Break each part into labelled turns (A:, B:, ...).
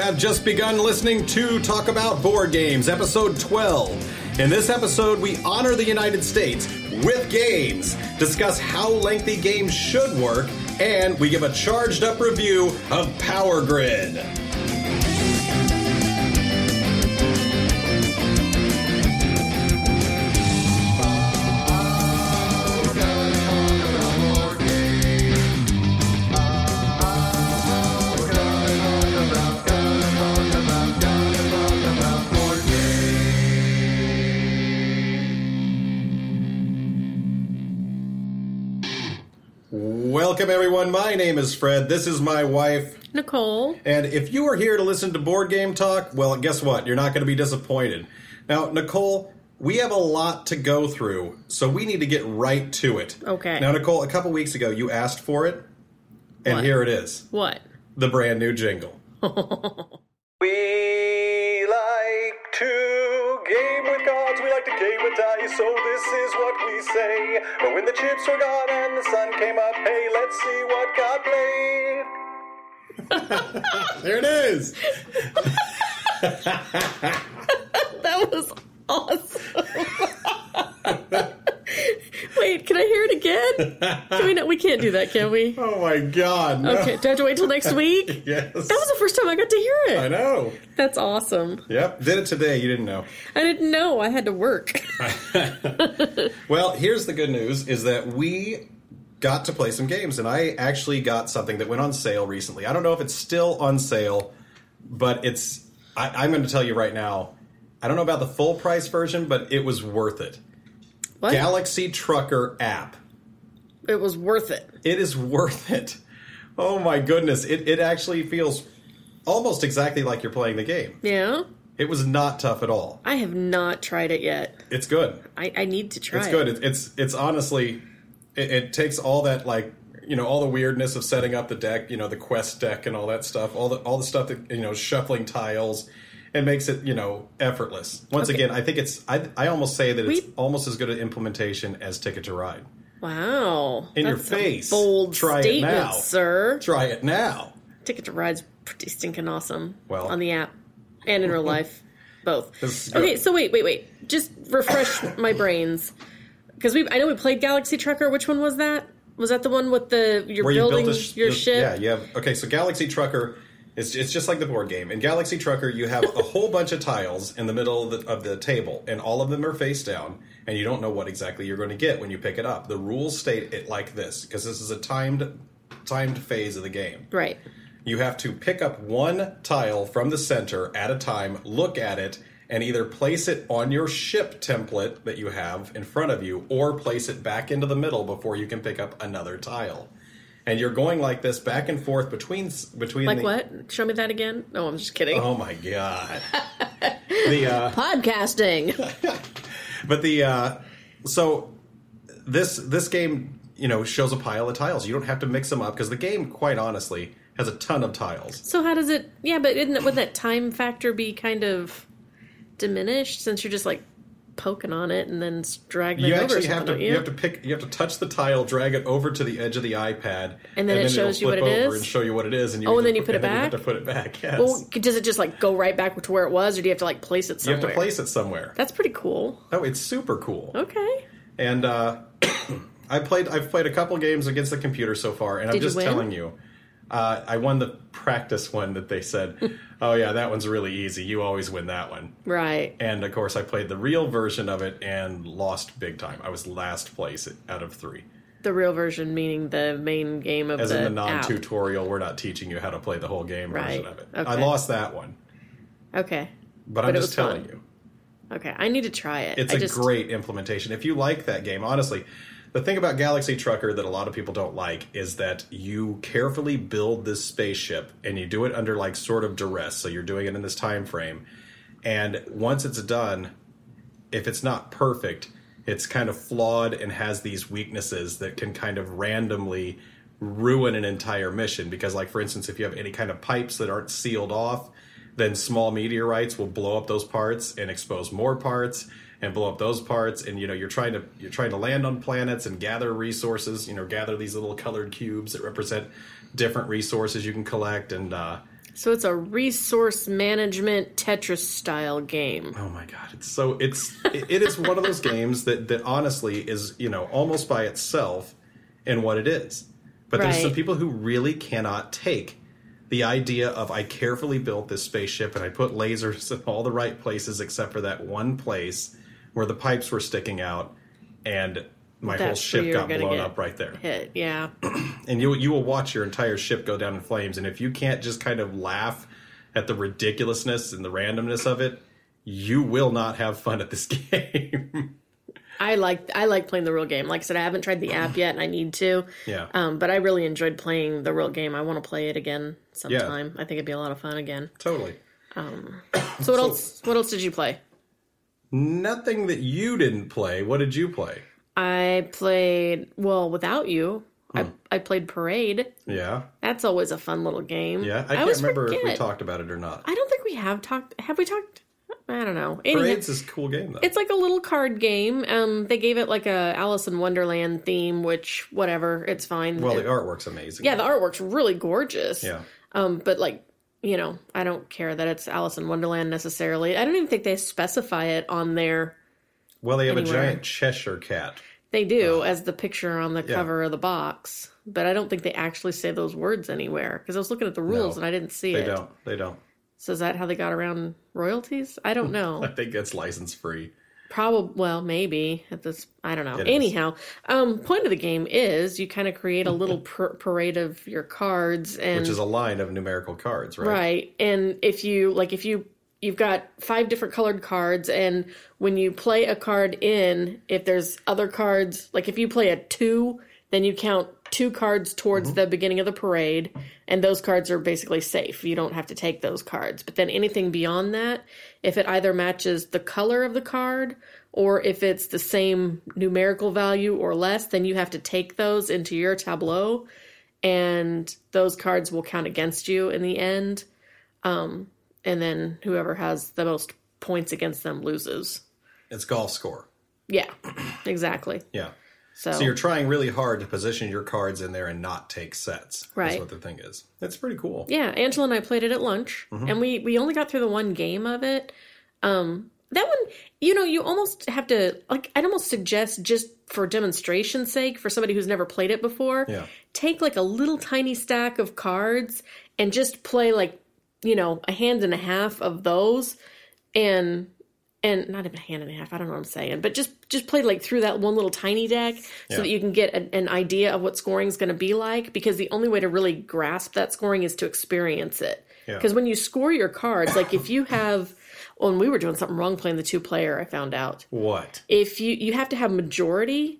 A: have just begun listening to Talk About Board Games, episode 12. In this episode, we honor the United States with games, discuss how lengthy games should work, and we give a charged up review of Power Grid. Welcome, everyone. My name is Fred. This is my wife.
B: Nicole.
A: And if you are here to listen to board game talk, well, guess what? You're not going to be disappointed. Now, Nicole, we have a lot to go through, so we need to get right to it.
B: Okay.
A: Now, Nicole, a couple weeks ago, you asked for it, and
B: What?
A: here it is
B: What?
A: the brand new jingle. we like to game with gods, we like to game with dice, so this is what we say. But when the chips were gone and the sun came up, hey, let's see what got played. there it is.
B: That was awesome. wait, can I hear it again? Can we not, we can't do that, can we?
A: Oh my god. no.
B: Okay, do I have to wait till next week? That
A: Yes.
B: was the first time I got to hear
A: I
B: it.
A: know.
B: That's awesome.
A: Yep. Did it today. You didn't know.
B: I didn't know I had to work.
A: Well, here's the good news is that we got to play some games and I actually got something that went on sale recently. I don't know if it's still on sale, but it's I, I'm gonna tell you right now, I don't know about the full price version, but it was worth it.
B: What?
A: Galaxy Trucker app.
B: it was worth it.
A: It is worth it. Oh my goodness. It it actually feels almost exactly like you're playing the game.
B: Yeah?
A: It was not tough at all.
B: I have not tried it yet.
A: It's good.
B: I, I need to try
A: it's
B: it.
A: good. It, it's it's honestly, it, it takes all that like you know all the weirdness of setting up the deck, you know the quest deck and all that stuff, all the all the stuff that you know shuffling tiles, and makes it you know effortless. Once again, I think it's I I almost say that it's
B: We-
A: almost as good an implementation as Ticket to Ride.
B: Wow.
A: In your
B: That's a
A: face.
B: bold
A: Try it
B: statement,
A: now.
B: sir.
A: Try it now.
B: Ticket to Ride's pretty stinking awesome.
A: Well-
B: on the app and in real life, both.
A: This is good.
B: Okay, so wait, wait, wait. Just refresh my brains because we. I know we played Galaxy Trucker. Which one was that? Was that the one with the you're
A: Where you built
B: building
A: a sh-
B: your
A: you-
B: ship?
A: Yeah, you have okay. So Galaxy Trucker, it's it's just like the board game. In Galaxy Trucker, you have a whole bunch of tiles in the middle of the, of the table, and all of them are face down, and you don't know what exactly you're going to get when you pick it up. The rules state it like this because this is a timed timed phase of the game.
B: Right.
A: You have to pick up one tile from the center at a time, look at it, and either place it on your ship template that you have in front of you or place it back into the middle before you can pick up another tile. And you're going like this back and forth between s- between
B: Like
A: the,
B: what? Show me that again. No, I'm just kidding.
A: Oh my god. the uh
B: Podcasting.
A: but the uh so this this game, you know, shows a pile of tiles. You don't have to mix them up because the game quite honestly has a ton of tiles.
B: so how does it? Yeah, but isn't it, would that time factor be kind of diminished since you're just like poking on it and then s- dragging
A: you
B: it over?
A: actually
B: somehow,
A: have to
B: don't
A: you? have to pick you have to touch the tile drag it over to the edge of the ipad
B: And then it shows
A: it'll
B: you
A: flip
B: what it
A: over
B: is?
A: and show you what it is and you
B: Oh, and
A: either
B: then you put it
A: you have
B: back?
A: to put it back yes
B: Well, does it just like go right back to where it was, or do you have to like place it
A: you
B: somewhere?
A: have to place it somewhere
B: That's pretty cool.
A: oh it's super cool
B: Okay.
A: and uh, i played i've played a couple games against the computer so far and i'm
B: Did you
A: just
B: win?
A: telling you uh, i won the practice one that they said oh yeah that one's really easy you always win that one
B: Right.
A: and of course i played the real version of it and lost big time i was last place out of three
B: The real version, meaning the main game of
A: as
B: the,
A: in the
B: app.
A: non-tutorial we're not teaching you how to play the whole game version
B: Right.
A: of it i
B: Okay.
A: lost that one
B: Okay.
A: but,
B: But
A: i'm
B: it
A: just
B: was
A: telling
B: fun.
A: you
B: Okay. I need to try it.
A: it's
B: I
A: a
B: just,
A: great implementation if you like that game honestly the thing about galaxy trucker that a lot of people don't like is that you carefully build this spaceship and you do it under like sort of duress so you're doing it in this time frame and once it's done if it's not perfect, it's kind of flawed and has these weaknesses that can kind of randomly ruin an entire mission. Because, like, for instance, if you have any kind of pipes that aren't sealed off, then small meteorites will blow up those parts and expose more parts and blow up those parts and you know you're trying to you're trying to land on planets and gather resources you know gather these little colored cubes that represent different resources you can collect and uh
B: So it's a resource management Tetris style game.
A: Oh my god, it's so it's it, it is one of those games that that honestly is you know almost by itself in what it is. But there's some
B: Right.
A: people who really cannot take the idea of I carefully built this spaceship and I put lasers in all the right places except for that one place where the pipes were sticking out and my whole
B: That's where
A: ship
B: you're
A: got
B: gonna
A: blown
B: get
A: up right there.
B: Hit, yeah.
A: and you you will watch your entire ship go down in flames. And if you can't just kind of laugh at the ridiculousness and the randomness of it, you will not have fun at this game.
B: I like I like playing the real game. Like I said, I haven't tried the app yet, and I need to.
A: yeah,
B: Um, but I really enjoyed playing the real game. I want to play it again sometime. I think it'd be a lot of fun again.
A: totally.
B: So what else? What else did you play?
A: Nothing that you didn't play. What did you play?
B: I played well without you.
A: Hmm.
B: I I played Parade.
A: Yeah,
B: That's always a fun little game.
A: yeah. I can't
B: always
A: remember if we
B: forget.
A: talked about it or not.
B: I don't think we have talked. Have we talked? I don't know. Anyhow,
A: Parades is a cool game though.
B: it's like a little card game. Um, they gave it like a Alice in Wonderland theme, which whatever, it's fine.
A: well,
B: It-
A: the artwork's amazing.
B: yeah, the artwork's really gorgeous.
A: yeah.
B: Um, but like, you know, I don't care that it's Alice in Wonderland necessarily. I don't even think they specify it on there.
A: Well, they have
B: Anywhere.
A: a giant Cheshire cat.
B: They do as the picture on the cover of the box, but I don't think they actually say those words anywhere because I was looking at the rules
A: No,
B: and I didn't see
A: They
B: it.
A: don't. They don't.
B: So is that how they got around royalties? I don't know.
A: I think it's license free.
B: Probably, well, maybe at this, I don't know.
A: It is.
B: Anyhow, um, point of the game is you kind of create a little par- parade of your cards, and
A: Which is a line of numerical cards, right?
B: Mm. right, and if you like, if you you've got five different colored cards, and when you play a card in, if there's other cards, like if you play a two, then you count two cards towards the beginning of the parade, and those cards are basically safe. You don't have to take those cards, but then anything beyond that, if it either matches the color of the card or if it's the same numerical value or less, then you have to take those into your tableau and those cards will count against you in the end. Um, and then whoever has the most points against them loses.
A: It's golf score.
B: Yeah, exactly.
A: Yeah.
B: So,
A: So you're trying really hard to position your cards in there and not take sets. That's
B: Right.
A: what the thing is. That's pretty cool.
B: yeah, Angela and I played it at lunch, and we we only got through the one game of it. Um, that one, you know, you almost have to like. I'd almost suggest just for demonstration's sake for somebody who's never played it before.
A: Yeah.
B: take like a little tiny stack of cards and just play like you know a hand and a half of those and and not even a hand and a half i don't know what i'm saying but just just play like through that one little tiny deck
A: Yeah.
B: so that you can get an, an idea of what scoring's going to be like because the only way to really grasp that scoring is to experience it
A: Yeah.
B: because when you score your cards like if you have when we were doing something wrong playing the two player i found out
A: What?
B: if you you have to have majority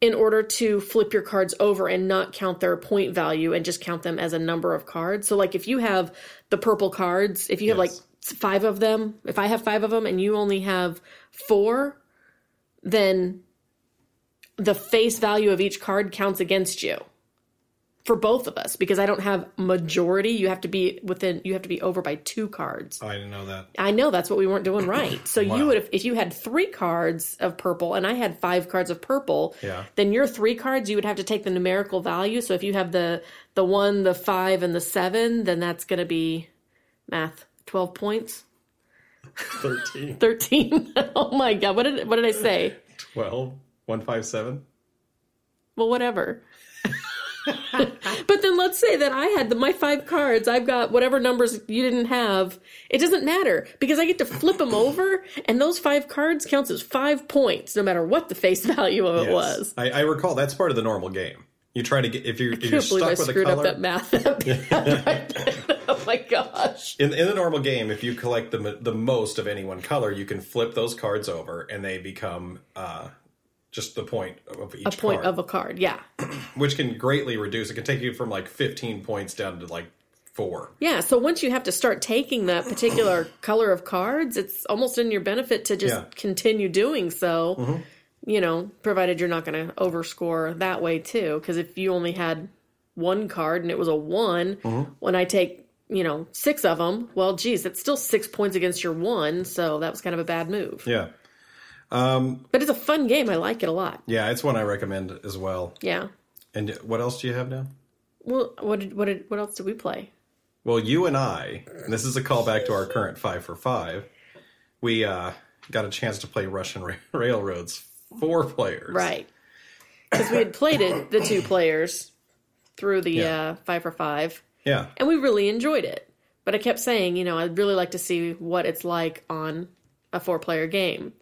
B: in order to flip your cards over and not count their point value and just count them as a number of cards. So like if you have the purple cards, if you have like
A: Yes.
B: s- five of them, if I have five of them and you only have four, then the face value of each card counts against you for both of us because I don't have majority. You have to be within you have to be over by two cards.
A: I didn't know that.
B: I know that's what we weren't doing right. So
A: Wow.
B: you would have if you had three cards of purple and I had five cards of purple,
A: Yeah.
B: then your three cards you would have to take the numerical value. So if you have the the one, the five, and the seven, then that's gonna be math. Twelve points?
A: 13,
B: Thirteen. oh my god, what did what did I say?
A: 12, 157.
B: Well, whatever. but then let's say that I had the, my five cards. I've got whatever numbers you didn't have. It doesn't matter because I get to flip them over, and those five cards counts as five points, no matter what the face value of it
A: Yes.
B: was.
A: I, I recall that's part of the normal game. You try to get, if you're, if you're
B: Can't believe I
A: stuck with a
B: screwed up
A: color.
B: that math. That bad. oh my gosh!
A: in, in the normal game, if you collect the, mo- the most of any one color, you can flip those cards over and they become uh, just the point of each
B: A point
A: card,
B: of a card, yeah,
A: which can greatly reduce. It can take you from like 15 points down to like four.
B: yeah. So once you have to start taking that particular color of cards, it's almost in your benefit to just
A: Yeah. Mm-hmm.
B: continue doing so. you know, provided you're not going to overscore that way too. Because if you only had one card and it was a one,
A: Mm-hmm.
B: when I take you know six of them, well, geez, that's still six points against your one. So that was kind of a bad move.
A: Yeah.
B: But it's a fun game. I like it a lot.
A: Yeah, it's one I recommend as well.
B: Yeah.
A: And what else do you have now?
B: Well, what did what did what else did we play?
A: Well, you and I, and this is a callback to our current five for five. We uh, got a chance to play Russian Ra- Railroads four players,
B: Right. Because we had played it, the two players, through the
A: Yeah.
B: uh, five for five,
A: Yeah,
B: and we really enjoyed it. But I kept saying, you know, I'd really like to see what it's like on a four player game.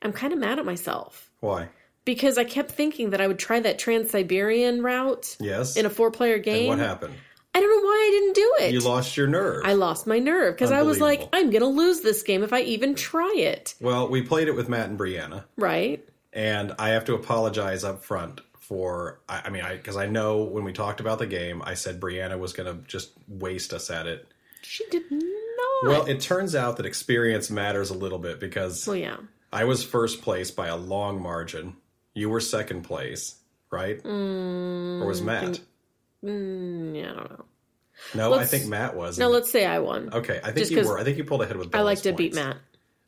B: I'm kind of mad at myself
A: why?
B: because I kept thinking that I would try that Trans Siberian route
A: Yes.
B: in a four player
A: and
B: game.
A: what happened?
B: I don't know why I didn't do it.
A: You lost your nerve.
B: I lost my nerve because I was like,
A: Unbelievable.
B: I'm going to lose this game if I even try it.
A: well, we played it with Matt and Brianna.
B: Right?
A: and I have to apologize up front for I, I mean I because I know when we talked about the game I said Brianna was gonna just waste us at it.
B: She did not.
A: Well, it turns out that experience matters a little bit because
B: Well, yeah.
A: I was first place by a long margin. You were second place, right? or was Matt?
B: Mm, yeah, I don't know.
A: No, I
B: let's-
A: think Matt was.
B: No, let's say I won.
A: okay, I think
B: just
A: you
B: 'cause
A: were. I think you pulled ahead with.
B: I like
A: bonus
B: to beat
A: points.
B: Matt.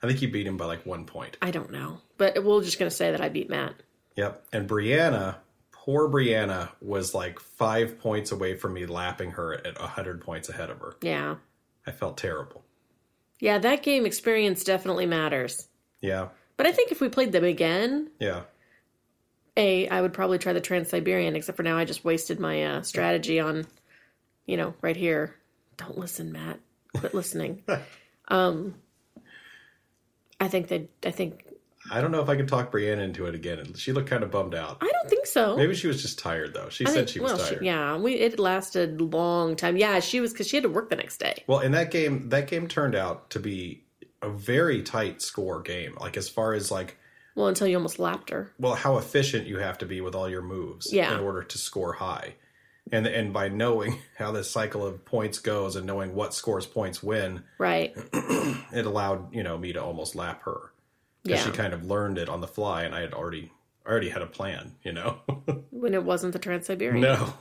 A: I think you beat him by like one point.
B: I don't know. But we're just going to say that I beat Matt.
A: Yep. And Brianna, poor Brianna, was like five points away from me lapping her at 100 points ahead of her.
B: Yeah.
A: I felt terrible.
B: Yeah, that game experience definitely matters.
A: Yeah.
B: But I think if we played them again,
A: Yeah.
B: A, I would probably try the Trans Siberian, except for now I just wasted my uh, strategy on, you know, right here. Don't listen, Matt. Quit listening. um, I think that, I think,
A: I don't know if I can talk Brianna into it again. She looked kind of bummed out.
B: I don't think so.
A: Maybe she was just tired, though. She
B: I
A: said
B: think,
A: she was
B: well,
A: tired.
B: yeah, we it lasted a long time. Yeah, she was because she had to work the next day.
A: Well, in that game, that game turned out to be a very tight score game. Like, as far as like,
B: Well, until you almost lapped her.
A: well, how efficient you have to be with all your moves
B: Yeah.
A: in order to score high. And, and by knowing how this cycle of points goes and knowing what scores points when,
B: Right.
A: it allowed you know me to almost lap her because
B: Yeah.
A: she kind of learned it on the fly and i had already I already had a plan you know
B: when it wasn't the Trans Siberian.
A: no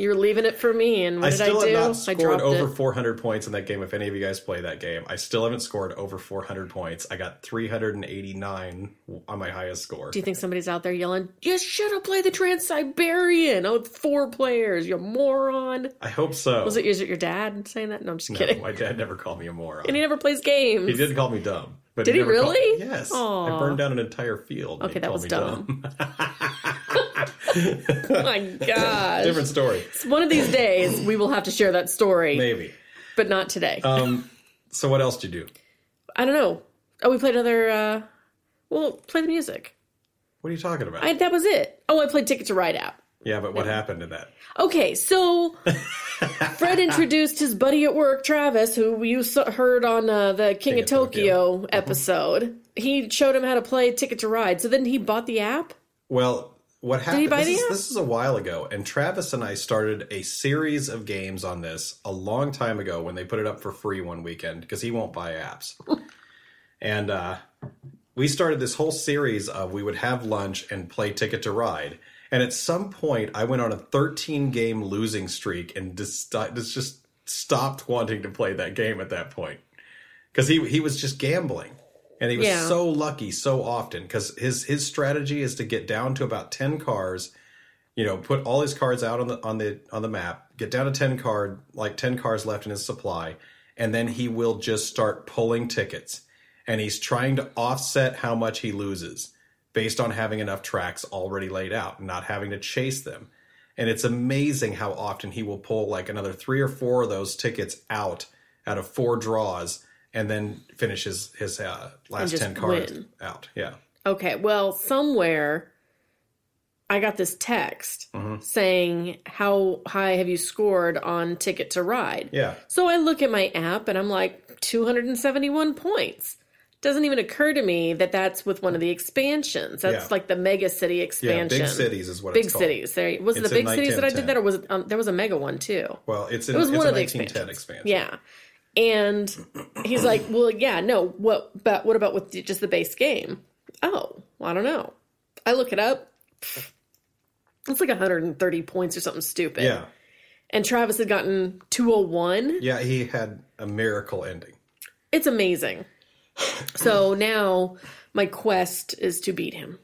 B: You were leaving it for me, and
A: i
B: what did
A: still
B: I do?
A: have not
B: I
A: scored
B: dropped
A: over
B: it.
A: 400 points in that game if any of you guys play that game i still haven't scored over 400 points i got 389 on my highest score
B: Do you think somebody's out there yelling, "You should have played the Trans Siberian"? Oh, it's four players, you moron!
A: i hope so
B: Was it is it your dad saying that? No, I'm just
A: no,
B: kidding.
A: my dad never called me a moron
B: And he never plays games.
A: he did call me dumb but
B: Did he
A: never called-
B: really?
A: yes i
B: Aw.
A: burned down an entire field and he
B: Okay, that
A: called
B: was
A: me
B: dumb.
A: dumb.
B: Oh my gosh!
A: different story
B: One of these days, we will have to share that story,
A: maybe
B: but not today.
A: um so what else did you do
B: I don't know. Oh, we played another. Uh, well, play the music.
A: what are you talking about
B: I, that was it. Oh, I played Ticket to Ride Out.
A: Yeah, but what happened to that?
B: Okay, so Fred introduced his buddy at work, Travis, who you s- heard on uh, the King, of
A: of
B: Tokyo, episode. He showed him how to play Ticket to Ride. So then he bought the app.
A: Well, what happened?
B: buy
A: this,
B: the
A: is,
B: app?
A: this is a while ago, and Travis and I started a series of games on this a long time ago when they put it up for free one weekend because he won't buy apps. and uh, we started this whole series of we would have lunch and play Ticket to Ride. And at some point, I went on a 13 game losing streak and just, just- just stopped wanting to play that game at that point because he he was just gambling. And he was
B: Yeah.
A: so lucky so often because his his strategy is to get down to about ten cars, you know, put all his cards out on the on the on the map, get down to ten card like ten cars left in his supply, and then he will just start pulling tickets. And he's trying to offset how much he loses based on having enough tracks already laid out, and not having to chase them. And it's amazing how often he will pull like another three or four of those tickets out out of four draws and then finish his, his uh, last
B: just
A: 10 cards
B: win.
A: out. Yeah.
B: Okay, well, somewhere I got this text saying, How high have you scored on Ticket to Ride?
A: Yeah.
B: So I look at my app and I'm like, 271 points. Doesn't even occur to me that that's with one of the expansions. That's
A: Yeah.
B: like the mega city
A: Yeah.
B: expansion.
A: Big cities is what
B: Big
A: it's called.
B: cities. There was it
A: It's
B: the
A: in
B: big cities that I did
A: 1910.
B: that, or was it, um, there was a mega one too?
A: Well, it's in,
B: It was
A: it's
B: one
A: a
B: of the
A: 1910 expansion.
B: expansions. Yeah, and he's like, "Well, yeah, no. What? But what about with just the base game? Oh, well, I don't know. I look it up. Pfft. It's like 130 points or something stupid.
A: Yeah.
B: And Travis had gotten 201.
A: Yeah. He had a miracle ending.
B: It's amazing. So now my quest is to beat him.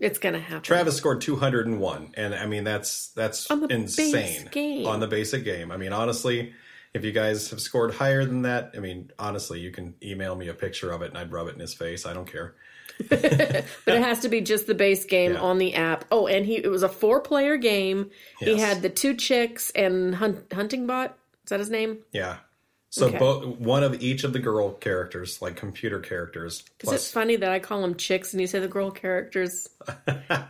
B: It's gonna happen.
A: Travis scored 201, and I mean that's that's
B: On the base
A: insane
B: game.
A: on the basic game. I mean, honestly, if you guys have scored higher than that, I mean, honestly, you can email me a picture of it and I'd rub it in his face. I don't care.
B: But it has to be just the base game
A: Yeah.
B: on the app. Oh, and he it was a four player game. He
A: Yes.
B: had the two chicks and hunt, hunting bot. Is that his name?
A: Yeah. So
B: Okay.
A: both one of each of the girl characters, like computer characters,
B: Is it
A: plus
B: funny that I call him chicks and you say the girl characters?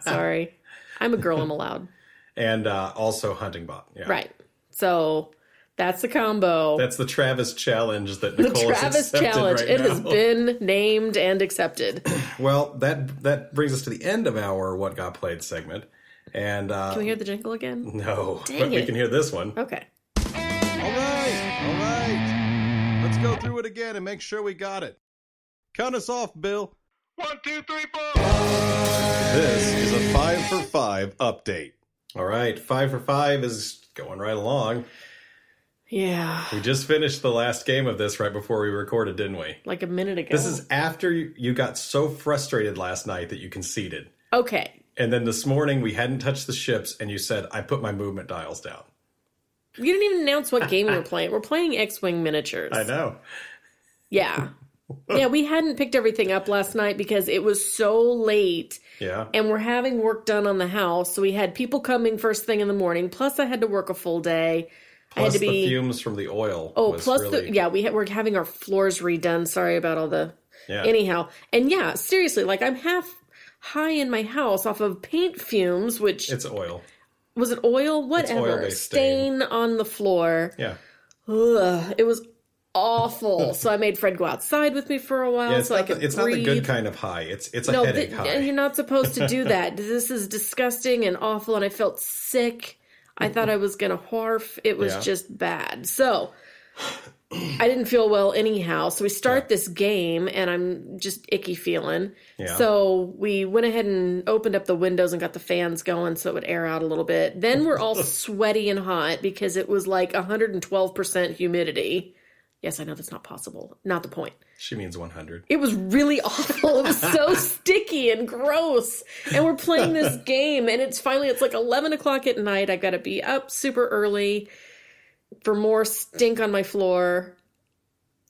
B: Sorry, I'm a girl. I'm allowed.
A: and uh, also hunting bot. Yeah.
B: Right. So that's the combo.
A: That's the Travis challenge that Nicole
B: the Travis
A: has accepted
B: challenge.
A: right
B: it
A: now.
B: has been named and accepted. Can
A: Well, that that brings us to the end of our what got played segment, and uh,
B: we hear the jingle again?
A: no,
B: Dang
A: but we
B: it.
A: can hear this one.
B: Okay.
A: All right, all right. Let's go through it again and make sure we got it. Count us off, Bill.
C: One, two, three, four.
A: This is a five for five update. All right, five for five is going right along.
B: Yeah.
A: We just finished the last game of this right before we recorded, didn't we?
B: Like a minute ago.
A: This is after you you got so frustrated last night that you conceded.
B: okay.
A: And then this morning we hadn't touched the ships and you said, I put my movement dials down.
B: You didn't even announce what game we were playing. We're playing X-wing miniatures.
A: I know.
B: Yeah. Yeah, we hadn't picked everything up last night because it was so late
A: Yeah.
B: and we're having work done on the house. So we had people coming first thing in the morning. Plus, I had to work a full day. I had
A: Plus
B: to
A: the
B: be.
A: fumes from the oil.
B: Oh,
A: was
B: plus
A: really,
B: the. Yeah, we ha- we're having our floors redone. Sorry about all the.
A: yeah.
B: Anyhow. And yeah, seriously, like I'm half high in my house off of paint fumes, which
A: it's oil.
B: was it oil? Whatever.
A: oil-based
B: stain. on the floor.
A: Yeah.
B: Ugh, it was awful. so I made Fred go outside with me for a while
A: Yeah, it's
B: so I
A: not,
B: could
A: the, it's not
B: breathe.
A: the good kind of high. It's it's a
B: no,
A: headache
B: th-
A: high.
B: you're not supposed to do that. this is disgusting and awful, and I felt sick. I thought I was gonna wharf. It was
A: Yeah.
B: just bad. So I didn't feel well anyhow. So we start this game, and I'm just icky feeling.
A: Yeah.
B: So we went ahead and opened up the windows and got the fans going so it would air out a little bit. Then we're all sweaty and hot because it was like 112% humidity. Yes, I know that's not possible. Not the point.
A: she means 100.
B: It was really awful. It was so sticky and gross. And we're playing this game, and it's finally it's like eleven o'clock at night. I've got to be up super early for more stink on my floor.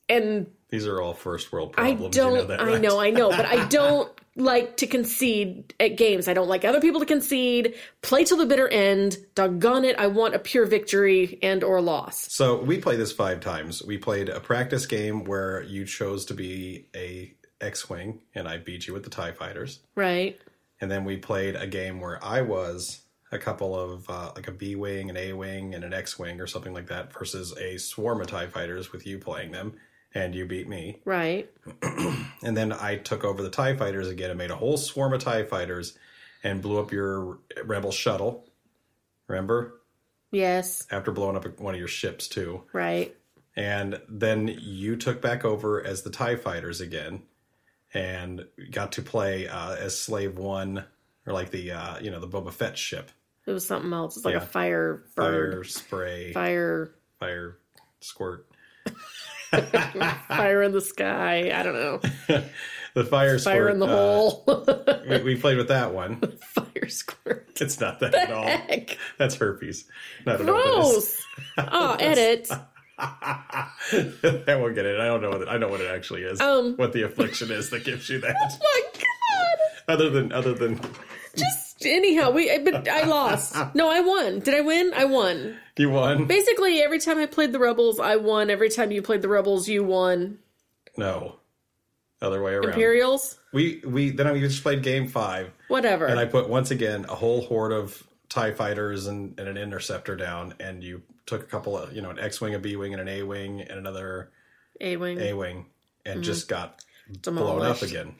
B: And
A: These are all first world
B: I
A: problems.
B: don't.
A: you know that,
B: I
A: right?
B: know. I know. But I don't like to concede at games. I don't like other people to concede. Play till the bitter end. Doggone it! I want a pure victory and or loss.
A: So we play this five times. We played a practice game where you chose to be a X-wing, and I beat you with the Tie Fighters.
B: Right.
A: And then we played a game where I was a couple of uh, like a B wing, an A wing, and an X wing, or something like that, versus a swarm of Tie Fighters with you playing them, and you beat me.
B: Right.
A: And then I took over the Tie Fighters again and made a whole swarm of Tie Fighters, and blew up your Rebel shuttle. Remember?
B: Yes.
A: After blowing up one of your ships too.
B: Right.
A: And then you took back over as the TIE fighters again and got to play uh, as Slave One or like the, uh, you know, the Boba Fett ship.
B: It was something else. It's like
A: Yeah.
B: a fire bird.
A: Fire spray, fire,
B: fire
A: squirt.
B: fire in the sky i don't know
A: The fire,
B: fire
A: squirt.
B: in the
A: uh,
B: hole
A: we, we played with that one.
B: fire squirt
A: It's not that at all.
B: heck
A: That's herpes. Oh, No, I don't know what
B: gross oh edit
A: that is. I won't get it. I don't know what it, I know what it actually is.
B: Um. Oh
A: what the affliction is that gives you that.
B: my god
A: Other than other than
B: just anyhow we but i lost no i won did i win i won
A: you won.
B: basically every time i played the rebels i won every time you played the rebels you won
A: No. Other way around.
B: imperials
A: We we then I just played game five,
B: whatever
A: and I put once again a whole horde of Tie fighters and, and an interceptor down, and you took a couple of you know an X wing, a B wing, and an A wing, and another
B: a-wing
A: A wing, and
B: Mm-hmm.
A: just got blown up
B: demolished
A: again.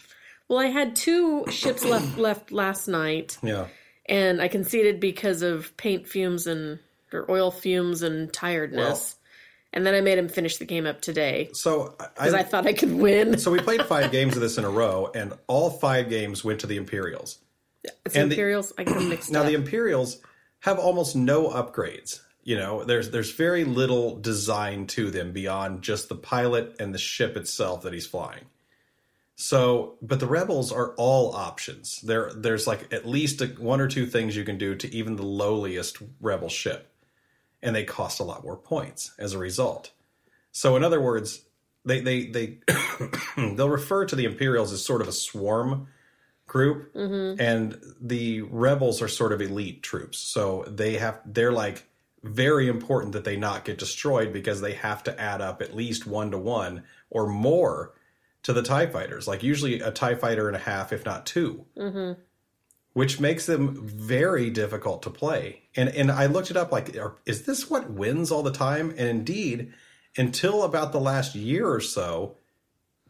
B: well i had two ships left left last night
A: Yeah,
B: and I conceded because of paint fumes and or oil fumes and tiredness. and then I made him finish the game up today
A: so I,
B: because I, thought I could win.
A: so we played five games of this in a row, and all five games went to the Imperials.
B: It's
A: and the-
B: Imperials, I got 'em mixed
A: Now
B: up.
A: the Imperials have almost no upgrades. You know, there's there's very little design to them beyond just the pilot and the ship itself that he's flying. So, but the rebels are all options. There, there's like at least a, one or two things you can do to even the lowliest rebel ship, and they cost a lot more points as a result. So, in other words, they they they they'll refer to the Imperials as sort of a swarm group, and the rebels are sort of elite troops. So they have they're like very important that they not get destroyed because they have to add up at least one to one or more to the TIE fighters. Like usually a TIE fighter and a half, if not 2 Mm-hmm. Which makes them very difficult to play. And and I looked it up like are, is this what wins all the time? And indeed, until about the last year or so,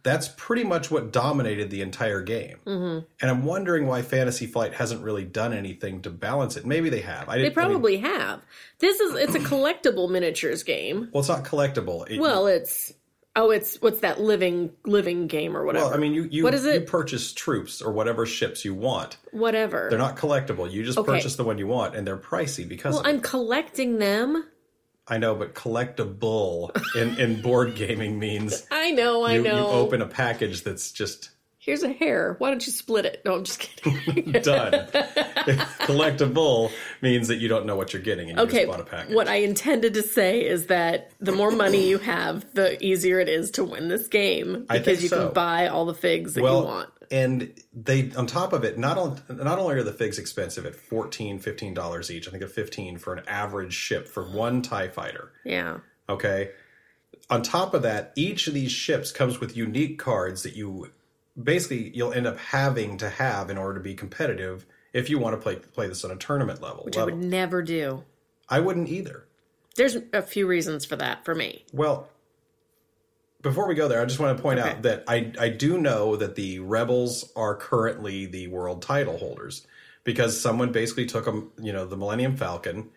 A: that's pretty much what dominated the entire game. Mm-hmm. And I'm wondering why Fantasy Flight hasn't really done anything to balance it. Maybe they have. I
B: They
A: didn't, I mean,
B: probably have. This is it's a collectible miniatures game.
A: well, it's not collectible. It-
B: Well, it's oh, it's what's that living living game or whatever.
A: well, I mean, you you,
B: What is
A: you
B: it?
A: purchase troops or whatever ships you want.
B: whatever.
A: They're not collectible. You just
B: Okay.
A: purchase the one you want, and they're pricey because
B: well,
A: of it.
B: I'm collecting them.
A: I know, but collectible in, in board gaming means
B: I know, I
A: you,
B: know.
A: you open a package that's just
B: Here's a hair. Why don't you split it? No, I'm just kidding.
A: done. collectible means that you don't know what you're getting, and you
B: okay.
A: just bought a package.
B: What I intended to say is that the more money you have, the easier it is to win this game
A: I
B: because
A: think
B: you
A: so.
B: can buy all the figs that
A: well,
B: you want.
A: and they on top of it, not on, not only are the figs expensive at 14 15 dollars each. I think they're 15 for an average ship for one Tie Fighter.
B: Yeah.
A: Okay. On top of that, each of these ships comes with unique cards that you basically you'll end up having to have in order to be competitive if you want to play play this on a tournament level.
B: Which I would
A: level.
B: never do.
A: I wouldn't either.
B: There's a few reasons for that for me.
A: Well, before we go there, I just want to point
B: Okay.
A: out that I I do know that the rebels are currently the world title holders because someone basically took them, you know, the Millennium Falcon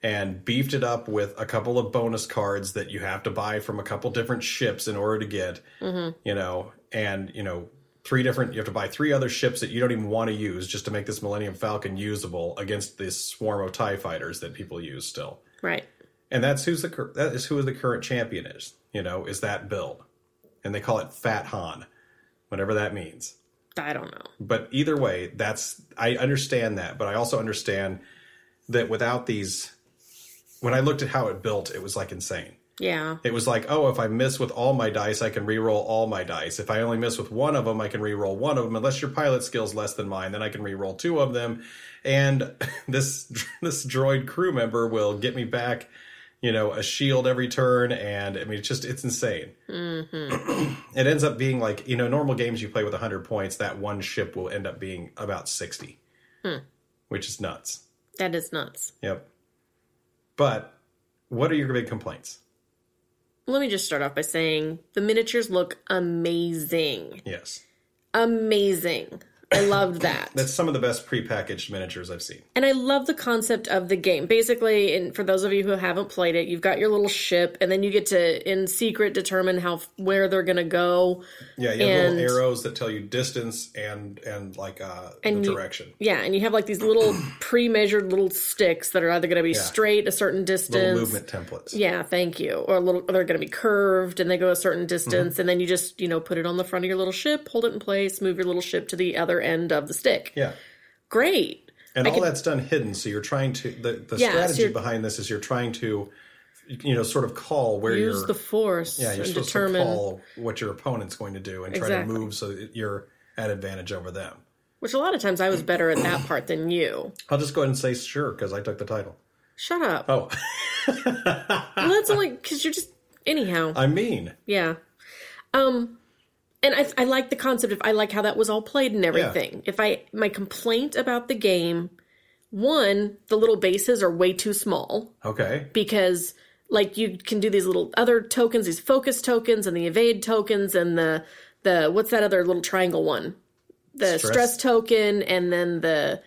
A: and beefed it up with a couple of bonus cards that you have to buy from a couple different ships in order to get, you know, and you know three different you have to buy three other ships that you don't even want to use just to make this Millennium Falcon usable against this swarm of tie fighters that people use still
B: Right.
A: and that's who's the cur- that is who the current champion is. You know, is that build, and they call it Fat Han, whatever that means.
B: I don't know.
A: But either way, that's I understand that, but I also understand that without these, when I looked at how it built, it was like insane.
B: Yeah.
A: It was like, oh, if I miss with all my dice, I can re-roll all my dice. If I only miss with one of them, I can re-roll one of them. Unless your pilot skill's less than mine, then I can re-roll two of them. And this this droid crew member will get me back, you know, a shield every turn. And I mean, it's just it's insane. it ends up being like you know, normal games you play with hundred points, that one ship will end up being about sixty, which is nuts.
B: That is nuts.
A: Yep. But what are your big complaints?
B: Let me just start off by saying the miniatures look amazing.
A: Yes.
B: Amazing. I loved that.
A: That's some of the best prepackaged miniatures I've seen.
B: And I love the concept of the game. Basically, and for those of you who haven't played it, you've got your little ship, and then you get to, in secret, determine how where they're gonna go.
A: Yeah, you have
B: And-
A: little arrows that tell you distance and and like uh,
B: And
A: the
B: you-
A: direction.
B: Yeah, and you have like these little pre-measured little sticks that are either gonna be straight a certain
A: Little
B: distance,
A: movement templates.
B: yeah, thank you, or a little, or they're gonna be curved, and they go a certain
A: Mm-hmm.
B: distance, and then you just you know put it on the front of your little ship, hold it in place, move your little ship to the other end of the stick.
A: Yeah.
B: Great.
A: And all
B: could-
A: that's done hidden. So you're trying to the, the
B: Yeah, so
A: strategy
B: you're-
A: behind this is you're trying to you know sort of call where
B: Use
A: you're
B: the force
A: yeah, you're
B: and
A: supposed to
B: determine.
A: call what your opponent's going to do and try
B: Exactly.
A: to move so that you're at advantage over them.
B: Which a lot of times I was better at that part than you.
A: I'll just go ahead and say sure because I took the title.
B: Shut up.
A: Oh,
B: Well, that's only because you're just anyhow.
A: I mean,
B: yeah. Um, and I I like the concept of I like how that was all played and everything. If I my complaint about the game, one the little bases are way too small
A: okay,
B: because like you can do these little other tokens, these focus tokens and the evade tokens and the the what's that other little triangle one? The
A: Stress.
B: stress, token and then the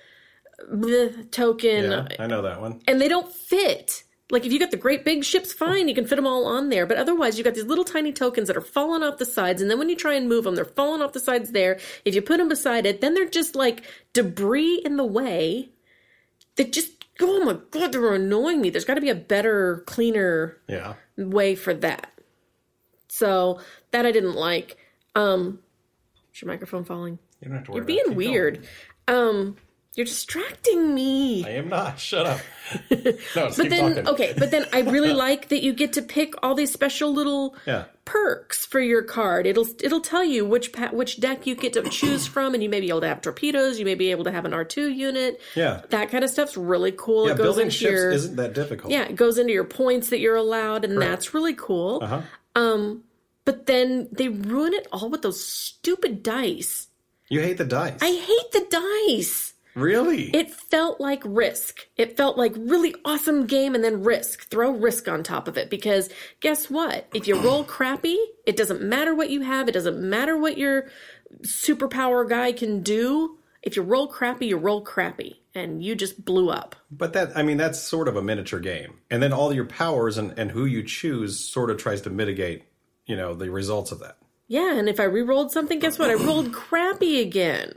B: the token
A: yeah, I know that one.
B: and they don't fit. Like if you got the great big ships, fine, you can fit them all on there. But otherwise, you got these little tiny tokens that are falling off the sides, and then when you try and move them, they're falling off the sides there. If you put them beside it, then they're just like debris in the way. They just oh my god, they're annoying me. There's got to be a better, cleaner
A: Yeah,
B: way for that. So that I didn't like. Um, Is your microphone falling?
A: You don't have to worry.
B: You're being weird. Um, you're distracting me.
A: I am not. Shut up. no, just
B: but
A: keep
B: then
A: talking.
B: okay, but then I really like that you get to pick all these special little
A: Yeah.
B: perks for your card. It'll it'll tell you which pa- which deck you get to choose from, and you may be able to have torpedoes. You may be able to have an R two unit.
A: Yeah.
B: that kind of stuff's really cool.
A: Yeah,
B: it goes
A: building
B: into
A: ships
B: your
A: isn't that difficult.
B: yeah, it goes into your points that you're allowed, and that's really cool.
A: Uh-huh.
B: But then they ruin it all with those stupid dice.
A: You hate the dice.
B: I hate the dice.
A: really?
B: It felt like risk. It felt like really awesome game and then risk. Throw risk on top of it because guess what? If you roll crappy, it doesn't matter what you have, it doesn't matter what your superpower guy can do. If you roll crappy, you roll crappy and you just blew up.
A: but that I mean that's sort of a miniature game. And then all your powers and, and who you choose sort of tries to mitigate, you know, the results of that.
B: Yeah, and if I re-rolled something, guess what? I rolled crappy again.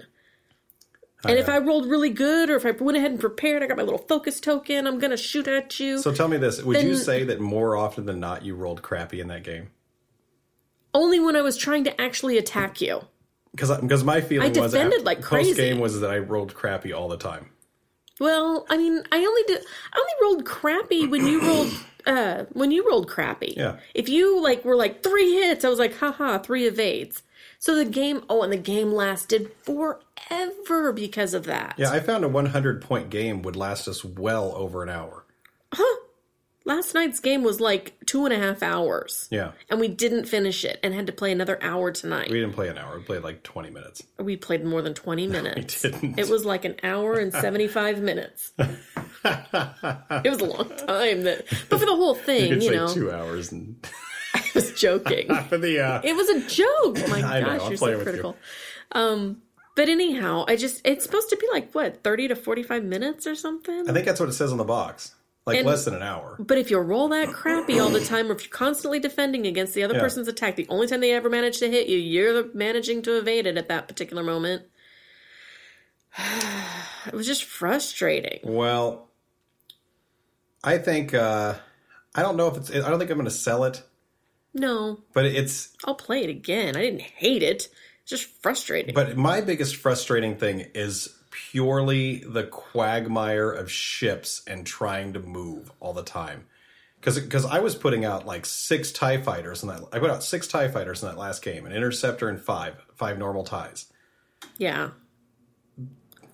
B: And if I rolled really good or if I went ahead and prepared, I got my little focus token, I'm going to shoot at you.
A: So tell me this, would you
B: Then-
A: say that more often than not you rolled crappy in that game?
B: Only when I was trying to actually attack you.
A: Because because my feeling
B: I
A: was
B: defended like crazy.
A: post game was that I rolled crappy all the time.
B: Well, I mean, I only did. I only rolled crappy when you rolled. Uh, when you rolled crappy.
A: Yeah.
B: If you like were like three hits, I was like, haha, three evades. So the game. Oh, and the game lasted forever because of that.
A: Yeah, I found a 100 point game would last us well over an hour.
B: Last night's game was like two and a half hours.
A: Yeah.
B: And we didn't finish it, and had to play another hour tonight.
A: We
B: We,
A: didn't play an hour. We played like 20 minutes.
B: played more than twenty minutes.
A: didn't.
B: It was like an hour and seventy-five minutes. it was a long time, that, but for the whole thing, you,
A: It's
B: know,
A: like two hours. And
B: I was joking.
A: for the uh,
B: It was a joke. My
A: I know,
B: gosh,
A: I'm playing
B: you're so
A: with you.
B: critical. Um, but anyhow, I just it's supposed to be like what thirty to forty five minutes or something.
A: I think that's what it says on the box. Like
B: And-
A: less than an hour.
B: but if you roll that crappy all the time, or if you're constantly defending against the other
A: Yeah.
B: person's attack, the only time they ever manage to hit you, you're managing to evade it at that particular moment. it was just frustrating.
A: Well, I think uh, I don't know if it's. I don't think I'm going to sell it,
B: No,
A: but it's.
B: I'll play it again. I didn't hate it. It's just frustrating.
A: But my biggest frustrating thing is purely the quagmire of ships and trying to move all the time. Because I was putting out like six Tie Fighters in that I put out six Tie Fighters in that last game, an Interceptor and five five normal ties.
B: yeah.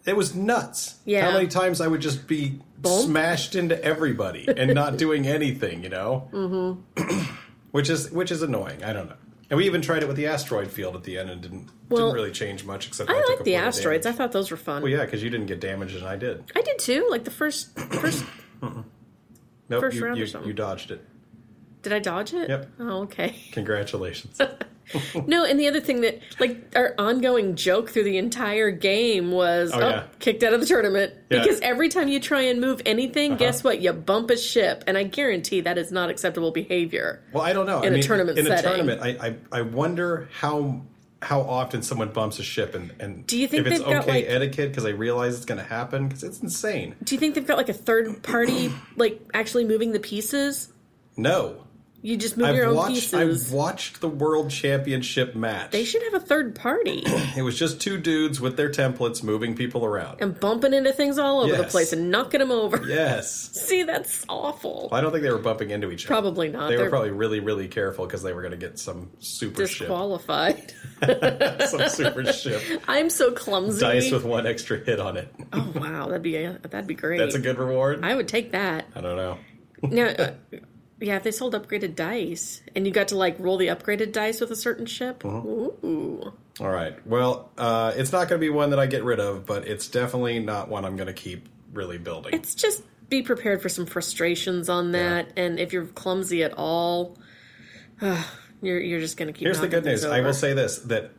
A: It was nuts.
B: Yeah.
A: How many times I would just be smashed into everybody and not doing anything, you know? Mm-hmm. which is which is annoying. I don't know. And we even tried it with the asteroid field at the end and didn't
B: Well,
A: didn't really change much except
B: I
A: took a
B: like the
A: point of
B: asteroids.
A: damage.
B: I thought those were fun.
A: Well, yeah, because you didn't get damaged and I did.
B: I did too. Like the first first
A: Nope,
B: First
A: you,
B: round or
A: you,
B: something.
A: you dodged it.
B: Did I dodge it?
A: Yep.
B: Oh, okay.
A: Congratulations.
B: No, and the other thing that, like, our ongoing joke through the entire game was, oh,
A: yeah.
B: kicked out of the tournament.
A: Yeah. Uh-huh.
B: Because every time you try and move anything, guess what? You bump a ship. And I guarantee that is not acceptable behavior.
A: Well, I don't know.
B: In
A: I
B: a
A: mean,
B: tournament
A: in
B: setting.
A: a tournament, I, I I wonder how how often someone bumps a ship and and
B: you
A: if
B: think
A: it's
B: they've got,
A: okay
B: like-
A: etiquette because they realize it's going to happen because it's insane.
B: Do you think they've got, like, a third party, like, actually moving the pieces?
A: No,
B: You just move your
A: I've
B: own
A: watched
B: pieces.
A: I watched the world championship match.
B: they should have a third party
A: it was just two dudes with their templates moving people around.
B: and bumping into things all over the
A: Yes.
B: place and knocking them over.
A: yes.
B: See, that's awful.
A: I don't think they were bumping into each other.
B: Probably not.
A: They
B: They're
A: were probably really, really careful because they were going to get some super
B: disqualified.
A: ship. Some super ship.
B: I'm so clumsy.
A: Dice with one extra hit on it.
B: Oh wow, that'd be that'd be great.
A: That's a good reward. I,
B: I would take that.
A: don't know.
B: Now, uh, yeah, if they sold upgraded dice and you got to like roll the upgraded dice with a certain ship,
A: Uh-huh.
B: ooh,
A: All right. Well, uh, it's not going to be one that I get rid of, but it's definitely not one I'm going to keep really building.
B: it's just be prepared for some frustrations on that. And if you're clumsy at all, ugh, you're you're just gonna keep.
A: Here's the
B: knocking
A: good news.
B: things
A: I will
B: over.
A: say this: that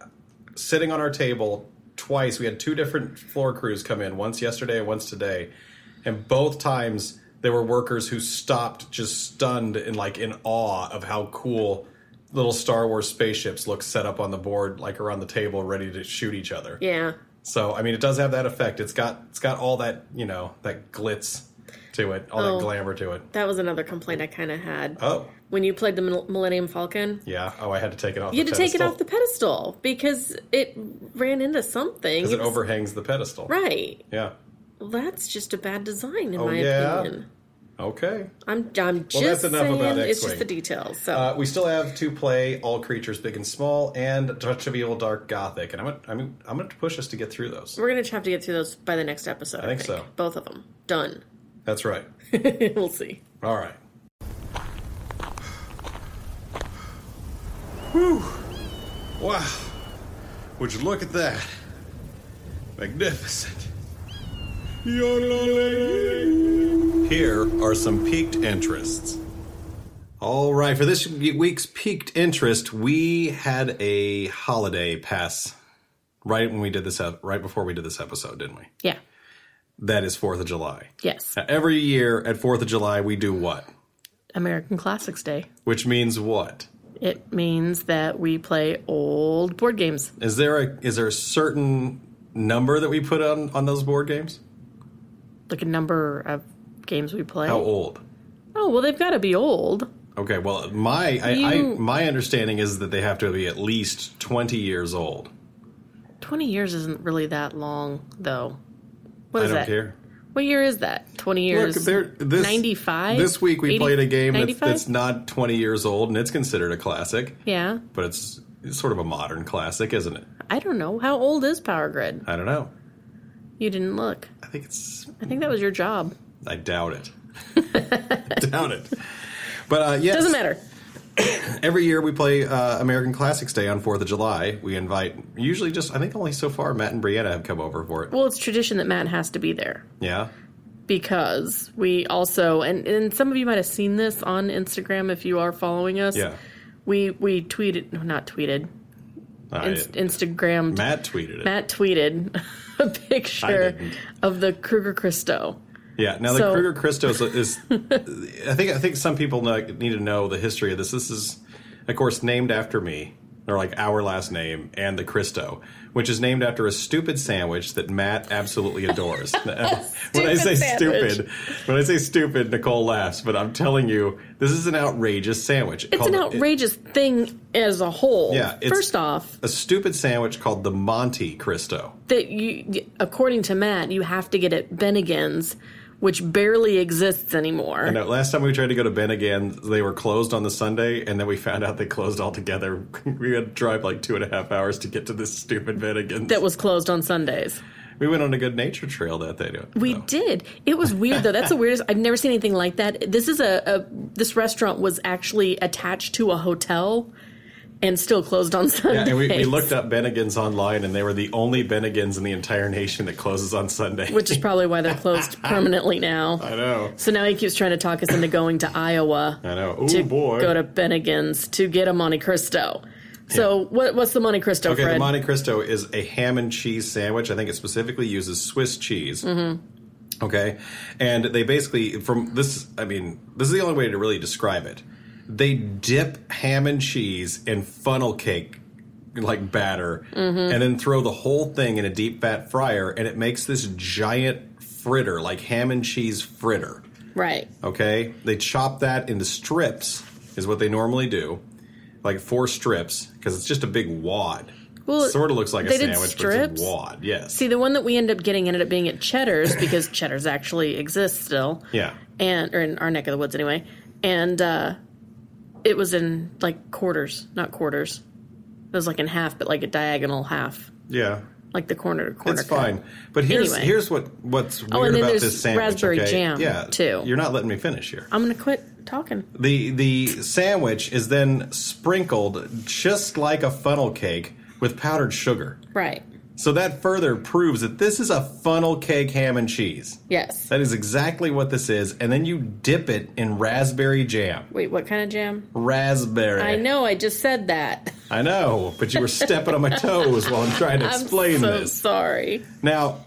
A: sitting on our table twice, we had two different floor crews come in, once yesterday and once today, and both times there were workers who stopped just stunned and like in awe of how cool little Star Wars spaceships look set up on the board, like around the table, ready to shoot each other.
B: Yeah,
A: So I mean, it does have that effect. It's got it's got all that you know that glitz. to it, all
B: Oh.
A: that glamour to it.
B: That was another complaint I kind of had
A: Oh,
B: when you played the Mil- Millennium Falcon.
A: yeah. Oh, I had to take it off.
B: You had
A: the
B: to take it
A: pedestal.
B: off the pedestal because it ran into something.
A: because it
B: was-
A: overhangs the pedestal.
B: Right.
A: Yeah.
B: Well, that's just a bad design, in
A: Oh,
B: my
A: yeah?
B: opinion.
A: Okay.
B: I'm, I'm just
A: that's enough
B: saying
A: about
B: it's just
A: X-Wing.
B: the details. So
A: Uh, we still have to play all creatures big and small and Touch of Evil Dark Gothic, and I'm gonna, I'm I'm gonna push us to get through those.
B: we're gonna have to get through those by the next episode. I
A: think so.
B: Both of them done.
A: That's right.
B: we'll see.
A: All right. Whew. Wow. Would you look at that? Magnificent. Here are some peaked interests. All right, for this week's peaked interest, we had a holiday pass right when we did this, ep- right before we did this episode, didn't we?
B: Yeah.
A: That is 4th of July.
B: Yes.
A: Now, every year at 4th of July, we do what?
B: American Classics Day.
A: Which means what?
B: It means that we play old board games.
A: Is there a is there a certain number that we put on on those board games?
B: Like a number of games we play.
A: How old?
B: Oh well, they've got to be old.
A: Okay, well, my I, I
B: You-
A: my understanding is that they have to be at least twenty years old.
B: Twenty years isn't really that long, though. What
A: I
B: is
A: don't
B: that?
A: care.
B: What year is that? Twenty
A: Look,
B: years.
A: there, this
B: 95?
A: This week we
B: 80
A: played a game that's,
B: 95?
A: that's not twenty years old, and it's considered a classic,
B: yeah.
A: but it's, it's sort of a modern classic, isn't it?
B: I don't know. How old is Power Grid?
A: I don't know.
B: You didn't look.
A: I think it's
B: I think that was your job.
A: I doubt it. doubt it. But uh, yes,
B: Doesn't matter.
A: Every year we play uh, American Classics Day on 4th of July. We invite, usually just, I think only so far Matt and Brianna have come over for it.
B: Well, it's tradition that Matt has to be there
A: Yeah.
B: because we also and and some of you might have seen this on Instagram if you are following us.
A: Yeah.
B: We we tweeted, no, not tweeted,
A: I-
B: inst- Instagrammed. Matt,
A: Matt tweeted it.
B: tweeted a picture
A: didn't.
B: of the Kruger Christo.
A: yeah. Now the
B: so-
A: Kruger Christos is, I think, I think some people know, need to know the history of this. This is, of course, named after me, or like our last name, and the Christo, which is named after a stupid sandwich that Matt absolutely adores. when I say
B: Stupid sandwich.
A: stupid, when I say stupid, Nicole laughs, but I'm telling you, this is an outrageous sandwich.
B: It's an outrageous thing as a whole.
A: Yeah, it's-
B: First off,
A: a stupid sandwich called the Monte Cristo.
B: that you, according to Matt, you have to get at Bennigan's, which barely exists anymore.
A: You know, last time we tried to go to Ben again, they were closed on the Sunday, and then we found out they closed altogether. we had to drive like two and a half hours to get to this stupid Ben again.
B: That was closed on Sundays.
A: we went on a good nature trail that day. though.
B: We did. It was weird though. That's the weirdest. I've never seen anything like that. This is a, a this restaurant was actually attached to a hotel, and still closed on Sundays.
A: Yeah, and we, we looked up Bennigan's online, and they were the only Bennigan's in the entire nation that closes on Sunday.
B: which is probably why they're closed permanently now.
A: I know,
B: So now he keeps trying to talk us into going to Iowa.
A: I know. Ooh,
B: to
A: boy.
B: go to Bennigan's to get a Monte Cristo. So what, what's the Monte Cristo,
A: Okay,
B: Fred?
A: the Monte Cristo is a ham and cheese sandwich. I think it specifically uses Swiss cheese. Okay, and they basically from this. I mean, this is the only way to really describe it. They dip ham and cheese in funnel cake like batter, and then throw the whole thing in a deep fat fryer, and it makes this giant fritter, like ham and cheese fritter.
B: right.
A: Okay, they chop that into strips, is what they normally do, like four strips, because it's just a big wad.
B: Well,
A: sort of looks like a
B: they did
A: sandwich, but it's
B: strips?
A: a wad. Yes.
B: See, the one that we ended up getting ended up being at Cheddar's because Cheddar's actually exists still.
A: yeah.
B: And or in our neck of the woods anyway. And uh it was in like quarters, not quarters. It was like in half, but like a diagonal half,
A: Yeah.
B: like the corner to corner.
A: It's
B: cut.
A: fine, but here's
B: Anyway. Oh,
A: here's what what's weird
B: and then
A: about
B: there's
A: this sandwich.
B: raspberry
A: okay?
B: jam,
A: yeah,
B: too.
A: You're not letting me finish here.
B: I'm gonna quit talking.
A: The the sandwich is then sprinkled just like a funnel cake with powdered sugar.
B: Right.
A: So that further proves that this is a funnel cake ham and cheese.
B: Yes.
A: That is exactly what this is, and then you dip it in raspberry jam.
B: Wait, what kind of jam?
A: Raspberry.
B: I know, I just said that.
A: I know, but you were stepping on my toes while I'm trying to explain
B: I'm so
A: this.
B: sorry.
A: Now,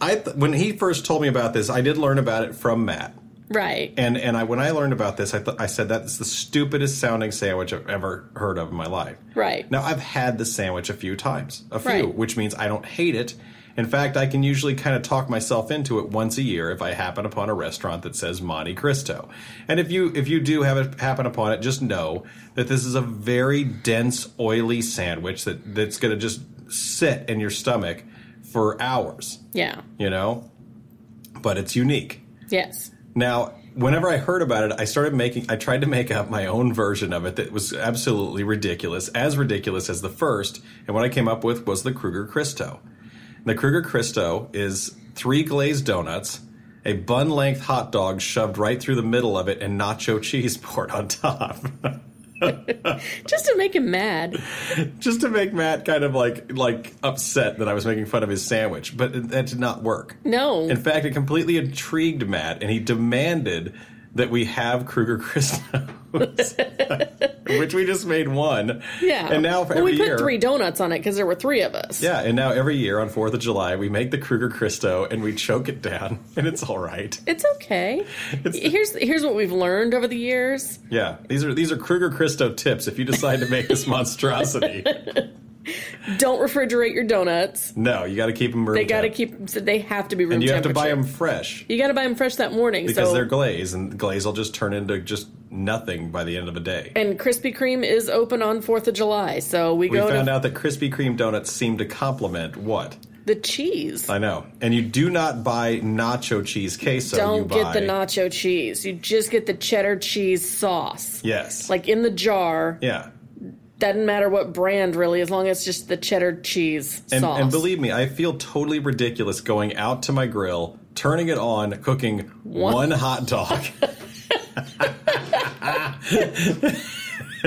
A: I th- when he first told me about this, I did learn about it from Matt,
B: Right.
A: and and I when I learned about this, I th- I said that's the stupidest sounding sandwich I've ever heard of in my life.
B: Right.
A: Now I've had this sandwich a few times, a few,
B: Right.
A: which means I don't hate it. In fact, I can usually kind of talk myself into it once a year if I happen upon a restaurant that says Monte Cristo. And if you if you do have it happen upon it, just know that this is a very dense, oily sandwich that that's going to just sit in your stomach for hours.
B: Yeah.
A: You know, but it's unique.
B: Yes.
A: Now, whenever I heard about it, I started making, I tried to make up my own version of it that was absolutely ridiculous, as ridiculous as the first. And what I came up with was the Kruger Cristo. The Kruger Cristo is three glazed donuts, a bun length hot dog shoved right through the middle of it, and nacho cheese poured on top.
B: Just to make him mad.
A: Just to make Matt kind of like like upset that I was making fun of his sandwich, but it- that did not work.
B: No.
A: In fact, it completely intrigued Matt, and he demanded that we have Kruger Christos, which we just made one.
B: yeah.
A: And now for
B: well,
A: every
B: we put
A: year,
B: three donuts on it because there were three of us.
A: yeah, and now every year on Fourth of July, we make the Kruger Christo and we choke it down, and it's all right.
B: It's okay. here's here's what we've learned over the years.
A: Yeah, these are these are Kruger Christo tips. If you decide to make this monstrosity,
B: Don't refrigerate your donuts.
A: no, you got to keep them room
B: They got to
A: temp.
B: keep. so They have to be room
A: And you have to
B: temperature.
A: buy them fresh
B: You got to buy them fresh that morning.
A: because
B: so
A: they're glazed, and glaze will just turn into just nothing by the end of the day.
B: and Krispy Kreme is open on Fourth of July, so we,
A: We
B: go
A: found
B: to
A: out that Krispy Kreme donuts seem to complement what?
B: the cheese.
A: I know. And you do not buy nacho cheese queso. you
B: Don't
A: buy,
B: get the nacho cheese. You just get the cheddar cheese sauce.
A: Yes.
B: Like in the jar.
A: yeah.
B: Doesn't matter what brand really, as long as it's just the cheddar cheese
A: And,
B: sauce.
A: and believe me, I feel totally ridiculous going out to my grill, turning it on, cooking one,
B: One-
A: hot dog.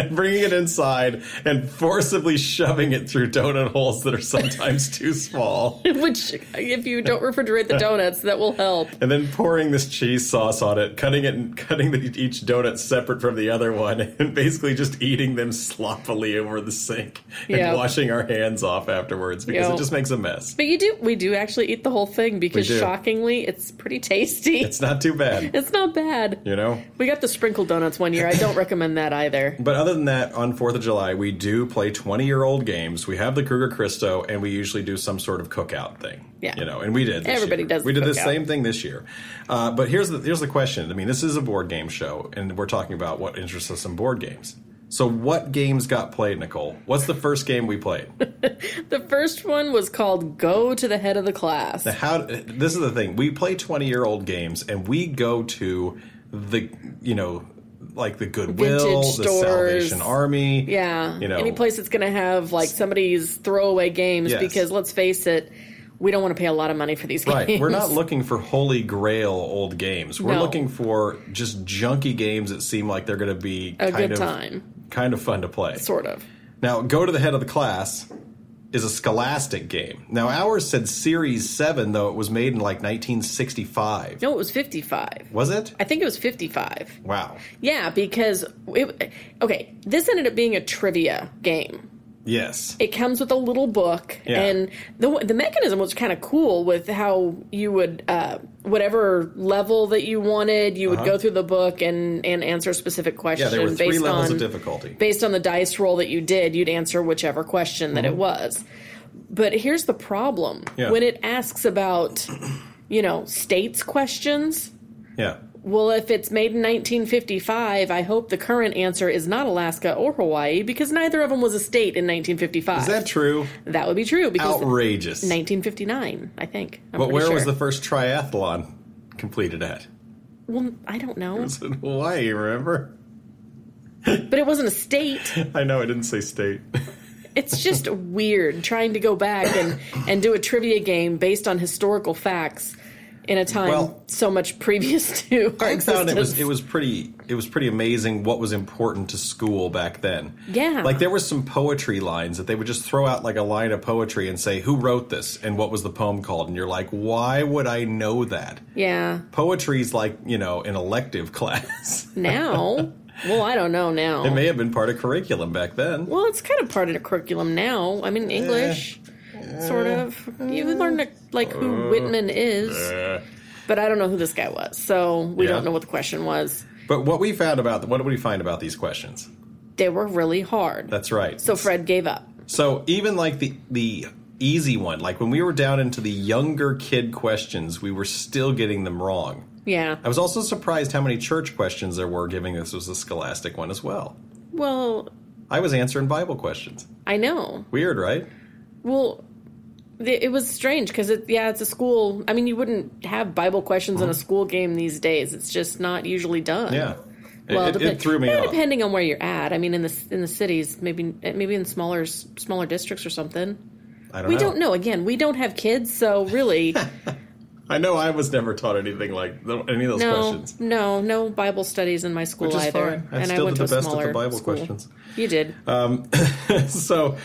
A: Bringing it inside and forcibly shoving it through donut holes that are sometimes too small,
B: Which, if you don't refrigerate the donuts, that will help.
A: and then pouring this cheese sauce on it, cutting it, cutting the, each donut separate from the other one, and basically just eating them sloppily over the sink and
B: Yeah.
A: washing our hands off afterwards because
B: Yeah.
A: it just makes a mess.
B: But you do, we do actually eat the whole thing because
A: do.
B: shockingly, it's pretty tasty. It's,
A: It's not too bad,
B: not bad.
A: you know.
B: We got the sprinkle donuts one year. I don't recommend that either.
A: But other than that, on 4th of July, we do play 20 year old games. We have the Kruger Christo, and we usually do some sort of cookout thing.
B: Yeah.
A: You know, and we did. This
B: Everybody
A: year.
B: does
A: We
B: the
A: did the
B: cookout.
A: same thing this year. Uh, but here's the, here's the question I mean, this is a board game show, and we're talking about what interests us in board games. So, what games got played, Nicole? What's the first game we played?
B: The first one was called Go to the Head of the Class.
A: How? This is the thing. We play 20 year old games, and we go to the, you know, like the Goodwill,
B: Vintage
A: the
B: stores.
A: Salvation Army.
B: Yeah.
A: You know,
B: Any place that's going to have like somebody's throwaway games
A: Yes.
B: because let's face it, we don't want to pay a lot of money for these games.
A: Right. We're not looking for holy grail old games. We're
B: No.
A: looking for just junky games that seem like they're going to be
B: A
A: kind
B: good
A: of
B: time.
A: kind of fun to play.
B: Sort of.
A: Now, go to the head of the class is a scholastic game. Now, ours said series 7 though it was made in like 1965.
B: No, it was 55.
A: Was it?
B: I think it was 55.
A: Wow.
B: Yeah, because it, okay, this ended up being a trivia game.
A: Yes.
B: It comes with a little book,
A: Yeah.
B: and the the mechanism was kind of cool with how you would uh, whatever level that you wanted, you would go through the book and and answer a specific question
A: Uh-huh. Yeah, there were three
B: based
A: levels
B: on
A: of difficulty.
B: based on the dice roll that you did, you'd answer whichever question that it was. But here's the problem:
A: Mm-hmm. Yeah.
B: when it asks about you know states questions,
A: Yeah.
B: well, if it's made in 1955, I hope the current answer is not Alaska or Hawaii because neither of them was a state in 1955.
A: Is that true?
B: That would be true because
A: Outrageous.
B: 1959, I think.
A: But
B: I'm pretty
A: where was
B: sure.
A: the first triathlon completed at?
B: Well, I don't know,
A: It's in Hawaii, remember?
B: but it wasn't a state.
A: I know I didn't say state.
B: It's just weird trying to go back and and do a trivia game based on historical facts in a time
A: Well,
B: so much previous to our
A: I found it was
B: existence.
A: it was pretty it was pretty amazing what was important to school back then.
B: Yeah.
A: like there were some poetry lines that they would just throw out like a line of poetry and say who wrote this and what was the poem called, and you're like, why would I know that?
B: yeah.
A: Poetry's like you know an elective class.
B: Now, well, I don't know now.
A: it may have been part of curriculum back then.
B: Well, it's kind of part of the curriculum now. I
A: Eh.
B: mean, English, sort of. You learn to, like who Whitman is, but I don't know who this guy was, so we
A: Eh. Yeah.
B: don't know what the question was.
A: But what we found about what did we find about these questions?
B: They were really hard,
A: That's right.
B: so Fred gave up.
A: So even like the the easy one. Like when we were down into the younger kid questions, we were still getting them wrong.
B: Yeah.
A: I was also surprised how many church questions there were, given this was a scholastic one as well.
B: Well,
A: I was answering Bible questions.
B: I know.
A: Weird, right?
B: Well, the, it was strange because it yeah, it's a school. I mean, you wouldn't have Bible questions in a school game these days. It's just not usually done.
A: Uh-huh. Yeah. It-
B: Well,
A: it, it
B: depen-
A: threw me
B: yeah,
A: off.
B: depending on where you're at. I mean, in the c- in the cities, maybe eh, maybe in smaller s- smaller districts or something.
A: I don't
B: We
A: know.
B: don't know. Again, we don't have kids, so really,
A: I know I was never taught anything like th- any of those
B: no,
A: questions.
B: no, no Bible studies in my school
A: Which is
B: either.
A: fine. I still did the best at the Bible questions.
B: You did.
A: so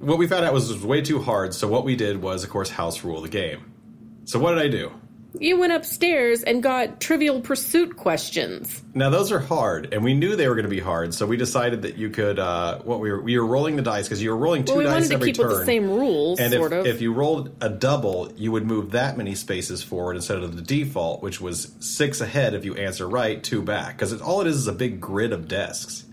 A: what we found out was it was way too hard. So what we did was, of course, house rule the game. So what did I do?
B: you went upstairs and got Trivial Pursuit questions.
A: Now those are hard, and we knew they were going to be hard. So we decided that you could. Uh, what we were we were rolling the dice because you were rolling two
B: Well, we
A: dice
B: wanted to
A: every
B: keep
A: turn.
B: with the same rules,
A: and
B: sort
A: if,
B: of.
A: if you rolled a double, you would move that many spaces forward instead of the default, which was six ahead if you answer right, two back. Because all it is is a big grid of desks,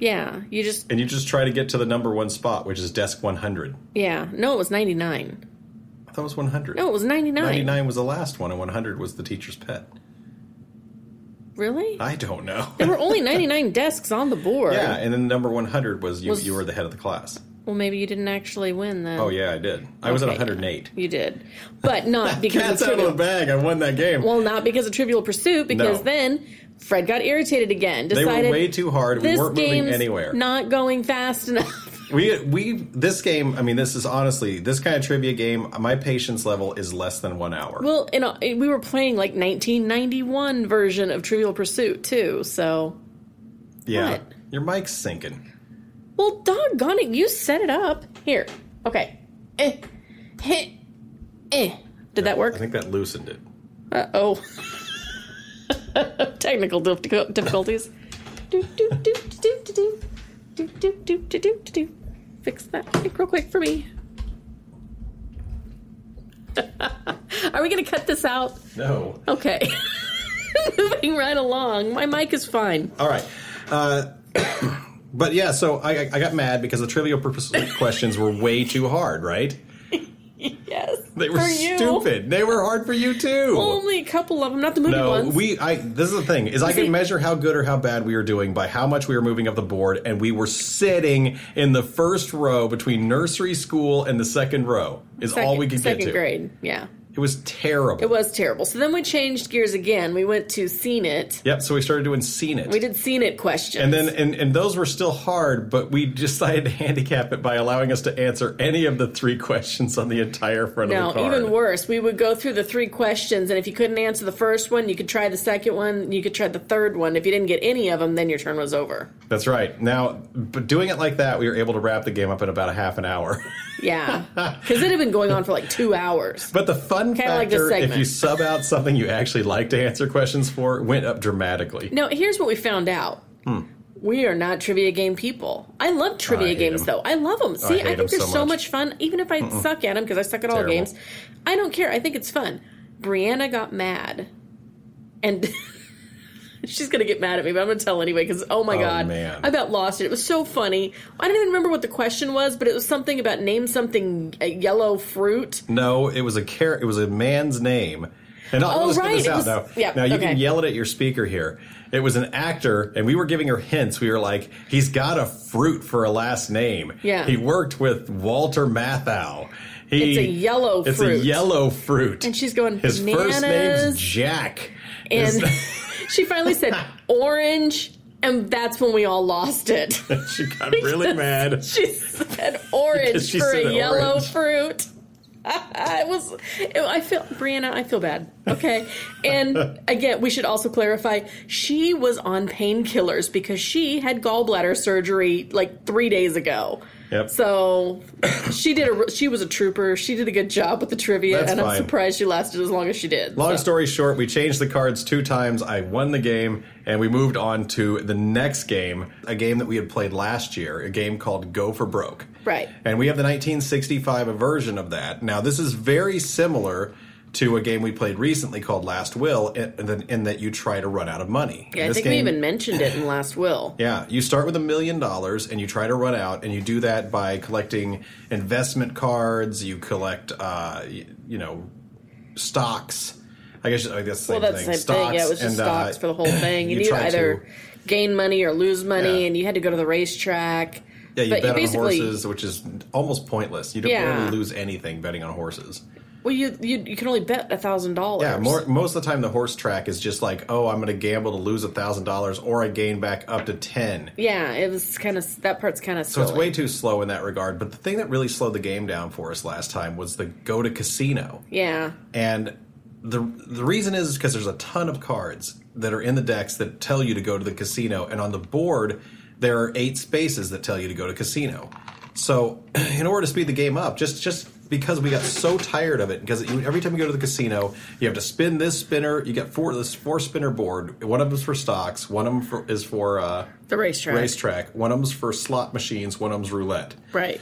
B: yeah, you just
A: and you just try to get to the number one spot, which is desk one hundred.
B: yeah. No, it was ninety nine.
A: I thought it was one hundred.
B: No, it was ninety nine.
A: 99 was the last one, and 100 was the teacher's pet.
B: Really?
A: I don't know.
B: There were only ninety nine desks on the board.
A: Uh, yeah, and then number 100 was you,
B: Was-
A: you were the head of the class.
B: Well, maybe you didn't actually win then.
A: Oh, yeah, I did. I was at
B: Okay.
A: 108.
B: You did, but not because
A: Cat's
B: of
A: out of the
B: trivial.
A: bag. I won that game.
B: Well, not because of Trivial Pursuit, because
A: No.
B: then Fred got irritated again.
A: they
B: Decided
A: were way too hard. We
B: this
A: weren't moving
B: game's
A: anywhere.
B: not going fast enough.
A: we we this game. I mean, this is honestly this kind of trivia game. My patience level is less than one hour.
B: well, and uh, we were playing like 1991 version of Trivial Pursuit too. So,
A: yeah,
B: what?
A: your mic's sinking.
B: well, doggone it, you set it up here. Okay, eh, heh, eh. Did that work?
A: I think that loosened it.
B: Uh oh. Technical dif- difficulties. do, do, do, do, do, do. Do, do, do, do, do, do, do. Fix that mic real quick for me. Are we going to cut this out?
A: No.
B: Okay. Moving right along. My mic is fine.
A: All right. Uh, but yeah, so I, I- I got mad because the trivial purpose questions were way too hard, right?
B: Yes.
A: They were
B: for you. Oh
A: stupid. They were hard for you too.
B: Only a couple of them, not the movie
A: no,
B: ones.
A: we. I. This is the thing: is I
B: See-
A: can measure how good or how bad we were doing by how much we were moving up the board, and we were sitting in the first row between nursery school and the second row. Is
B: second,
A: all we could
B: second
A: get to.
B: grade. Yeah.
A: It was terrible.
B: It was terrible. So then we changed gears again. We went to Seen It.
A: Yep. So we started doing seen it.
B: We did Seen It questions.
A: and then and, and those were still hard, but we decided to handicap it by allowing us to answer any of the three questions on the entire front
B: No,
A: of the card.
B: even worse. We would go through the three questions, and if you couldn't answer the first one, you could try the second one, you could try the third one. If you didn't get any of them, then your turn was over.
A: That's right. Now, but doing it like that, we were able to wrap the game up in about a half an hour.
B: Yeah. Because it had been going on for like two hours.
A: But the fun
B: Kinda like this
A: factor, if
B: segment.
A: you sub out something you actually like to answer questions for, went up dramatically.
B: Now, here's what we found out. We are not trivia game people. I love
A: Hmm.
B: trivia
A: I hate
B: games,
A: 'em.
B: though. I love them. See,
A: hate
B: I,
A: 'em
B: think they're
A: so
B: so,
A: much.
B: much. fun, even if I suck at them because I suck at all
A: Terrible.
B: games. I don't care. I think it's fun. Brianna got mad, and she's gonna get mad at me, but I'm gonna tell anyway because oh my
A: Oh,
B: god,
A: man.
B: I about lost it. It was so funny. I don't even remember what the question was, but it was something about name something a yellow fruit.
A: No, it was a car- it was a man's name. And I'll
B: Oh,
A: just get
B: right,
A: this
B: it
A: out
B: was-
A: now.
B: yeah,
A: now you
B: okay.
A: can yell it at your speaker here. It was an actor, and we were giving her hints. We were like, "He's got a fruit for a last name."
B: Yeah.
A: He worked with Walter Matthau. He,
B: It's a yellow
A: It's a
B: fruit.
A: yellow fruit.
B: And she's going,
A: His first name's
B: "Bananas."
A: Jack.
B: and
A: His-
B: she finally said orange and that's when we all lost it
A: she got really mad.
B: she said orange
A: Because she
B: for
A: said
B: a yellow
A: orange.
B: fruit it was it- i feel brianna i feel bad okay and again we should also clarify she was on painkillers because she had gallbladder surgery like three days ago
A: Yep.
B: so she did a she was a trooper she did a good job with the trivia
A: That's
B: and i'm
A: fine.
B: surprised she lasted as long as she did
A: Long
B: So-
A: story short, we changed the cards two times. I won the game, and we moved on to the next game, a game that we had played last year, a game called Go for Broke.
B: Right.
A: And we have the 1965 version of that. Now, this is very similar to a game we played recently called Last Will, in, in- in that you try to run out of money.
B: Yeah, I
A: This
B: think we
A: game-
B: even mentioned it in Last Will.
A: yeah, you start with a million dollars and you try to run out, and you do that by collecting investment cards. You collect, uh, y- you know, stocks. I guess I guess the same
B: Well, that's
A: thing.
B: the same thing. Yeah, it was just
A: and, uh,
B: stocks for the whole thing.
A: you
B: And you,
A: try
B: either gain money or lose money,
A: Yeah.
B: and you had to go to the racetrack.
A: yeah, you
B: but
A: bet on
B: basically-
A: horses, which is almost pointless. You don't
B: Yeah.
A: barely lose anything betting on horses.
B: Well, you you, you can only bet a thousand dollars.
A: Yeah, more, most of the time the horse track is just like, oh, I'm going to gamble to lose a thousand dollars, or I gain back up to ten.
B: Yeah, it was kind of that part's kind of
A: So it's way too slow in that regard. But the thing that really slowed the game down for us last time was the go to casino.
B: yeah.
A: And the the reason is because there's a ton of cards that are in the decks that tell you to go to the casino, and on the board there are eight spaces that tell you to go to casino. So, in order to speed the game up, just just because we got so tired of it, because you, every time you go to the casino, you have to spin this spinner. You get four this four spinner board. One of them's for stocks. One of them for, is for uh,
B: The racetrack.
A: racetrack. One of them's for slot machines. One of them's roulette.
B: Right.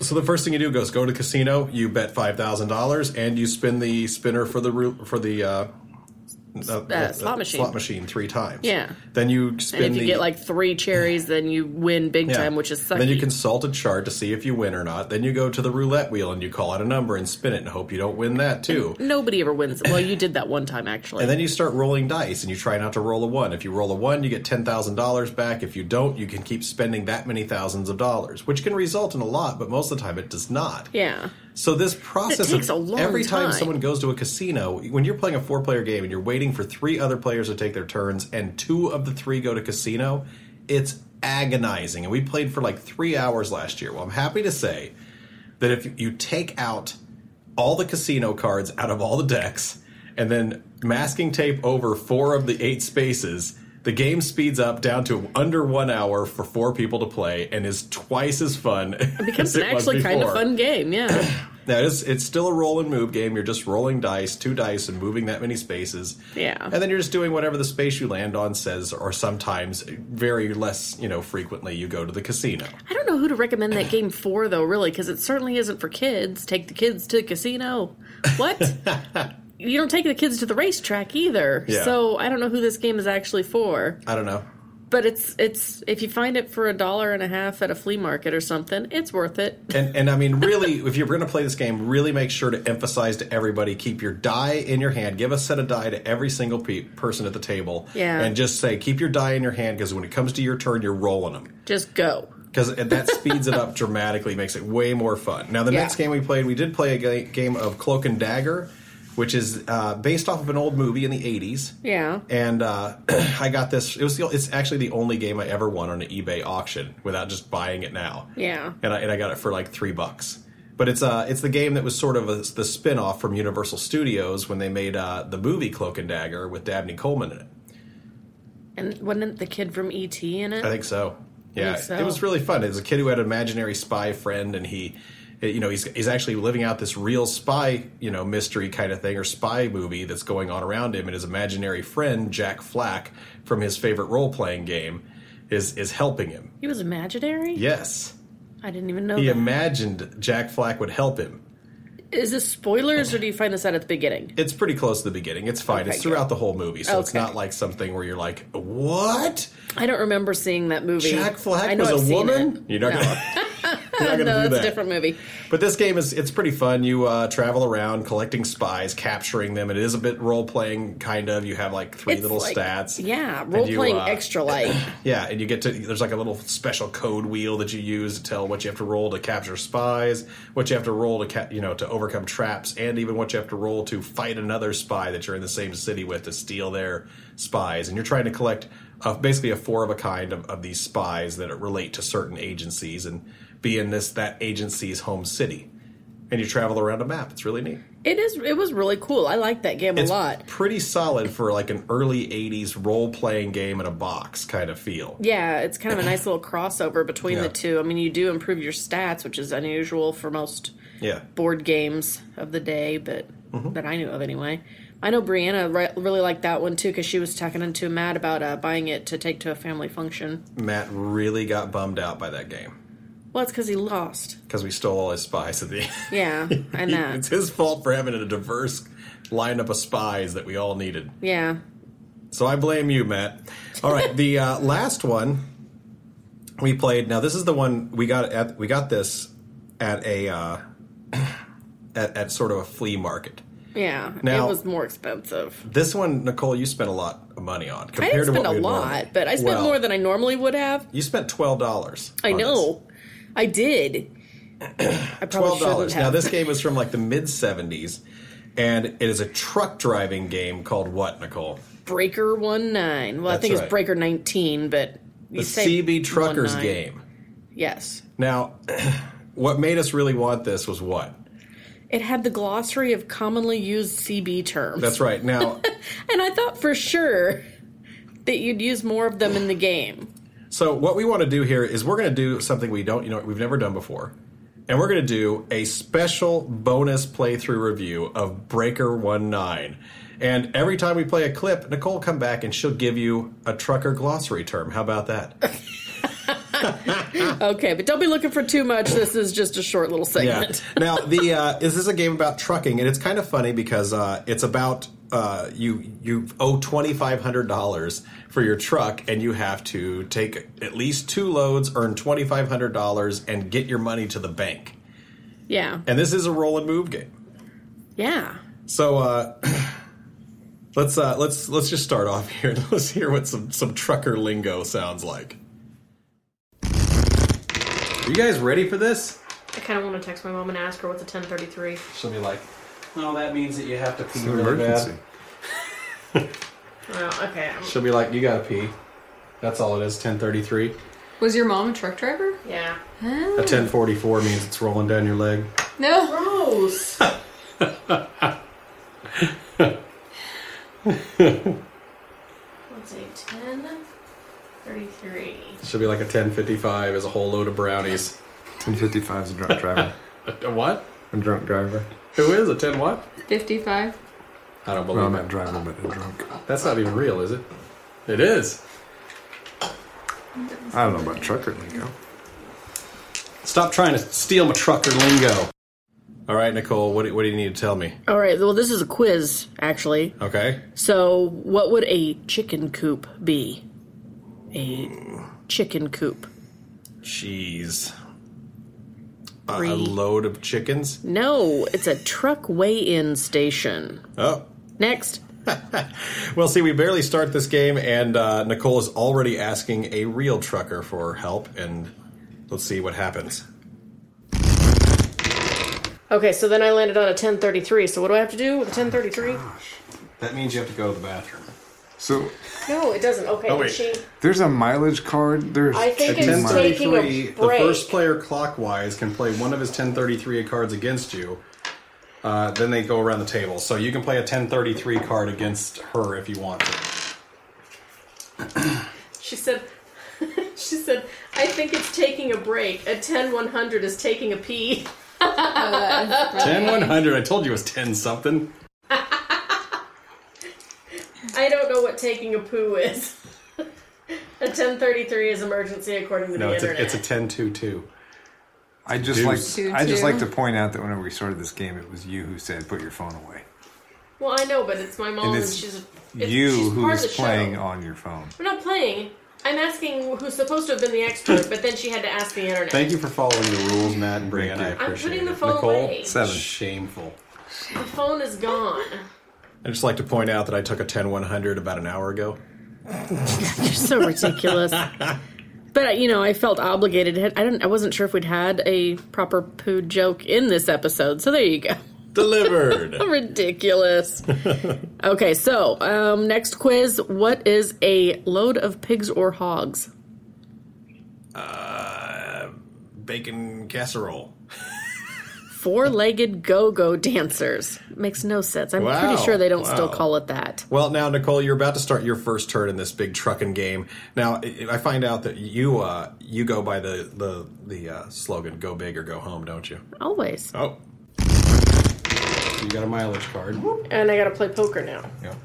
A: So the first thing you do goes go to casino. You bet five thousand dollars, and you spin the spinner for the roo- for the uh, uh,
B: uh, slot machine.
A: slot machine three times.
B: Yeah.
A: Then you spin
B: And if you
A: the
B: get like three cherries, then you win big
A: yeah.
B: time, which is sucky.
A: Then you consult a chart to see if you win or not. Then you go to the roulette wheel and you call out a number and spin it and hope you don't win that too.
B: Nobody ever wins. Well, you did that one time actually.
A: And then you start rolling dice and you try not to roll a one. If you roll a one, you get $10,000 back. If you don't, you can keep spending that many thousands of dollars, which can result in a lot, but most of the time it does not.
B: yeah.
A: So this process
B: That takes
A: of
B: a long
A: every time,
B: time.
A: someone goes to a casino, when you're playing a four-player game and you're waiting for three other players to take their turns, and two of the three go to casino, it's agonizing. And we played for like three hours last year. Well, I'm happy to say that if you take out all the casino cards out of all the decks and then masking tape over four of the eight spaces, the game speeds up down to under one hour for four people to play and is twice as fun. It
B: Becomes
A: as
B: an
A: it was
B: actually kind of
A: before.
B: fun game, yeah.
A: Now it's it's still a roll and move game. You're just rolling dice, two dice, and moving that many spaces.
B: Yeah.
A: and then you're just doing whatever the space you land on says, or sometimes very less, you know, frequently you go to the casino.
B: I don't know who to recommend that game for though, really, because it certainly isn't for kids. Take the kids to the casino. What? you don't take the kids to the racetrack either.
A: Yeah.
B: So I don't know who this game is actually for.
A: I don't know.
B: But it's it's if you find it for a dollar and a half at a flea market or something, it's worth it.
A: And and I mean, really, if you're going to play this game, really make sure to emphasize to everybody: keep your die in your hand. Give a set of die to every single pe- person at the table.
B: Yeah.
A: and just say, keep your die in your hand because when it comes to your turn, you're rolling them.
B: Just go.
A: because that speeds it up dramatically, makes it way more fun. Now, the
B: Yeah.
A: next game we played, we did play a ga- game of Cloak and Dagger, which is uh, based off of an old movie in the '80s.
B: Yeah.
A: And uh, I got this. It was the, it's actually the only game I ever won on an eBay auction without just buying it now.
B: Yeah.
A: And I, and I got it for like three bucks. But it's uh it's the game that was sort of a, the spin off from Universal Studios when they made uh, the movie Cloak and Dagger with Dabney Coleman in it.
B: And wasn't the kid from ET in it?
A: I think so. Yeah,
B: think so.
A: it was really fun. It was a kid who had an imaginary spy friend, and he, you know, he's he's actually living out this real spy, you know, mystery kind of thing or spy movie that's going on around him. And his imaginary friend Jack Flack from his favorite role playing game is is helping him.
B: he was imaginary.
A: Yes,
B: I didn't even know.
A: he
B: that.
A: imagined Jack Flack would help him.
B: Is this spoilers or do you find this out at the beginning?
A: It's pretty close to the beginning. It's fine.
B: Okay,
A: it's throughout the whole movie, so it's
B: Okay.
A: not like something where you're like, "What?
B: I don't remember seeing that movie.
A: Jack Flack
B: I know
A: was
B: I've
A: a
B: seen
A: woman?"
B: it.
A: You're not
B: No.
A: gonna, you're not gonna
B: no,
A: do
B: that's
A: that.
B: a different movie.
A: But this game is it's pretty fun. You uh, travel around collecting spies, capturing them. It is a bit role playing kind of. You have like three
B: It's
A: little
B: like-
A: stats.
B: Yeah,
A: And
B: role
A: you,
B: playing
A: uh,
B: extra light.
A: Yeah, and you get to there's like a little special code wheel that you use to tell what you have to roll to capture spies, what you have to roll to ca- you know to overcome traps, and even what you have to roll to fight another spy that you're in the same city with to steal their spies. And you're trying to collect uh, basically a four of a kind of, of these spies that relate to certain agencies and be in this that agency's home city. And you travel around a map. It's really neat.
B: It is. It was really cool. I liked that game
A: It's
B: a lot.
A: pretty solid for like an early '80s role-playing game in a box kind of feel.
B: Yeah, it's kind of a nice little crossover between
A: Yeah.
B: the two. I mean, you do improve your stats, which is unusual for most
A: Yeah.
B: board games of the day, but
A: Mm-hmm.
B: that I knew of anyway. I know Brianna re- really liked that one too because she was talking to Matt about uh, buying it to take to a family function.
A: Matt really got bummed out by that game
B: Well, it's because he lost.
A: because we stole all his spies at the end.
B: Yeah, and that.
A: it's his fault for having a diverse lineup of spies that we all needed.
B: Yeah.
A: So I blame you, Matt. All right, the uh, last one we played. Now this is the one we got at we got this at a uh, at at sort of a flea market.
B: Yeah.
A: Now-
B: it was more expensive.
A: This one, Nicole, you spent a lot of money on
B: I
A: compared
B: didn't
A: to
B: spend
A: what
B: a
A: we would
B: lot,
A: normally-
B: but I spent
A: Well,
B: more than I normally would have.
A: you spent twelve dollars.
B: I know. I did. I probably
A: twelve
B: shouldn't
A: dollars. Now
B: have.
A: this game is from like the mid seventies, and it is a truck driving game called what, Nicole?
B: Breaker one nine. Well, I
A: That's
B: think
A: right.
B: it's Breaker nineteen, but you
A: The
B: say
A: CB Truckers
B: 19.
A: game.
B: Yes,
A: Now, what made us really want this was what?
B: it had the glossary of commonly used CB terms,
A: That's right. Now,
B: and I thought for sure that you'd use more of them in the game.
A: so what we want to do here is we're going to do something we don't, you know, we've never done before. And we're going to do a special bonus playthrough review of Breaker 19. And every time we play a clip, Nicole will come back and she'll give you a trucker glossary term. How about that?
B: Okay, but don't be looking for too much. This is just a short little
A: Yeah.
B: segment.
A: now, the uh, is this a game about trucking? And it's kind of funny because uh, it's about uh, you you owe twenty five hundred dollars for your truck, and you have to take at least two loads, earn twenty five hundred dollars, and get your money to the bank.
B: Yeah,
A: And this is a roll and move game.
B: yeah.
A: So uh, let's uh, let's let's just start off here. Let's hear what some some trucker lingo sounds like. Are you guys ready for this?
D: I kind of want to text my mom and ask her what's a 1033.
A: She'll be like, "No, that means that you have to pee
E: It's an emergency.
D: Oh, okay. I'm-
A: She'll be like, "You gotta pee." That's all it is. Ten thirty-three.
F: Was your mom a truck driver?
D: Yeah.
A: A ten forty-four means it's rolling down your leg.
F: No.
D: Gross. What's a 1033?
A: She'll be like a ten fifty-five is a whole load of brownies.
E: 1055 is a drunk driver.
A: A what?
E: a drunk driver.
A: Who is a ten what?
F: 55.
A: I don't
E: Well,
A: believe
E: not
A: it.
E: driver, but a drunk.
A: That's not even real, is it? It is.
E: I don't know about trucker lingo.
A: Stop trying to steal my trucker lingo. All right, Nicole. What do, what do you need to tell me?
B: All right. Well, this is a quiz, actually.
A: Okay.
B: So, what would a chicken coop be? A chicken coop.
A: Jeez. A-
B: Three. Mm.
A: a load of chickens.
B: No, it's a truck weigh-in station.
A: Oh.
B: Next.
A: Well, see, we barely start this game, and uh, Nicole is already asking a real trucker for help, and let's see what happens.
B: Okay, so then I landed on a 1033. So what do I have to do with a 1033?
A: That means you have to go to the bathroom.
E: So
B: No, it doesn't. Okay,
A: Oh, wait.
B: she.
E: there's a mileage card. There's
B: I think
E: chicken
B: it's
E: mileage.
B: taking a
A: 1033, the
B: break.
A: first player clockwise can play one of his 1033 cards against you. Uh, then they go around the table. So you can play a 1033 card against her if you want to.
B: She said. she said, "I think it's taking a break. A 10 100 is taking a pee."
A: 10 100. I told you it was 10 something.
B: I don't know what taking a poo is. a 1033 is emergency according to
A: No,
B: the
A: it's a,
B: internet.
A: it's a 10 2 2.
E: I just
F: Two,
E: like I just
F: two.
E: like to point out that whenever we started this game, it was you who said put your phone away.
B: well, I know, but it's my mom,
E: And
B: and,
E: it's
B: she's
E: you
B: she's
E: who
B: part
E: is
B: of the show.
E: playing on your phone.
B: We're not playing. I'm asking who's supposed to have been the expert, but then she had to ask the internet.
A: Thank you for following the rules, Matt and Brian. I
E: Thank you.
A: appreciate
B: putting
A: it.
B: the phone
A: Nicole,
B: away.
E: Seven.
A: Shameful.
B: the phone is gone.
A: I just like to point out that I took a 10 100 about an hour ago.
B: You're so ridiculous. But uh, you know, I felt obligated. I didn't. I wasn't sure if we'd had a proper poo joke in this episode. So there you go.
A: Delivered.
B: Ridiculous. okay, so um, next quiz: What is a load of pigs or hogs?
A: Bacon casserole.
B: Four-legged go-go dancers makes no sense. I'm
A: Wow,
B: pretty sure they don't still
A: wow.
B: call it that.
A: Well, now Nicole, you're about to start your first turn in this big trucking game. Now, I I find out that you uh, you go by the the the uh, slogan "Go big or go home," don't you?
B: Always.
A: Oh, you got a mileage card.
B: And I got to play poker now.
A: Yep.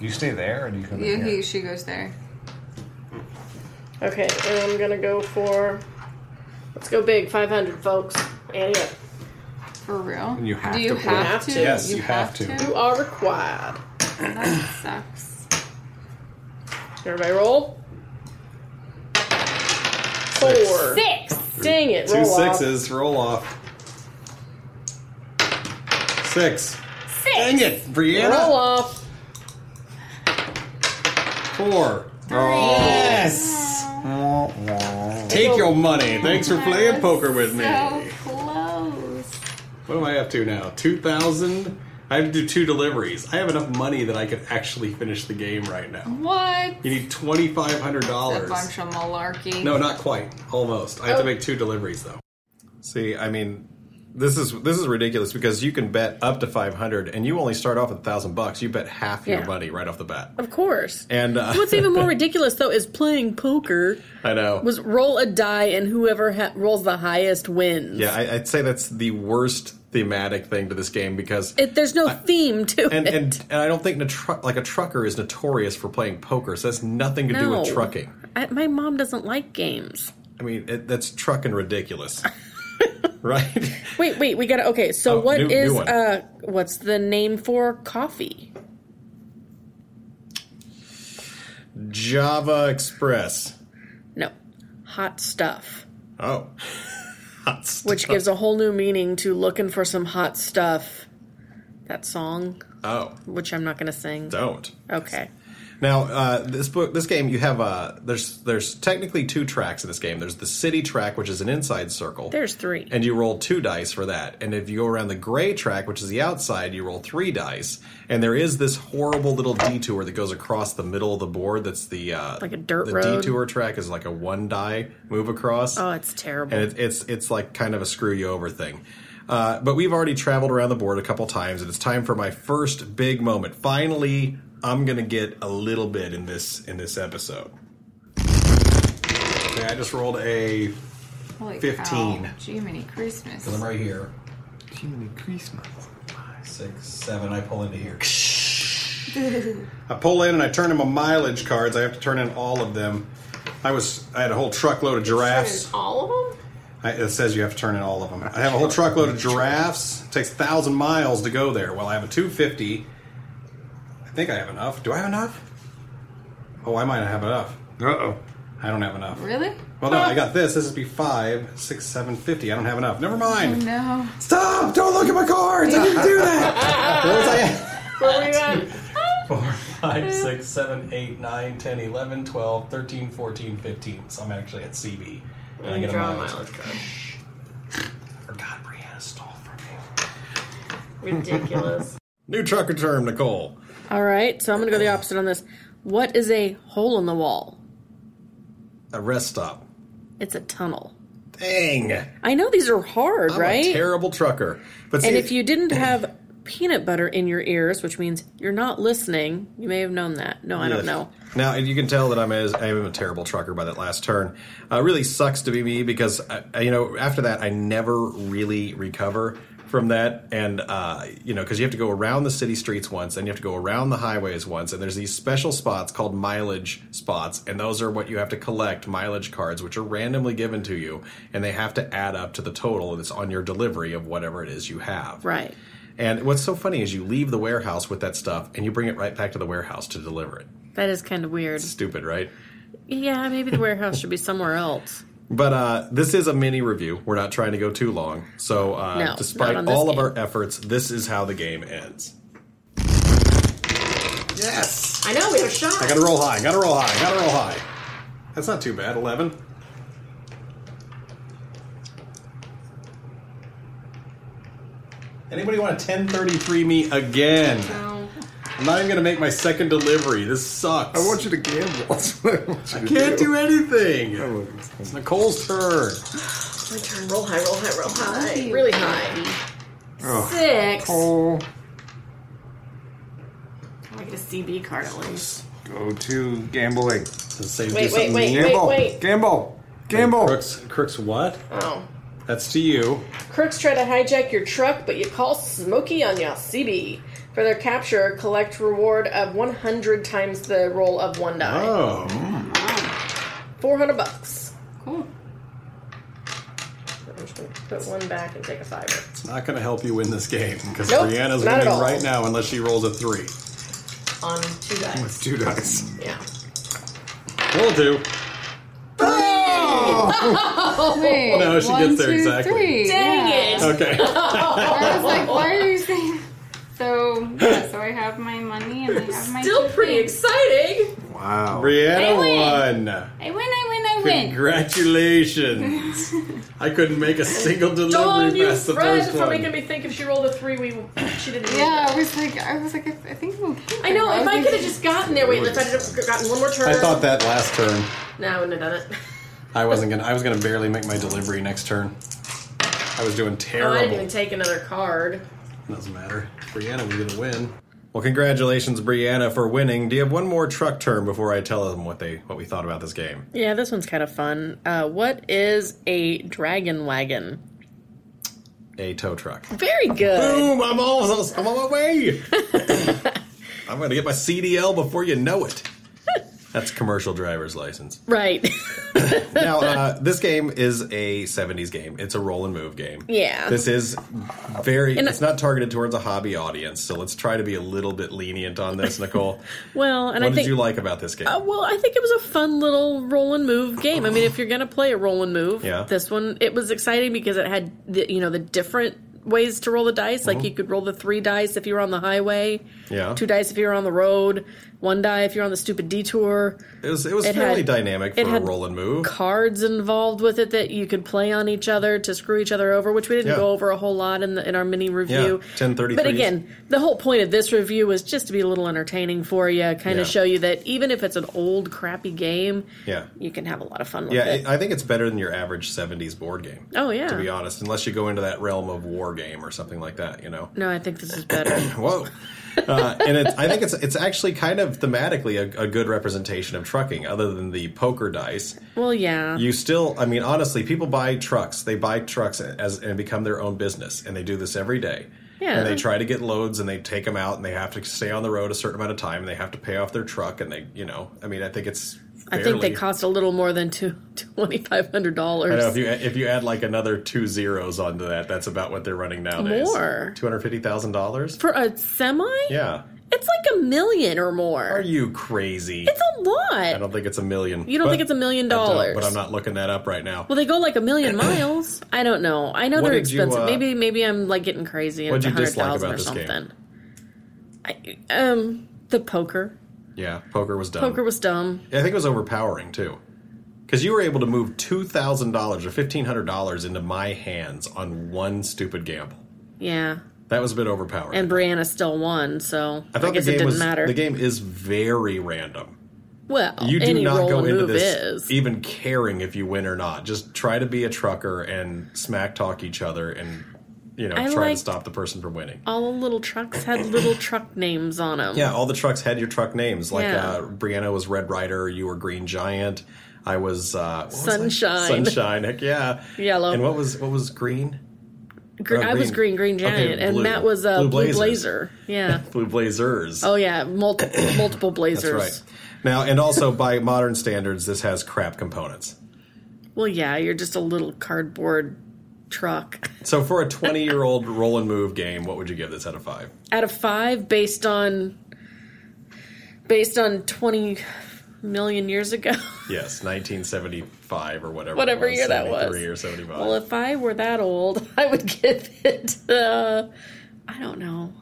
E: You stay there, or do you come
F: You,
E: in
F: he,
E: here?
F: she goes there.
B: Okay, and I'm gonna go for. Let's go big, 500, folks. And yeah.
F: For real?
E: And you have
F: Do you
E: to
F: have
B: have
F: to?
B: to.
A: Yes, you have to.
B: You are required.
F: That sucks.
B: Everybody roll. Four.
F: Six.
B: Dang it.
A: Two
B: roll off.
A: sixes, roll off. Six.
F: Six.
A: Dang it,
B: Roll
A: Brianna.
B: off.
A: Four.
E: Yes.
A: Take your money. Thanks for playing
F: That's
A: poker with me.
F: So close.
A: What am I up to now? 2,000? I have to do two deliveries. I have enough money that I could actually finish the game right now.
F: What?
A: You need
F: A bunch
A: $2,500.
F: of malarkey.
A: No, not quite. Almost. I have to
B: Oh.
A: make two deliveries though. See, I mean, this is this is ridiculous because you can bet up to 500 and you only start off with 1,000 bucks. You bet half
B: Yeah.
A: your money right off the bat.
B: Of course.
A: And uh,
B: What's even more ridiculous though is playing poker
A: I know.
B: was roll a die and whoever ha- rolls the highest wins.
A: yeah, I, I'd say that's the worst thematic thing to this game because
B: It, there's no theme to
A: and,
B: it.
A: and and I don't think natru- like a trucker is notorious for playing poker. So that's nothing to do
B: No.
A: with trucking.
B: I, my mom doesn't like games.
A: I mean, it, that's trucking ridiculous, right?
B: Wait, wait, we gotta. Okay, so
A: Oh,
B: what
A: new-
B: is
A: new one.
B: uh, what's the name for coffee?
A: Java Express.
B: No, hot stuff,
A: Oh, hot stuff.
B: which gives a whole new meaning to looking for some hot stuff. That song,
A: oh,
B: which I'm not gonna sing.
A: don't.
B: Okay,
A: Now, uh, this book, this game, you have uh, there's there's technically two tracks in this game. There's the city track, which is an inside circle.
B: there's three.
A: and you roll two dice for that. And if you go around the gray track, which is the outside, you roll three dice. And there is this horrible little detour that goes across the middle of the board. That's the uh,
B: Like a dirt
A: the
B: road.
A: detour track is like a one die move across,
B: oh, it's terrible.
A: and it's it's it's like kind of a screw you over thing. Uh, but we've already traveled around the board a couple times, and it's time for my first big moment. Finally, I'm gonna get a little bit in this in this episode. Okay, I just rolled a
F: Holy
A: 15.
F: Cow. Jiminy Christmas.
A: I'm right here.
E: Human Christmas.
A: six, seven. I pull into here. I pull in and I turn in my mileage cards. I have to turn in all of them. I was I had a whole truckload of giraffes.
D: All of them?
A: I, it says you have to turn in all of them. I have a whole truckload of giraffes. It takes thousand miles to go there. Well, I have a two fifty. I think I have enough. Do I have enough? Oh, I might not have enough.
E: Uh oh.
A: I don't have enough.
F: Really?
A: Well, no, I got this. This would be five, six, seven, fifty. I don't have enough. Never mind.
F: Oh, No.
A: Stop! Don't look at my cards. I didn't do that. What was I?
D: Where were you at?
A: Four, five, six, seven, eight, nine, ten, eleven, twelve, thirteen, fourteen, fifteen. So I'm actually at CB. And I get a
D: Draw a
A: mileage.
D: mileage card.
A: I forgot Brianna stole from me.
D: Ridiculous.
A: New trucker term, Nicole.
B: All right, so I'm gonna go the opposite on this. What is a hole in the wall?
A: A rest stop.
B: It's a tunnel.
A: Dang. I'm
B: I know these are hard, right?
A: a terrible trucker. But see,
B: And if you didn't have peanut butter in your ears, which means you're not listening, you may have known that. No, I don't
A: Yes.
B: know.
A: Now and you can tell that I'm as I am a terrible trucker by that last turn. Uh, really sucks to be me because I, I- you know after that I never really recover from that, and uh, you know because you have to go around the city streets once, and you have to go around the highways once, and there's these special spots called mileage spots, and those are what you have to collect mileage cards, which are randomly given to you, and they have to add up to the total that's on your delivery of whatever it is you have.
B: Right.
A: And what's so funny is you leave the warehouse with that stuff, and you bring it right back to the warehouse to deliver it.
B: That is kind of weird.
A: Stupid, right?
B: Yeah, maybe the warehouse should be somewhere else.
A: But uh, this is a mini review. We're not trying to go too long. So, uh,
B: No,
A: despite
B: not on this
A: all of
B: game.
A: our efforts, this is how the game ends. Yes!
D: I know, we had a shot.
A: I gotta roll high, gotta roll high, gotta roll high. That's not too bad. 11. Anybody want to 1033 me again?
D: No.
A: I'm not even gonna make my second delivery. This sucks.
E: I want you to gamble. That's what I want you to
A: Can't do
E: I
A: anything.
E: love this
A: It's
E: game.
A: Nicole's turn.
D: My turn. Roll high, roll high, roll high. Really high.
E: Oh.
D: Six.
E: Oh.
D: I get a CB card at least.
E: Go to gambling.
A: Let's say do
D: Wait, wait,
A: something
D: wait,
A: new.
E: Gamble.
D: wait.
E: Gamble. Gamble.
A: Crooks, crooks, what?
D: Oh.
A: That's to you.
B: Crooks try to hijack your truck, but you call Smokey on your CB. For their capture, collect reward of 100 times the roll of one die.
A: Oh,
B: 400 bucks.
F: Cool.
D: I'm just
B: Put one back and take a fiver.
A: It's not going to help you win this game because
B: Nope,
A: Brianna's
B: not at
A: winning
B: all.
A: right now unless she rolls a three.
D: on two dice.
E: Two dice.
B: Yeah.
A: Roll two.
F: Wait,
A: Oh, no, she gets there exactly.
F: Dang
B: it!
A: Okay.
F: I was like, why are you saying? So yeah, so I have my money and I have my.
D: Still
F: two
D: pretty
F: things.
D: exciting.
E: Wow.
A: Brianna
F: I
A: won.
F: I win! I win! I win!
A: Congratulations. I couldn't make a single
B: Dawn,
A: delivery
B: you
A: past the
B: friend,
A: first
B: for making
A: one.
B: me think if she rolled a three, we she didn't. win.
F: Yeah, I was like, I was like, I, I think I'm okay.
B: I know. If I
F: was
B: could have just gotten there, wait, if I would have gotten one more turn,
A: I thought that last turn.
B: no, I wouldn't have done it.
A: I wasn't gonna. I was gonna barely make my delivery next turn. I was doing
B: Oh, I
A: terrible.
B: didn't even take another card.
A: Doesn't matter. Brianna was gonna win. Well, congratulations, Brianna, for winning. Do you have one more truck turn before I tell them what they what we thought about this game?
B: Yeah, this one's kind of fun. Uh, what is a dragon wagon?
A: A tow truck.
B: Very good.
A: Boom! I'm almost. I'm on my way. I'm gonna get my CDL before you know it. That's commercial driver's license.
B: Right.
A: now, uh, this game is a 70s game. It's a roll and move game.
B: Yeah.
A: This is very,
B: And-
A: it's not targeted towards a hobby audience, so let's try to be a little bit lenient on this, Nicole.
B: well,
A: what
B: and I
A: did
B: think.
A: you like about this game?
B: Uh, well, I think it was a fun little roll and move game. I mean, if you're gonna play a roll and move,
A: Yeah.
B: this one it was exciting because it had the, you know the different ways to roll the dice. Like you could roll the three dice if you were on the highway,
A: yeah.
B: two dice if you were on the road, one die if you're on the stupid detour.
A: It was, it was
B: it
A: fairly
B: had-
A: dynamic for
B: it
A: a
B: had
A: roll and move.
B: Cards involved with it that you could play on each other to screw each other over, which we didn't
A: Yeah.
B: go over a whole lot in the in our mini review.
A: 1033s.
B: But again, the whole point of this review was just to be a little entertaining for you, kind
A: Yeah.
B: of show you that even if it's an old crappy game,
A: yeah.
B: you can have a lot of fun with
A: Yeah,
B: it.
A: it, I think it's better than your average 70s board game.
B: oh yeah.
A: To be honest, unless you go into that realm of war game or something like that, you know.
B: No, I think this is better.
A: Whoa. Uh, and it's, I think it's it's actually kind of thematically a, a good representation of trucking, other than the poker dice.
B: well, yeah.
A: You still, I mean, honestly, people buy trucks. They buy trucks as and become their own business, and they do this every day.
B: Yeah.
A: And they try to get loads, and they take them out, and they have to stay on the road a certain amount of time, and they have to pay off their truck, and they, you know, I mean, I think it's.
B: I think they
A: fairly-
B: cost a little more than two twenty five hundred
A: I know if
B: dollars.
A: you if you add like another two zeros onto that, that's about what they're running nowadays.
B: More.
A: two hundred fifty thousand dollars.
B: For a semi?
A: Yeah.
B: It's like a million or
A: Are
B: more.
A: you crazy?
B: It's a lot.
A: I don't think it's a million.
B: You don't
A: But-
B: think it's a million
A: I don't,
B: dollars?
A: But I'm not looking that up right now.
B: Well, they go like a million miles. I don't know. I know
A: What
B: they're
A: did you,
B: expensive.
A: uh,
B: maybe maybe I'm like getting crazy and
A: what'd
B: it's a
A: you
B: hundred
A: dislike
B: thousand
A: about
B: or
A: this game?
B: something. I, um, the poker.
A: Yeah, poker was dumb.
B: Poker was dumb.
A: I think it was overpowering too, because you were able to move two thousand dollars or fifteen hundred dollars into my hands on one stupid gamble.
B: Yeah,
A: That was a bit overpowering.
B: and Brianna still won, so I, guess
A: the
B: it
A: game
B: didn't
A: was
B: matter.
A: the game is very random.
B: well,
A: You do
B: any
A: not
B: roll
A: go
B: and
A: into
B: move
A: this
B: is.
A: even caring if you win or not. Just try to be a trucker and smack talk each other and you know
B: I
A: try to
B: liked-
A: stop the person from winning.
B: All the little trucks had little truck names on them.
A: Yeah, all the trucks had your truck names. Like
B: Yeah.
A: uh, Brianna was Red Rider, you were Green Giant. I was, uh, what was I?
B: Sunshine.
A: Sunshine, heck yeah.
B: Yellow.
A: And what was what was green?
B: Gre-
A: uh,
B: I was
A: green.
B: Green Green
A: Okay,
B: Giant, and
A: blue.
B: Matt was uh,
A: Blue
B: Blue,
A: Blazers.
B: Blazer. Yeah.
A: Blue Blazers.
B: Oh yeah, multiple multiple Blazers.
A: That's right. Now and also by modern standards, this has crap components.
B: Well, yeah, you're just a little cardboard truck.
A: So for a twenty-year-old roll and move game, what would you give this out of five?
B: out of five based on based on 20 million years ago
A: Yes, nineteen seventy-five or whatever. it
B: Whatever year that
A: 73
B: was.
A: or seventy-five.
B: well if i were that old i would give it uh, i don't know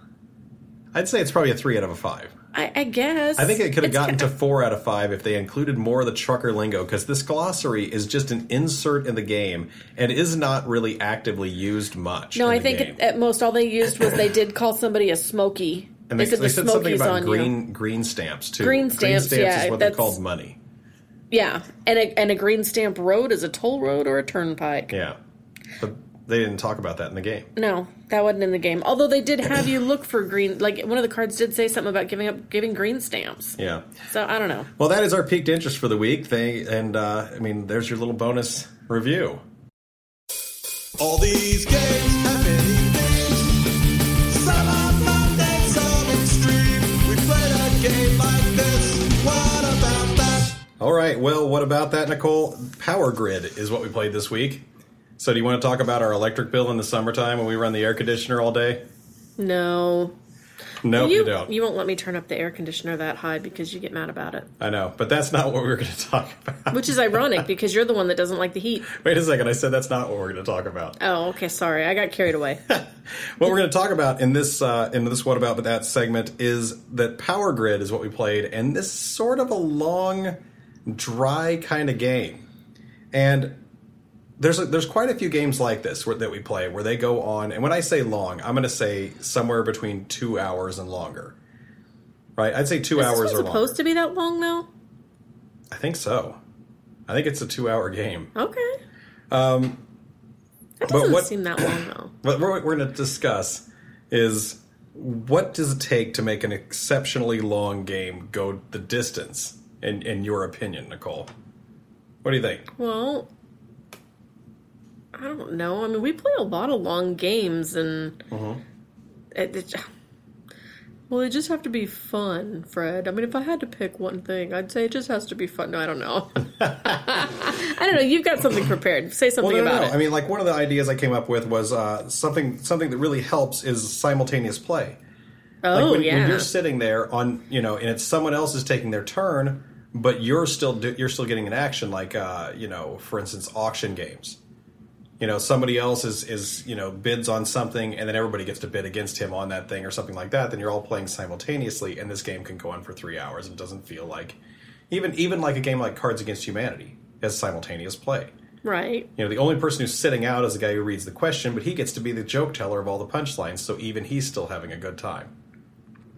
A: I'd say it's probably a three out of a five.
B: i, I guess
A: I think it could have
B: It's
A: gotten
B: ki-
A: to four out of five if they included more of the trucker lingo, because this glossary is just an insert in the game and is not really actively used much.
B: no
A: in
B: i
A: the
B: think
A: game.
B: at, at most all they used was they did call somebody a smoky
A: and they,
B: said
A: they
B: the
A: said something
B: smokies
A: about
B: on you
A: green green stamps too.
B: Green stamps, yeah,
A: is what they
B: that's-
A: called money.
B: yeah and a, and a green stamp road is a toll road or a turnpike
A: Yeah, but they didn't talk about that in the game.
B: No, that wasn't in the game. Although they did have you look for green, like one of the cards did say something about giving up giving green stamps.
A: Yeah.
B: So I don't know.
A: Well, that is our peaked interest for the week. They and uh, I mean, there's your little bonus review.
G: All these games have many names. Some are fun and some extreme. We played a game like this. What about that?
A: All right. Well, what about that, Nicole? Power Grid is what we played this week. So do you want to talk about our electric bill in the summertime when we run the air conditioner all day?
B: No.
A: No, you,
B: you,
A: don't.
B: you won't let me turn up the air conditioner that high because you get mad about it.
A: I know, but that's not what we were going to talk about.
B: Which is ironic because you're the one that doesn't like the heat.
A: Wait a second, I said that's not what we're going to talk about.
B: Oh, okay, sorry. I got carried away.
A: What we're going to talk about in this uh, in this what about that segment is that Power Grid is what we played, and this is sort of a long, dry kind of game. And there's a, there's quite a few games like this where, that we play where they go on, and when I say long, I'm going to say somewhere between two hours and longer. Right? I'd say two
B: Is this one
A: hours or
B: supposed
A: longer.
B: to be that long though?
A: I think so. I think it's a two hour game. Um,
B: Okay.
A: But
B: Doesn't
A: what
B: seem that long though.
A: But what we're going to discuss is what does it take to make an exceptionally long game go the distance, in, in your opinion, Nicole? What do you think?
B: Well, I don't know. I mean, we play a lot of long games, and it, it, well, they just have to be fun, Fred. I mean, if I had to pick one thing, I'd say it just has to be fun. No, I don't know. I don't know. You've got something prepared. Say something
A: no, no,
B: about
A: no.
B: it.
A: I mean, like one of the ideas I came up with was uh, something something that really helps is simultaneous play.
B: oh
A: like when,
B: yeah.
A: when you're sitting there on you know and it's someone else is taking their turn but you're still do, you're still getting an action like uh you know for instance auction games you know somebody else is is you know bids on something and then everybody gets to bid against him on that thing or something like that then you're all playing simultaneously and this game can go on for three hours and doesn't feel like even even like a game like cards against humanity has simultaneous play
B: right.
A: you know, the only person who's sitting out is the guy who reads the question, but he gets to be the joke teller of all the punchlines, so even he's still having a good time.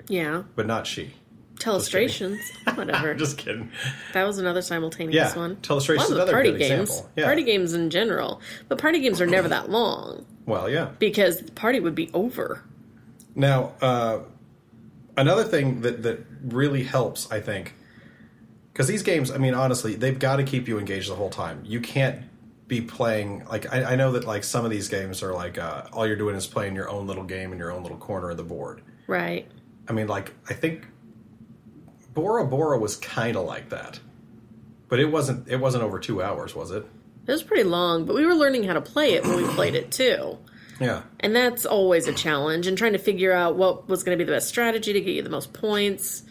B: Yeah.
A: But not she.
B: Telestrations. Whatever.
A: I'm just kidding.
B: That was another simultaneous
A: Yeah,
B: one.
A: Telestration's
B: Lots of
A: another
B: party
A: good
B: games.
A: example. Yeah.
B: Party games in general, but party games are never that long
A: Well, yeah.
B: because the party would be over.
A: Now, uh, another thing that that really helps, I think, because these games, I mean, honestly, they've got to keep you engaged the whole time. You can't be playing like I, I know that like some of these games are like uh, all you're doing is playing your own little game in your own little corner of the board.
B: Right.
A: I mean, like I think Bora Bora was kind of like that, but it wasn't. It wasn't over two hours, was it?
B: It was pretty long, but we were learning how to play it when we played it too.
A: Yeah.
B: And that's always a challenge and trying to figure out what was going to be the best strategy to get you the most points.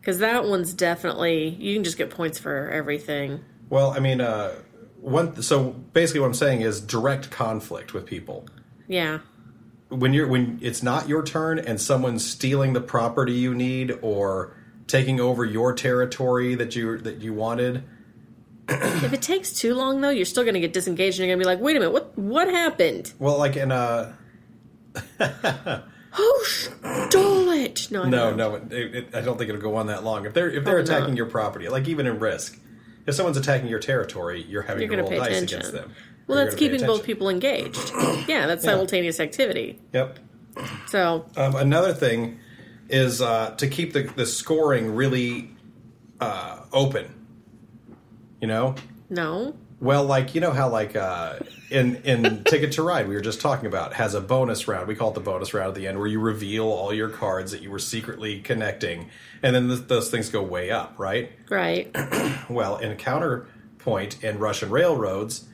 B: Because that one's definitely, you can just get points for everything.
A: Well, I mean, uh, one. So basically, what I'm saying is direct conflict with people.
B: Yeah.
A: When you're when it's not your turn and someone's stealing the property you need or taking over your territory that you that you wanted.
B: If it takes too long, though, you're still going to get disengaged and you're going to be like, wait a minute, what what happened?
A: Well, like in uh, a
B: Who Oh, stole it? No, I
A: no,
B: don't.
A: no, it, it, I don't think it'll go on that long. If they're if they're
B: Probably not.
A: attacking your property, like even in Risk, if someone's attacking your territory, you're having
B: You're
A: to
B: gonna
A: roll
B: pay
A: dice
B: attention.
A: against them.
B: Well,
A: You're
B: that's
A: gonna pay
B: keeping both
A: attention.
B: people engaged. Yeah, that's simultaneous activity.
A: Yep.
B: So,
A: Um, another thing is uh, to keep the, the scoring really uh, open. You know,
B: no.
A: well, like you know how like uh, in in Ticket to Ride we were just talking about has a bonus round. We call it the bonus round at the end, where you reveal all your cards that you were secretly connecting, and then th- those things go way up, right?
B: Right.
A: Well, in Counterpoint and Russian Railroads,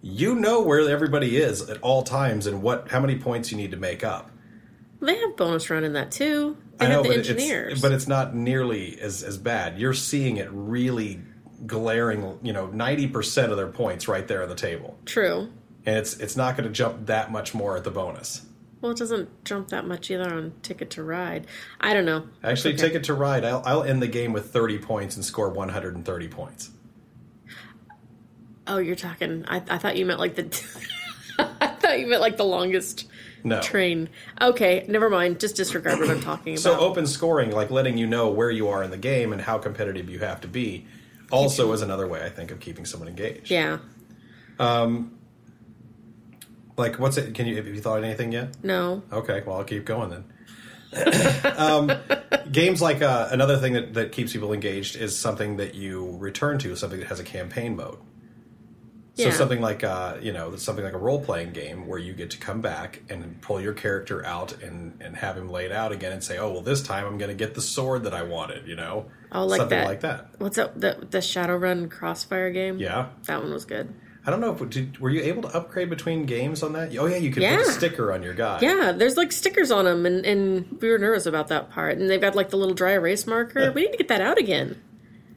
A: you know where everybody is at all times and what how many points you need to make up.
B: They have bonus round in that too. They
A: I know,
B: have the
A: but it's-
B: engineers.
A: but it's not nearly as, as bad. You're seeing it really glaring, you know, 90% of their points right there on the table.
B: True.
A: And it's it's not going to jump that much more at the bonus.
B: Well, it doesn't jump that much either on Ticket to Ride. I don't know.
A: Actually,
B: Okay.
A: take it to ride. I'll, I'll end the game with 30 points and score 130 points.
B: Oh, you're talking. I, I thought you meant like the. I thought you meant like the longest
A: No.
B: train. Okay, never mind. Just disregard what I'm talking about.
A: So open scoring, like letting you know where you are in the game and how competitive you have to be, also is another way I think of keeping someone engaged.
B: yeah.
A: Like, what's it? Can you have you thought of anything yet?
B: No.
A: Okay, well, I'll keep going then. um, games like uh, another thing that, that keeps people engaged is something that you return to, something that has a campaign mode. So
B: Yeah.
A: something like uh, you know something like a role playing game where you get to come back and pull your character out and, and have him laid out again and say, oh well, this time I'm going to get the sword that I wanted, you know,
B: Oh, like
A: something
B: that.
A: like that.
B: What's up? The the Shadowrun Crossfire game.
A: Yeah,
B: That one was good.
A: I don't know if did, were you able to upgrade between games on that? Oh yeah, you could put
B: Yeah.
A: a sticker on your guy.
B: Yeah, there's like stickers on them, and, and we were nervous about that part. And they've got like the little dry erase
A: Uh.
B: marker. We need to get that out again.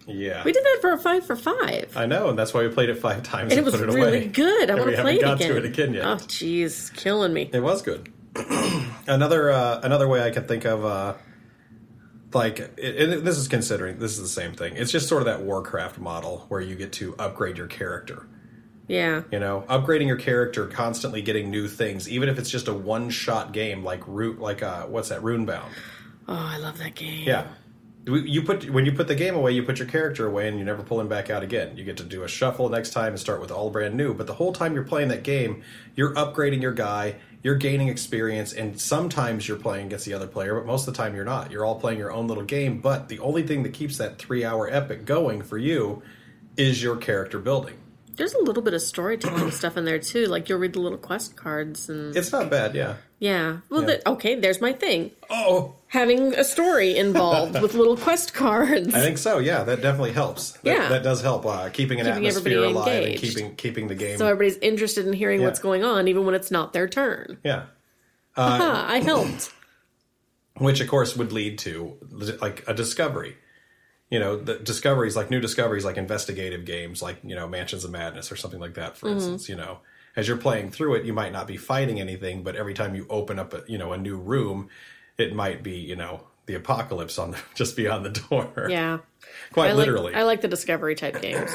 A: yeah.
B: We did that for a five for five.
A: I know, and that's why we played it five times and,
B: and it was
A: Uh, put it
B: really
A: away.
B: good. I
A: And
B: want
A: we
B: to
A: haven't
B: play it
A: got
B: again.
A: to it again yet.
B: Oh, jeez, killing me.
A: It was good. another uh, another way I can think of, uh, like, it, and this is considering this is the same thing. It's just sort of that Warcraft model where you get to upgrade your character.
B: Yeah,
A: You know, upgrading your character, constantly getting new things, even if it's just a one shot game like root, like uh, what's that, Runebound?
B: Oh, I love that game.
A: Yeah. We- You put when you put the game away, you put your character away, and you never pull him back out again. You get to do a shuffle next time and start with all brand new. But the whole time you're playing that game, you're upgrading your guy, you're gaining experience, and sometimes you're playing against the other player, but most of the time you're not. You're all playing your own little game. But the only thing that keeps that three hour epic going for you is your character building.
B: There's a little bit of storytelling stuff in there too. Like you'll read the little quest cards and
A: It's not bad, yeah.
B: yeah. Well,
A: Yeah.
B: The, okay. There's my thing.
A: Oh,
B: Having a story involved with little quest cards.
A: I think so. Yeah, that definitely helps. That,
B: Yeah.
A: that does help uh, keeping an
B: Keeping
A: atmosphere
B: everybody
A: alive and
B: engaged.
A: keeping keeping the game.
B: so everybody's interested in hearing
A: Yeah.
B: what's going on, even when it's not their turn.
A: yeah.
B: Huh, I helped.
A: which of course would lead to like a discovery you know the discoveries like new discoveries like investigative games like you know mansions of madness or something like that
B: Mm-hmm.
A: for instance you know as you're playing through it you might not be fighting anything but every time you open up a, you know a new room it might be you know the apocalypse on the, just beyond the door
B: Yeah.
A: quite
B: I
A: literally
B: Like, I like the discovery type games.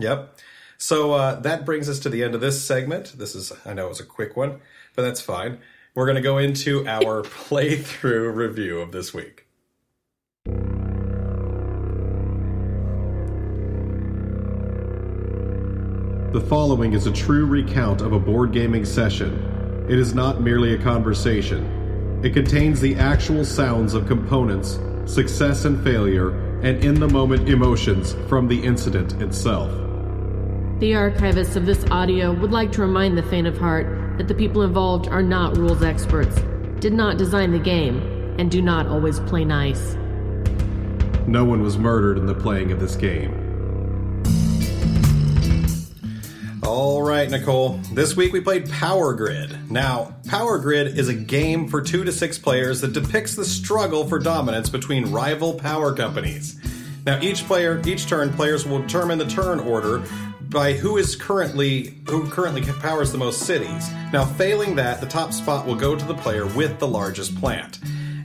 A: Yep. So uh, that brings us to the end of this segment. This is, I know it was a quick one, but that's fine. We're going to go into our playthrough review of this week. The following is a true recount of a board gaming session. It is not merely a conversation. It contains the actual sounds of components, success and failure, and in the moment emotions from the incident itself.
B: The archivists of this audio would like to remind the faint of heart that the people involved are not rules experts, did not design the game, and do not always play nice.
A: No one was murdered in the playing of this game. All right, Nicole. This week we played Power Grid. Now, Power Grid is a game for two to six players that depicts the struggle for dominance between rival power companies. Now, each player, each turn, players will determine the turn order by who is currently who currently powers the most cities. Now, failing that, the top spot will go to the player with the largest plant.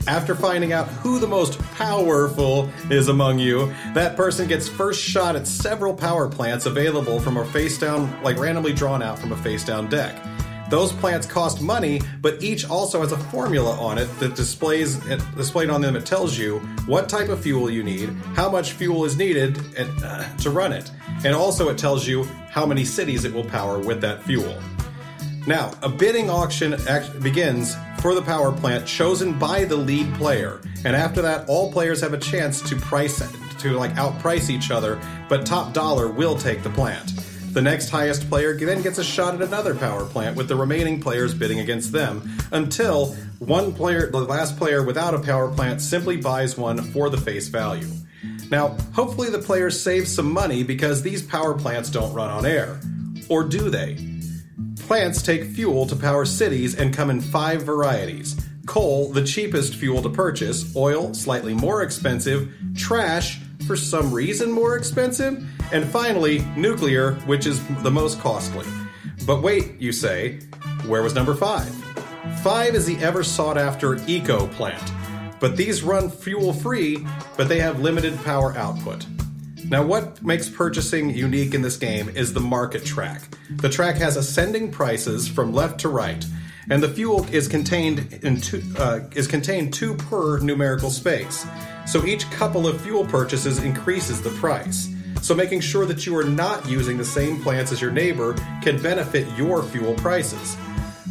A: After finding out who the most powerful is among you, that person gets first shot at several power plants available from a face down, like randomly drawn out from a face down deck. Those plants cost money, but each also has a formula on it that displays it, displayed on them. It tells you what type of fuel you need, how much fuel is needed, and uh, to run it, and also it tells you how many cities it will power with that fuel. Now, a bidding auction act- begins for the power plant chosen by the lead player, and after that, all players have a chance to price to like outprice each other. But top dollar will take the plant. The next highest player then gets a shot at another power plant, with the remaining players bidding against them until one player, the last player without a power plant, simply buys one for the face value. Now, hopefully, the players save some money because these power plants don't run on air, or do they? Plants take fuel to power cities and come in five varieties coal, the cheapest fuel to purchase, oil, slightly more expensive, trash, for some reason more expensive, and finally, nuclear, which is the most costly. But wait, you say, where was number five? Five is the ever sought after eco plant, but these run fuel free, but they have limited power output. Now, what makes purchasing unique in this game is the market track. The track has ascending prices from left to right, and the fuel is contained in two, uh, is contained two per numerical space. So each couple of fuel purchases increases the price. So making sure that you are not using the same plants as your neighbor can benefit your fuel prices.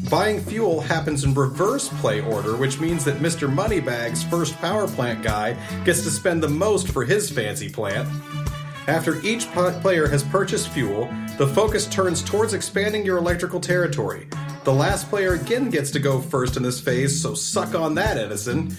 A: Buying fuel happens in reverse play order, which means that Mr. Moneybag's first power plant guy gets to spend the most for his fancy plant. After each p- player has purchased fuel, the focus turns towards expanding your electrical territory. The last player again gets to go first in this phase, so suck on that, Edison.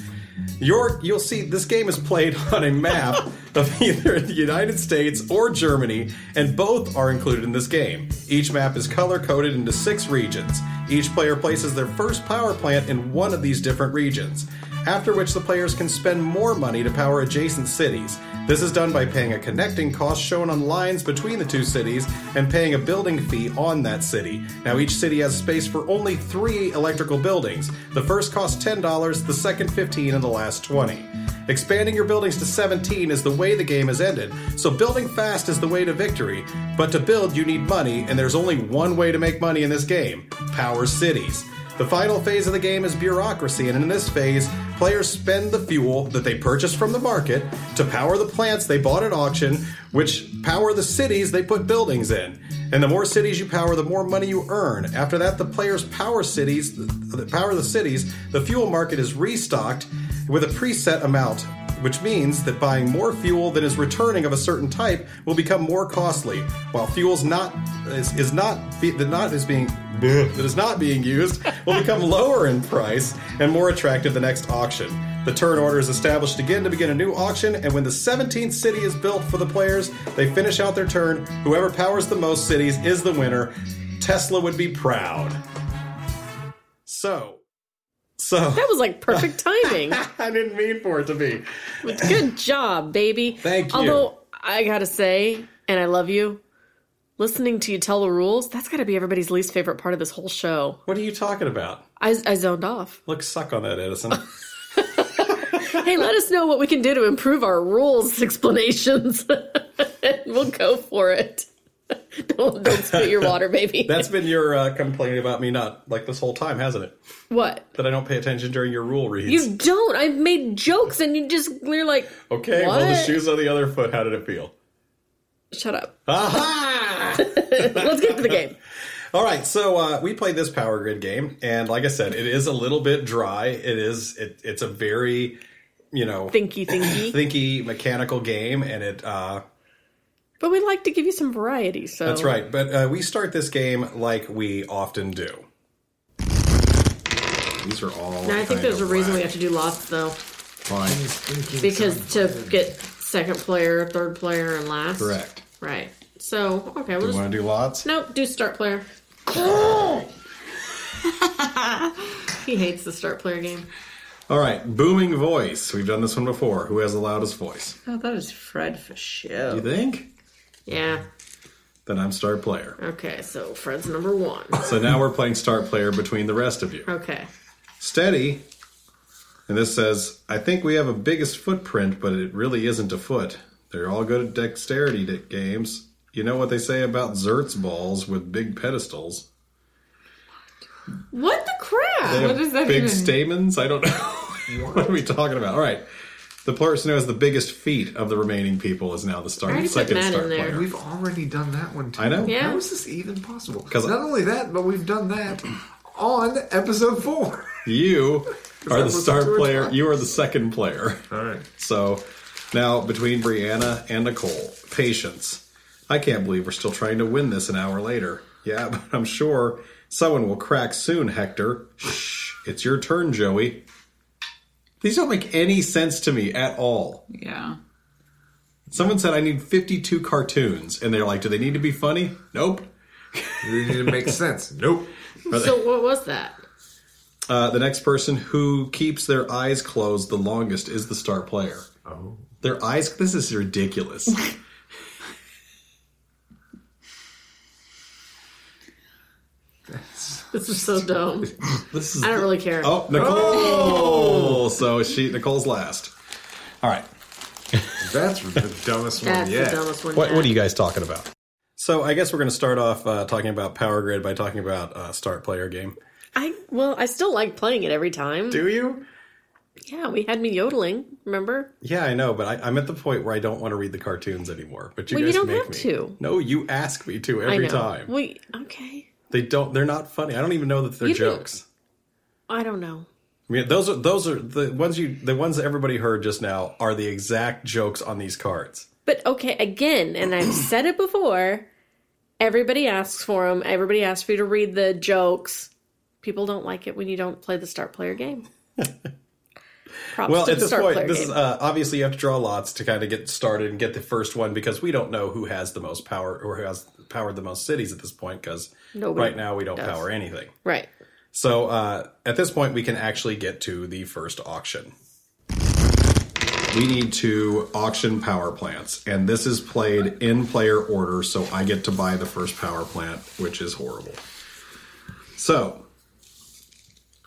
A: Your, you'll see this game is played on a map of either the United States or Germany, and both are included in this game. Each map is color coded into six regions. Each player places their first power plant in one of these different regions, after which the players can spend more money to power adjacent cities. This is done by paying a connecting cost shown on lines between the two cities and paying a building fee on that city. Now, each city has space for only three electrical buildings. The first costs $10, the second 15 and the last 20 Expanding your buildings to 17 is the way the game has ended, so building fast is the way to victory. But to build, you need money, and there's only one way to make money in this game power cities. The final phase of the game is bureaucracy, and in this phase, players spend the fuel that they purchase from the market to power the plants they bought at auction, which power the cities they put buildings in. And the more cities you power, the more money you earn. After that, the players power cities, the power the cities. The fuel market is restocked with a preset amount, which means that buying more fuel than is returning of a certain type will become more costly. While fuel's not is, is not be, that not is being that is not being used will become lower in price and more attractive the next auction. The turn order is established again to begin a new auction, and when the 17th city is built for the players, they finish out their turn. Whoever powers the most cities is the winner. Tesla would be proud. So, so
B: That was like perfect timing.
A: I didn't mean for it to be.
B: Good job, baby.
A: Thank you.
B: Although I gotta say, and I love you, listening to you tell the rules, that's gotta be everybody's least favorite part of this whole show.
A: What are you talking about?
B: I, I zoned off.
A: Look, suck on that, Edison.
B: Hey, let us know what we can do to improve our rules explanations. we'll go for it. don't, don't spit your water, baby.
A: That's been your uh, complaint about me not like this whole time, hasn't it?
B: what?
A: That I don't pay attention during your rule reads.
B: You don't. I've made jokes and you just, you're like,
A: okay, well, the
B: What?
A: shoes on the other foot. How did it feel?
B: shut up.
A: Aha!
B: Let's get to the game.
A: All right, so uh, we played this Power Grid game, and like I said, it is a little bit dry. It is. It, it's a very, you know,
B: Thinky, thinky.
A: thinky mechanical game, and it. Uh,
B: but we like to give you some variety, so.
A: That's right. But uh, we start this game like we often do. These are all.
B: I think
A: kind
B: there's a
A: of
B: reason we
A: whack.
B: have to do lost, though.
E: Why?
B: Because to get second player, third player, and last.
E: Correct.
B: Right. So, okay, we'll
E: You
B: just.
E: want to do lots?
B: Nope, do start player. he hates the start player game.
A: All right, booming voice. We've done this one before. Who has the loudest voice?
D: Oh, that is Fred for
A: You
D: sure.
A: think?
B: Yeah.
A: Then I'm star player.
B: Okay, so Fred's number one.
A: So now we're playing star player between the rest of you.
B: Okay.
A: Steady. And this says, I think we have a biggest footprint, but it really isn't a foot. They're all good at dexterity di- games. You know what they say about Zertz balls with big pedestals.
B: What the crap?
A: They
F: What
A: have
F: does that
A: big
F: even-
A: stamens? I don't know. what are we talking about? All right. The person who has the biggest feet of the remaining people is now the
B: I
A: star,
B: already put
A: second
B: Matt in
A: star
B: there.
A: player.
E: We've already done that one too.
A: I know.
B: Yeah.
E: How is this even possible?
A: 'Cause-
E: not only that, but we've done that on episode four.
A: You are the
E: was
A: star
E: George
A: player.
E: Fox.
A: You are the second player.
E: All right.
A: So now between Brianna and Nicole, patience. I can't believe we're still trying to win this an hour later. Yeah, but I'm sure someone will crack soon, Hector. Shh, it's your turn, Joey. These don't make any sense to me at all.
H: Yeah.
A: Someone said I need 52 cartoons, and they're like, do they need to be funny? Nope.
E: It makes sense. Nope.
B: So, what was that?
A: Uh, the next person who keeps their eyes closed the longest is the star player.
E: Oh.
A: Their eyes. This is ridiculous.
B: This is so dumb.
A: This is.
B: I don't really care.
A: Oh, Nicole.
B: Oh!
A: So she Nicole's last. All right.
E: That's the dumbest one
B: That's
E: yet.
B: the dumbest one.
A: What
B: yet.
A: What are you guys talking about? So I guess we're going to start off uh, talking about Power Grid by talking about uh, Start Player Game.
B: I well, I still like playing it every time.
A: Do you?
B: Yeah, we had me yodeling. Remember?
A: Yeah, I know, but I, I'm at the point where I don't want to read the cartoons anymore. But you
B: Well, you
A: guys
B: don't
A: make
B: have
A: me.
B: to.
A: No, you ask me to every
B: I know.
A: time.
B: We okay.
A: They don't. They're not funny. I don't even know that they're
B: You didn't-
A: jokes.
B: I don't know.
A: I mean, those are those are the ones you the ones that everybody heard just now are the exact jokes on these cards.
B: But okay, again, and I've said it before. Everybody asks for them. Everybody asks for you to read the jokes. People don't like it when you don't play the start player game. props
A: Well,
B: to
A: at
B: the
A: this
B: start
A: point,
B: player
A: this
B: game.
A: is, uh, obviously you have to draw lots to kind of get started and get the first one because we don't know who has the most power or who has powered the most cities at this point because
B: Nobody
A: right now we don't
B: does.
A: power anything.
B: right.
A: So uh, at this point, we can actually get to the first auction. We need to auction power plants, and this is played in player order, so I get to buy the first power plant, which is horrible. So,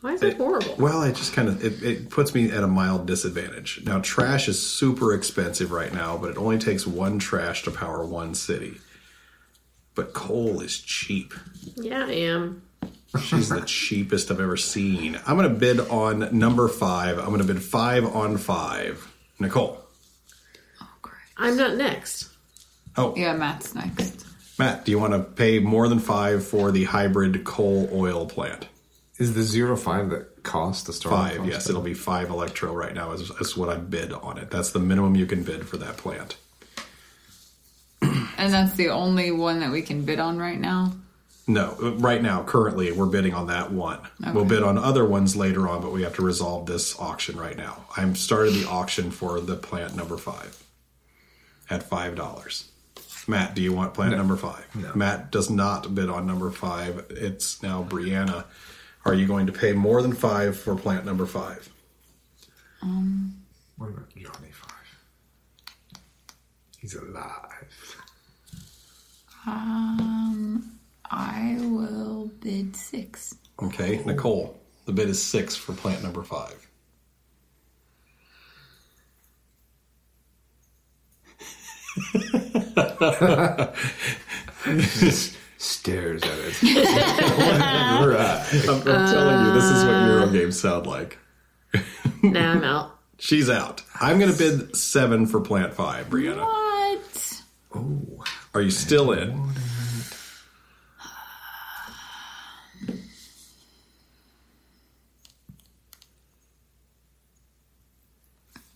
D: Why is it horrible?
A: well, it just kind of it, it puts me at a mild disadvantage. Now, trash is super expensive right now, but it only takes one trash to power one city. But coal is cheap.
D: Yeah, I am.
A: She's the cheapest I've ever seen. I'm going to bid on number five. I'm going to bid five on five. Nicole.
D: I'm not next.
A: Oh,
H: Yeah, Matt's next.
A: Matt, do you want to pay more than five for the hybrid coal oil plant?
E: Is the zero five that cost the starting
A: Five,
E: cost?
A: yes. It'll be five electro right now, is, is what I bid on it. That's the minimum you can bid for that plant.
H: And that's the only one that we can bid on right now.
A: No, uh, right now, currently, we're bidding on that one. We'll bid on other ones later on, but we have to resolve this auction right now. I'm started the auction for the plant number five at five dollars. Matt, do you want plant number five? Matt does not bid on number five. It's now Brianna. Are you going to pay more than five for plant number five?
E: What about Johnny Five? He's alive.
H: Um, I will bid six.
A: Okay, Nicole. The bid is six for plant number five.
E: Stares at it.
A: Right. I'm, I'm telling you, this is what Euro
H: Uh.
A: games sound like.
D: Nah, I'm out.
A: She's out. I'm going to bid seven for plant five, Brianna.
H: What?
A: Are you still in?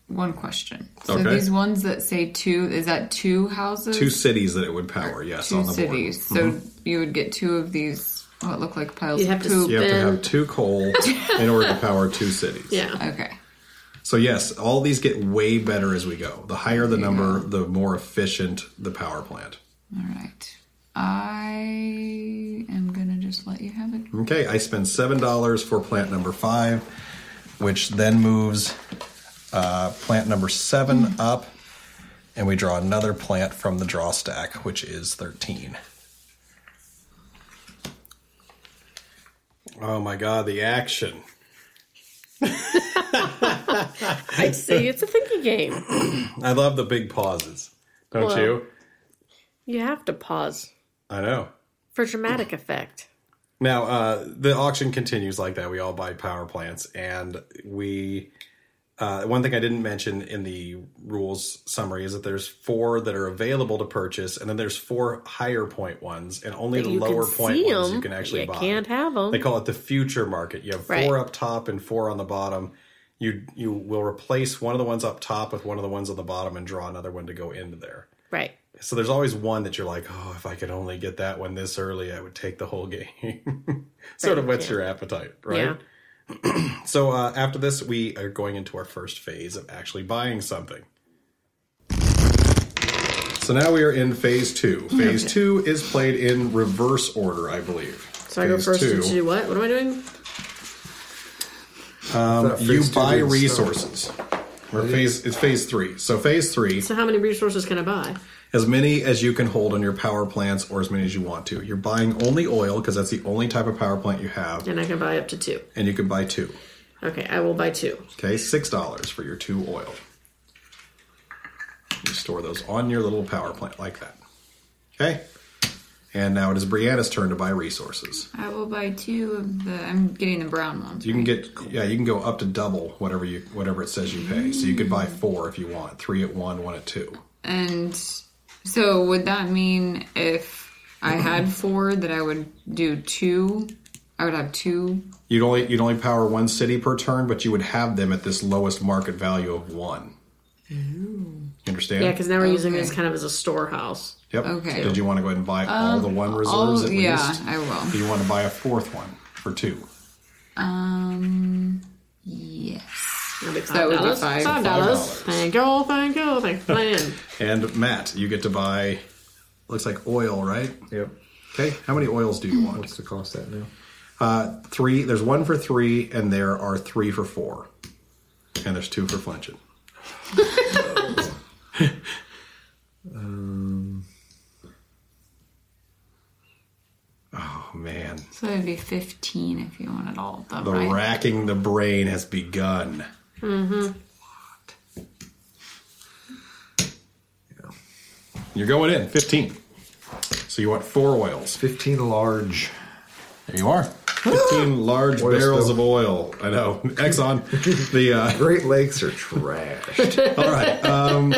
H: One question. So
A: Okay.
H: these ones that say two, is that two houses?
A: Two cities that it would power, yes,
H: Two
A: on the Mm-hmm.
H: cities. So you would get two of these, what look like piles
D: You
H: of
D: have to
H: poop.
A: board. You have to
D: Then-
A: have two coal in order to power two cities.
D: Yeah.
H: Okay.
A: So yes, all these get way better as we go. The higher the number, the more efficient the power plant.
H: All right. I am going to just let you have it.
A: Okay, I spend seven dollars for plant number five, which then moves uh, plant number seven up, and we draw another plant from the draw stack, which is thirteen. Oh my god, the action!
B: I see. It's a thinking game.
A: I love the big pauses. Don't
B: Well-
A: you?
B: You have to pause
A: I know.
B: for dramatic effect.
A: Now, uh, the auction continues like that. We all buy power plants, and we. Uh, one thing I didn't mention in the rules summary is that there's four that are available to purchase, and then there's four higher point ones, and only the
B: You can
A: lower point
B: see
A: ones you
B: them,
A: can actually
B: you
A: buy.
B: can't have
A: They
B: them.
A: call it the future market. You have four
B: Right.
A: up top and four on the bottom. You you will replace one of the ones up top with one of the ones on the bottom and draw another one to go into there.
B: Right.
A: So there's always one that you're like, oh, if I could only get that one this early, I would take the whole game. sort of
B: Right,
A: whets
B: yeah.
A: your appetite, right?
B: Yeah.
A: So uh, after this, we are going into our first phase of actually buying something. So now we are in phase two. Phase two is played in reverse order, I believe.
D: So I go
A: Phase
D: first
A: two.
D: and you do what? What am I doing?
E: That
A: you
E: phase two
A: buy
E: didn't
A: resources. Or phase it's phase three. So phase three,
D: So how many resources can I buy?
A: as many as you can hold on your power plants, or as many as you want to. You're buying only oil because that's the only type of power plant you have,
D: And I can buy up to two.
A: and you can buy two.
D: Okay, I will buy two.
A: Okay, six dollars for your two oil. You store those on your little power plant like that. Okay, and now it is Brianna's turn to buy resources.
H: I will buy two of the. I'm getting the brown ones.
A: You can get yeah, you can go up to double whatever you whatever it says you pay. So you could buy four if you want, three at one, one at two.
H: And so would that mean if I had four that I would do two? I would have two.
A: You'd only you'd only power one city per turn, but you would have them at this lowest market value of one. You understand?
D: Yeah, because now we're using
H: Okay.
D: this kind of as a storehouse.
A: yep.
H: okay.
A: Did you want to go ahead and buy all the one reserves
H: oh
A: at
H: yeah,
A: least?
H: I
A: Do
H: will.
A: you want to buy a fourth one for two?
H: Um, yes.
B: That'd be
H: that would be
B: $5.
H: five.
B: Five dollars. Thank you, thank you, thanks for playing.
A: And Matt, you get to buy. Looks like oil, right? Yep. Okay. How many oils
E: Hmm.
A: do you want?
E: What's the cost at now?
A: Uh, three. There's one for three, and there are three for four, and there's two for flinching. Um, Oh man,
H: So it'd be fifteen if you wanted all of them,
A: the
H: right?
A: racking the brain has begun. Mm-hmm. You're going in fifteen. So you want four oils.
E: 15 large.
A: There you are. 15 large
E: Oil
A: barrels
E: spill.
A: of oil. I know. Exxon. the uh,
E: Great Lakes are trash.
A: All right. Um,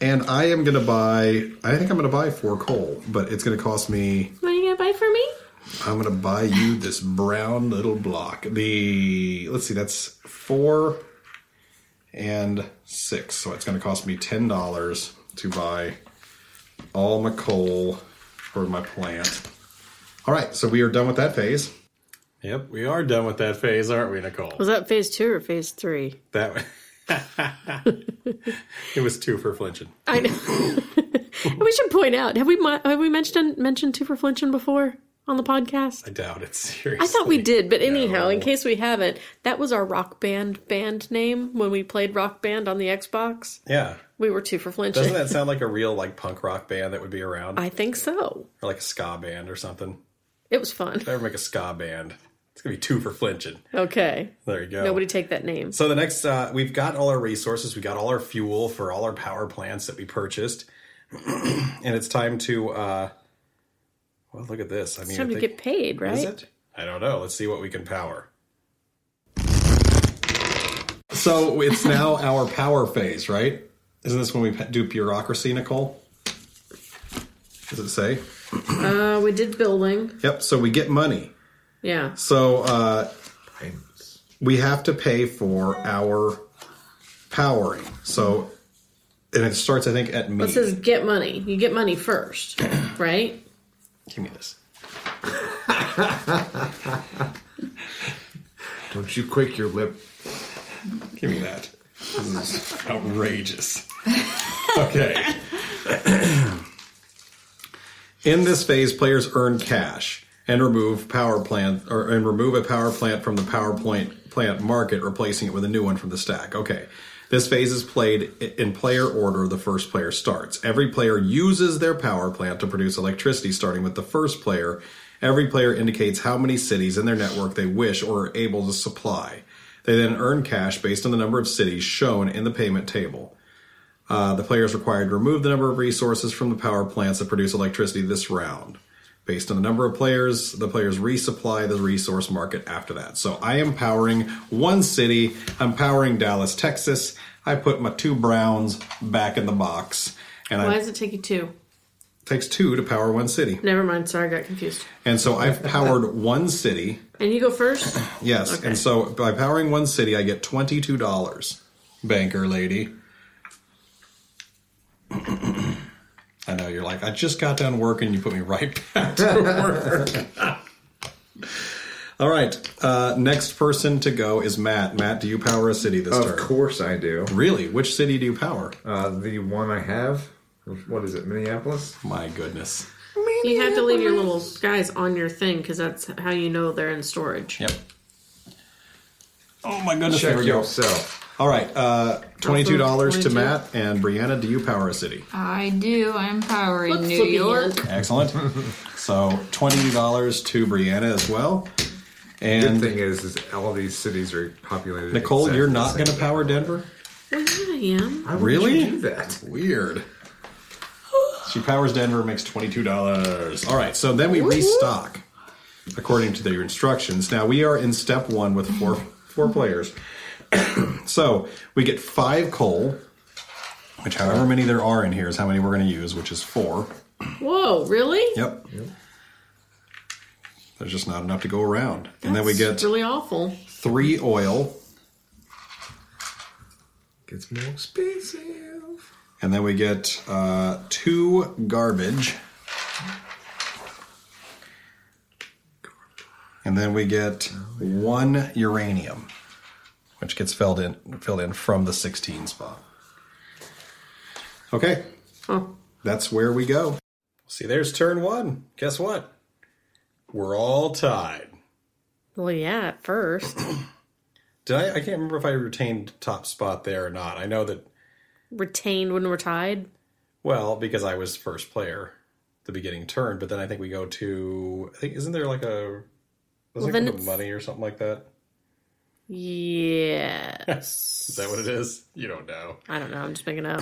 A: and I am going to buy I think I'm going to buy 4 coal, but it's going to cost me
B: What are you gonna buy for me?
A: I'm going to buy you this brown little block. The Let's see. That's 4 and 6. So it's going to cost me $10 to buy all my coal for my plant. All right. So we are done with that phase. Yep, we are done with that phase, aren't we, Nicole?
B: Was that phase two or phase three?
A: That way. it was two for flinching.
B: I know. we should point out have we mon- have we mentioned mentioned two for flinching before on the podcast?
A: I doubt it. Seriously.
B: I thought we did, but anyhow, in
A: No.
B: case we haven't, that was our rock band band name when we played rock band on the Xbox.
A: Yeah.
B: We were two for flinching.
A: Doesn't that sound like a real like punk rock band that would be around,
B: I think so.
A: or like a ska band or something?
B: It was fun.
A: If I ever make a ska band, it's gonna be two for flinching.
B: Okay.
A: There you go.
B: Nobody take that name.
A: So the next, uh, we've got all our resources, we got all our fuel for all our power plants that we purchased, and it's time to. uh Well, look at this. I mean,
B: It's time
A: I
B: to
A: think-
B: get paid, right?
A: Is it? I don't know. Let's see what we can power. So it's now our power phase, right? Isn't this when we do bureaucracy, Nicole? Does it say?
B: Uh, we did building.
A: Yep. So we get money.
B: Yeah.
A: So uh, we have to pay for our powering. So, and it starts, I think, at me.
B: It says get money. You get money first, right?
A: Give me this.
E: Don't you quake your lip.
A: Give me that. This is outrageous. Okay. In this phase, players earn cash and remove power plant or and remove a power plant from the power plant plant market, replacing it with a new one from the stack. Okay. This phase is played i- in player order. The first player starts. Every player uses their power plant to produce electricity, starting with the first player. Every player indicates how many cities in their network they wish or are able to supply. They then earn cash based on the number of cities shown in the payment table. Uh, the player is required to remove the number of resources from the power plants that produce electricity this round. Based on the number of players, the players resupply the resource market after that. So I am powering one city. I'm powering Dallas, Texas. I put my two browns back in the box, and
B: Why
A: I, it
B: does it take you two?
A: takes two to power one city.
B: Never mind. Sorry, I got confused.
A: And so I've powered one city.
B: And you go first?
A: Yes, and so by powering one city, I get twenty-two dollars, banker lady. I know you're like I just got done work and you put me right back to work. All right, uh, next person to go is Matt. Matt, do you power a city this
E: Of
A: turn?
E: course I do.
A: Really, which city do you power? Oh
E: Uh, the one I have, what is it, Minneapolis?
A: My goodness.
B: You have to leave your little guys on your thing because that's how you know they're in storage.
A: Yep. Oh my goodness! there
E: Check
A: we go.
E: yourself.
A: All right, uh, twenty-two dollars to
B: 22.
A: Matt and Brianna. Do you power a city?
H: I do. I'm powering
B: Look,
H: New
B: flippy
H: York.
B: hand.
A: Excellent. so twenty dollars to Brianna as well.
E: Good
A: And
E: thing is, is all these cities are populated.
A: Nicole,
E: exactly
A: you're
E: the
A: not
E: same.
A: going to power Denver.
B: Well, yeah, I am.
E: Why would
A: Really?
E: you do that?
A: Weird. She powers Denver, makes twenty-two dollars. All right, so then we restock according to their instructions. Now we are in step one with four four players. so we get five coal, which however many there are in here is how many we're going to use, which is four.
B: Whoa, really?
A: Yep. There's just not enough to go around, and then
B: That's
A: we get
B: really awful.
A: three oil,
E: Gets more expensive.
A: and then we get uh, two garbage, and then we get one uranium, which gets filled in filled in from the 16 spot. Okay, that's where we go. See, there's turn one. Guess what? We're all tied.
B: Well, yeah, at first.
A: Did I? I can't remember if I retained top spot there or not. I know that.
B: Retained when we're tied.
A: Well, because I was first player, the beginning turn. But then I think we go to. I think isn't there like a. Was
B: then
A: it
B: it's-
A: money or something like that?
B: Yes.
A: Is that what it is? You don't know.
B: I don't know. I'm just making up.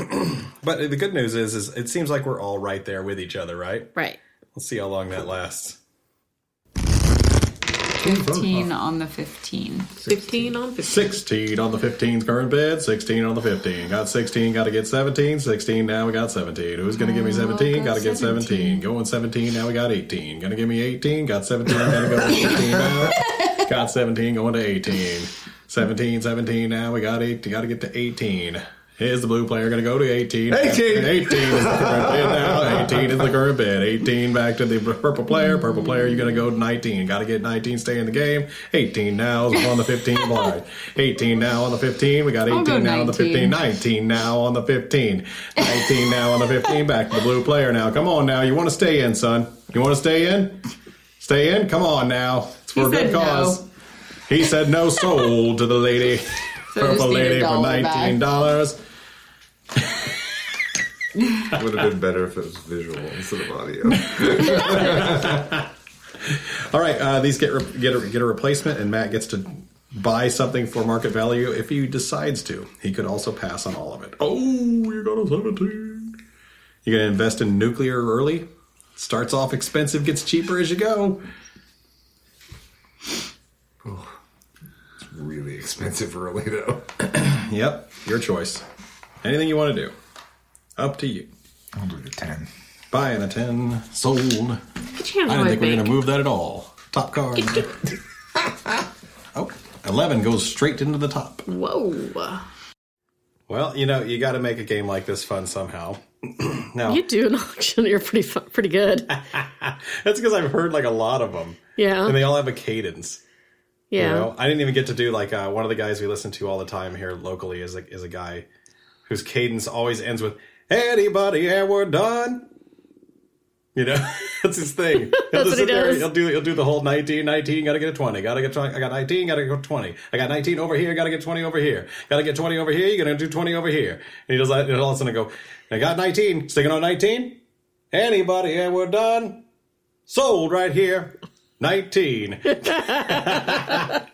A: But the good news is, is it seems like we're all right there with each other, right?
B: right.
A: Let's see how long that lasts.
H: 15 on the 15.
B: 15 on 15.
A: 16 on the 15's current bid, 16 on the 15. Got 16, got to get 17, 16, now we got 17. Who's going to give
B: Oh,
A: me 17? Got to get 17. Going 17, now we got 18. Going to give me 18, got 17, got to go to 18 now. Got 17, going to 18. 17, 17, now we got 8, got to get to 18. Is the blue player going to go to 18? 18! 18 is the current bid now. 18 is the current bid. 18 back to the purple player. Purple player, you're going to go to 19. Got to get 19, stay in the game. 18 now is on the 15 blind. 18 now on the 15. We got 18
H: go
A: now on the 15.
H: 19.
A: 19 now on the 15. 19 now on the 15. Back to the blue player now. Come on now. You want to stay in, son. You want to stay in? Stay in? Come on now. It's for a
H: He
A: good
H: said no.
A: cause. He said no soul to the lady.
H: So I just
A: Purple
H: need a
A: lady for
H: dollar back.
A: $19.
I: It would have been better if it was visual instead of audio.
A: All right, uh, these get re- get a, get a replacement, and Matt gets to buy something for market value if he decides to. He could also pass on all of it. Oh, you got a seventeen. You're gonna invest in nuclear early. Starts off expensive, gets cheaper as you go.
I: really expensive early though.
A: Yep, your choice. Anything you want to do, up to you.
E: I'll do the 10.
A: Buying a ten, sold. I didn't
B: Get your hands on my
A: think we we're
B: bank.
A: gonna move that at all. Top card. oh, 11 goes straight into the top.
B: Whoa.
A: Well, you know, you got to make a game like this fun somehow. now,
B: You do an auction. You're pretty fu- pretty good.
A: that's because I've heard like a lot of them, and
B: Yeah.
A: they all have a cadence.
B: Yeah.
A: You know, I didn't even get to do like uh, one of the guys we listen to all the time here locally is a, is a guy whose cadence always ends with "Anybody, yeah, we're done." You know, that's his thing. He'll
B: That's what he does.
A: He'll do he'll do the whole 19, 19, gotta get a twenty, gotta get twenty. I got nineteen, gotta go twenty. I got nineteen over here, gotta get twenty over here, gotta get twenty over here. You're gonna do twenty over here, and he does that. And all of a sudden, I go, I got nineteen, sticking on nineteen. Anybody, yeah, we're done. Sold right here, nineteen. I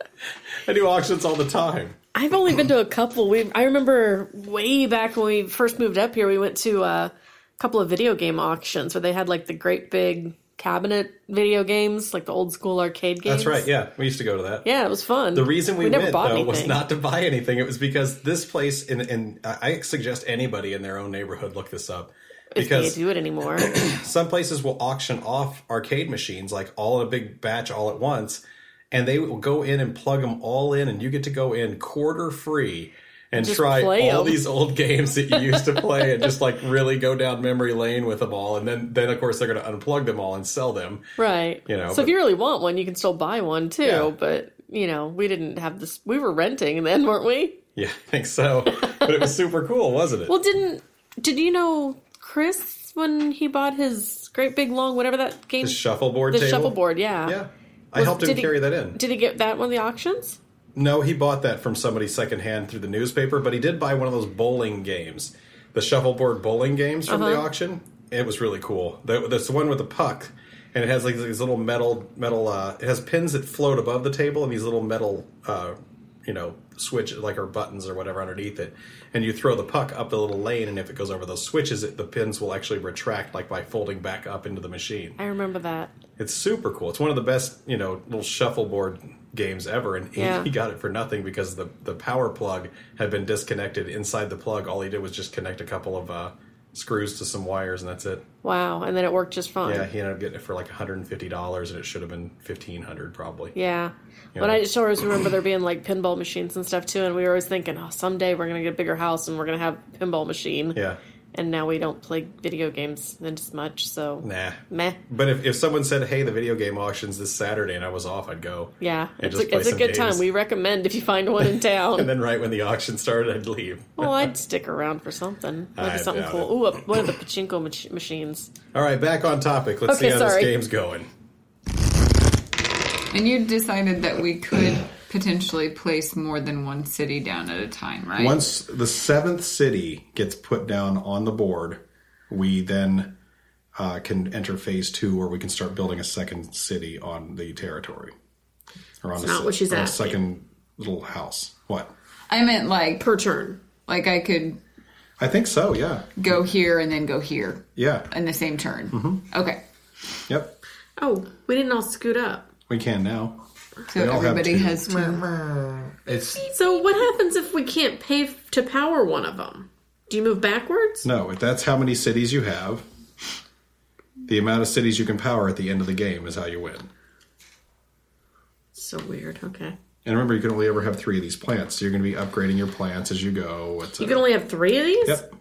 A: do auctions all the time.
B: I've only been to a couple. We I remember way back when we first moved up here, we went to uh, a couple of video game auctions where they had like the great big cabinet video games, like the old school arcade games.
A: That's right. Yeah, we used to go to that.
B: Yeah, it was fun.
A: The reason we,
B: never
A: went
B: bought
A: though
B: anything.
A: was not to buy anything. It was because this place, and and I suggest anybody in their own neighborhood look this up
B: if they
A: because
B: do it anymore.
A: some places will auction off arcade machines like all in a big batch all at once, and they will go in and plug them all in, and you get to go in quarter free. And
B: Just
A: try
B: play
A: all
B: 'em.
A: these old games that you used to play, and just like really go down memory lane with them all. And then, then of course, they're going to unplug them all and sell them.
B: right.
A: You know,
B: so
A: but-
B: if you really want one, you can still buy one too.
A: Yeah.
B: But you know, we didn't have this. We were renting then, weren't we?
A: Yeah, I think so. but it was super cool, wasn't it?
B: Well, didn't did you know Chris when he bought his great big long whatever that game
A: the shuffleboard
B: the
A: table.
B: shuffleboard? Yeah.
A: Yeah. I
B: Was-
A: helped him
B: did he-
A: carry that in.
B: Did he get that one of the auctions?
A: No, he bought that from somebody secondhand through the newspaper, but he did buy one of those bowling games, the shuffleboard bowling games from
B: Uh-huh.
A: the auction. It was really cool. That- That's the one with the puck, and it has like these little metal metal. Uh, it has pins that float above the table and these little metal, uh, you know, switch like or buttons or whatever underneath it. And you throw the puck up the little lane, and if it goes over those switches, it, the pins will actually retract like by folding back up into the machine.
B: I remember that.
A: It's super cool. It's one of the best, you know, little shuffleboard games ever, and he,
B: Yeah.
A: he got it for nothing because the the power plug had been disconnected inside the plug. All he did was just connect a couple of uh, screws to some wires, and that's it.
B: Wow, and then it worked just fine.
A: Yeah, he ended up getting it for like one hundred and fifty dollars, and it should have been fifteen hundred probably.
B: Yeah. But I just always remember there being like pinball machines and stuff too, and we were always thinking, oh, someday we're gonna get a bigger house and we're gonna have a pinball machine.
A: Yeah.
B: and now we don't play video games as much. So
A: Nah.
B: meh.
A: But if, if someone said, hey, the video game auction's this Saturday and I was off, I'd go.
B: Yeah,
A: And
B: it's
A: just
B: a,
A: play
B: it's a
A: some
B: good time.
A: games.
B: We recommend if you find one in
A: And
B: town.
A: then right when the auction started, I'd leave.
B: well, I'd stick around for something,
A: I
B: maybe something
A: doubt
B: cool. Ooh, a, one of the pachinko mach- machines.
A: All right, back on topic. Let's
B: Okay,
A: see how
B: sorry.
A: this game's going.
H: And you decided that we could potentially place more than one city down at a time, right?
A: Once the seventh city gets put down on the board, we then uh, can enter phase two, or we can start building a second city on the territory, or on a,
D: not
A: se-
D: what she's
A: or a
D: asking.
A: second little house. What?
H: I meant like
D: per turn.
H: like I could
A: I think so. Yeah.
H: go here and then go here
A: Yeah.
H: in the same turn.
A: Mm-hmm.
H: Okay.
A: Yep.
D: Oh, we didn't all scoot up.
A: We can now.
H: So
A: all have
H: everybody
A: two.
H: has two.
E: It's
D: So what happens if we can't pay f- to power one of them? Do you move backwards?
A: No, if that's how many cities you have, the amount of cities you can power at the end of the game is how you win.
D: So weird. Okay.
A: And remember, you can only ever have three of these plants, so you're going to be upgrading your plants as you go. et
D: You can
A: cetera.
D: only have three of these.
A: Yep.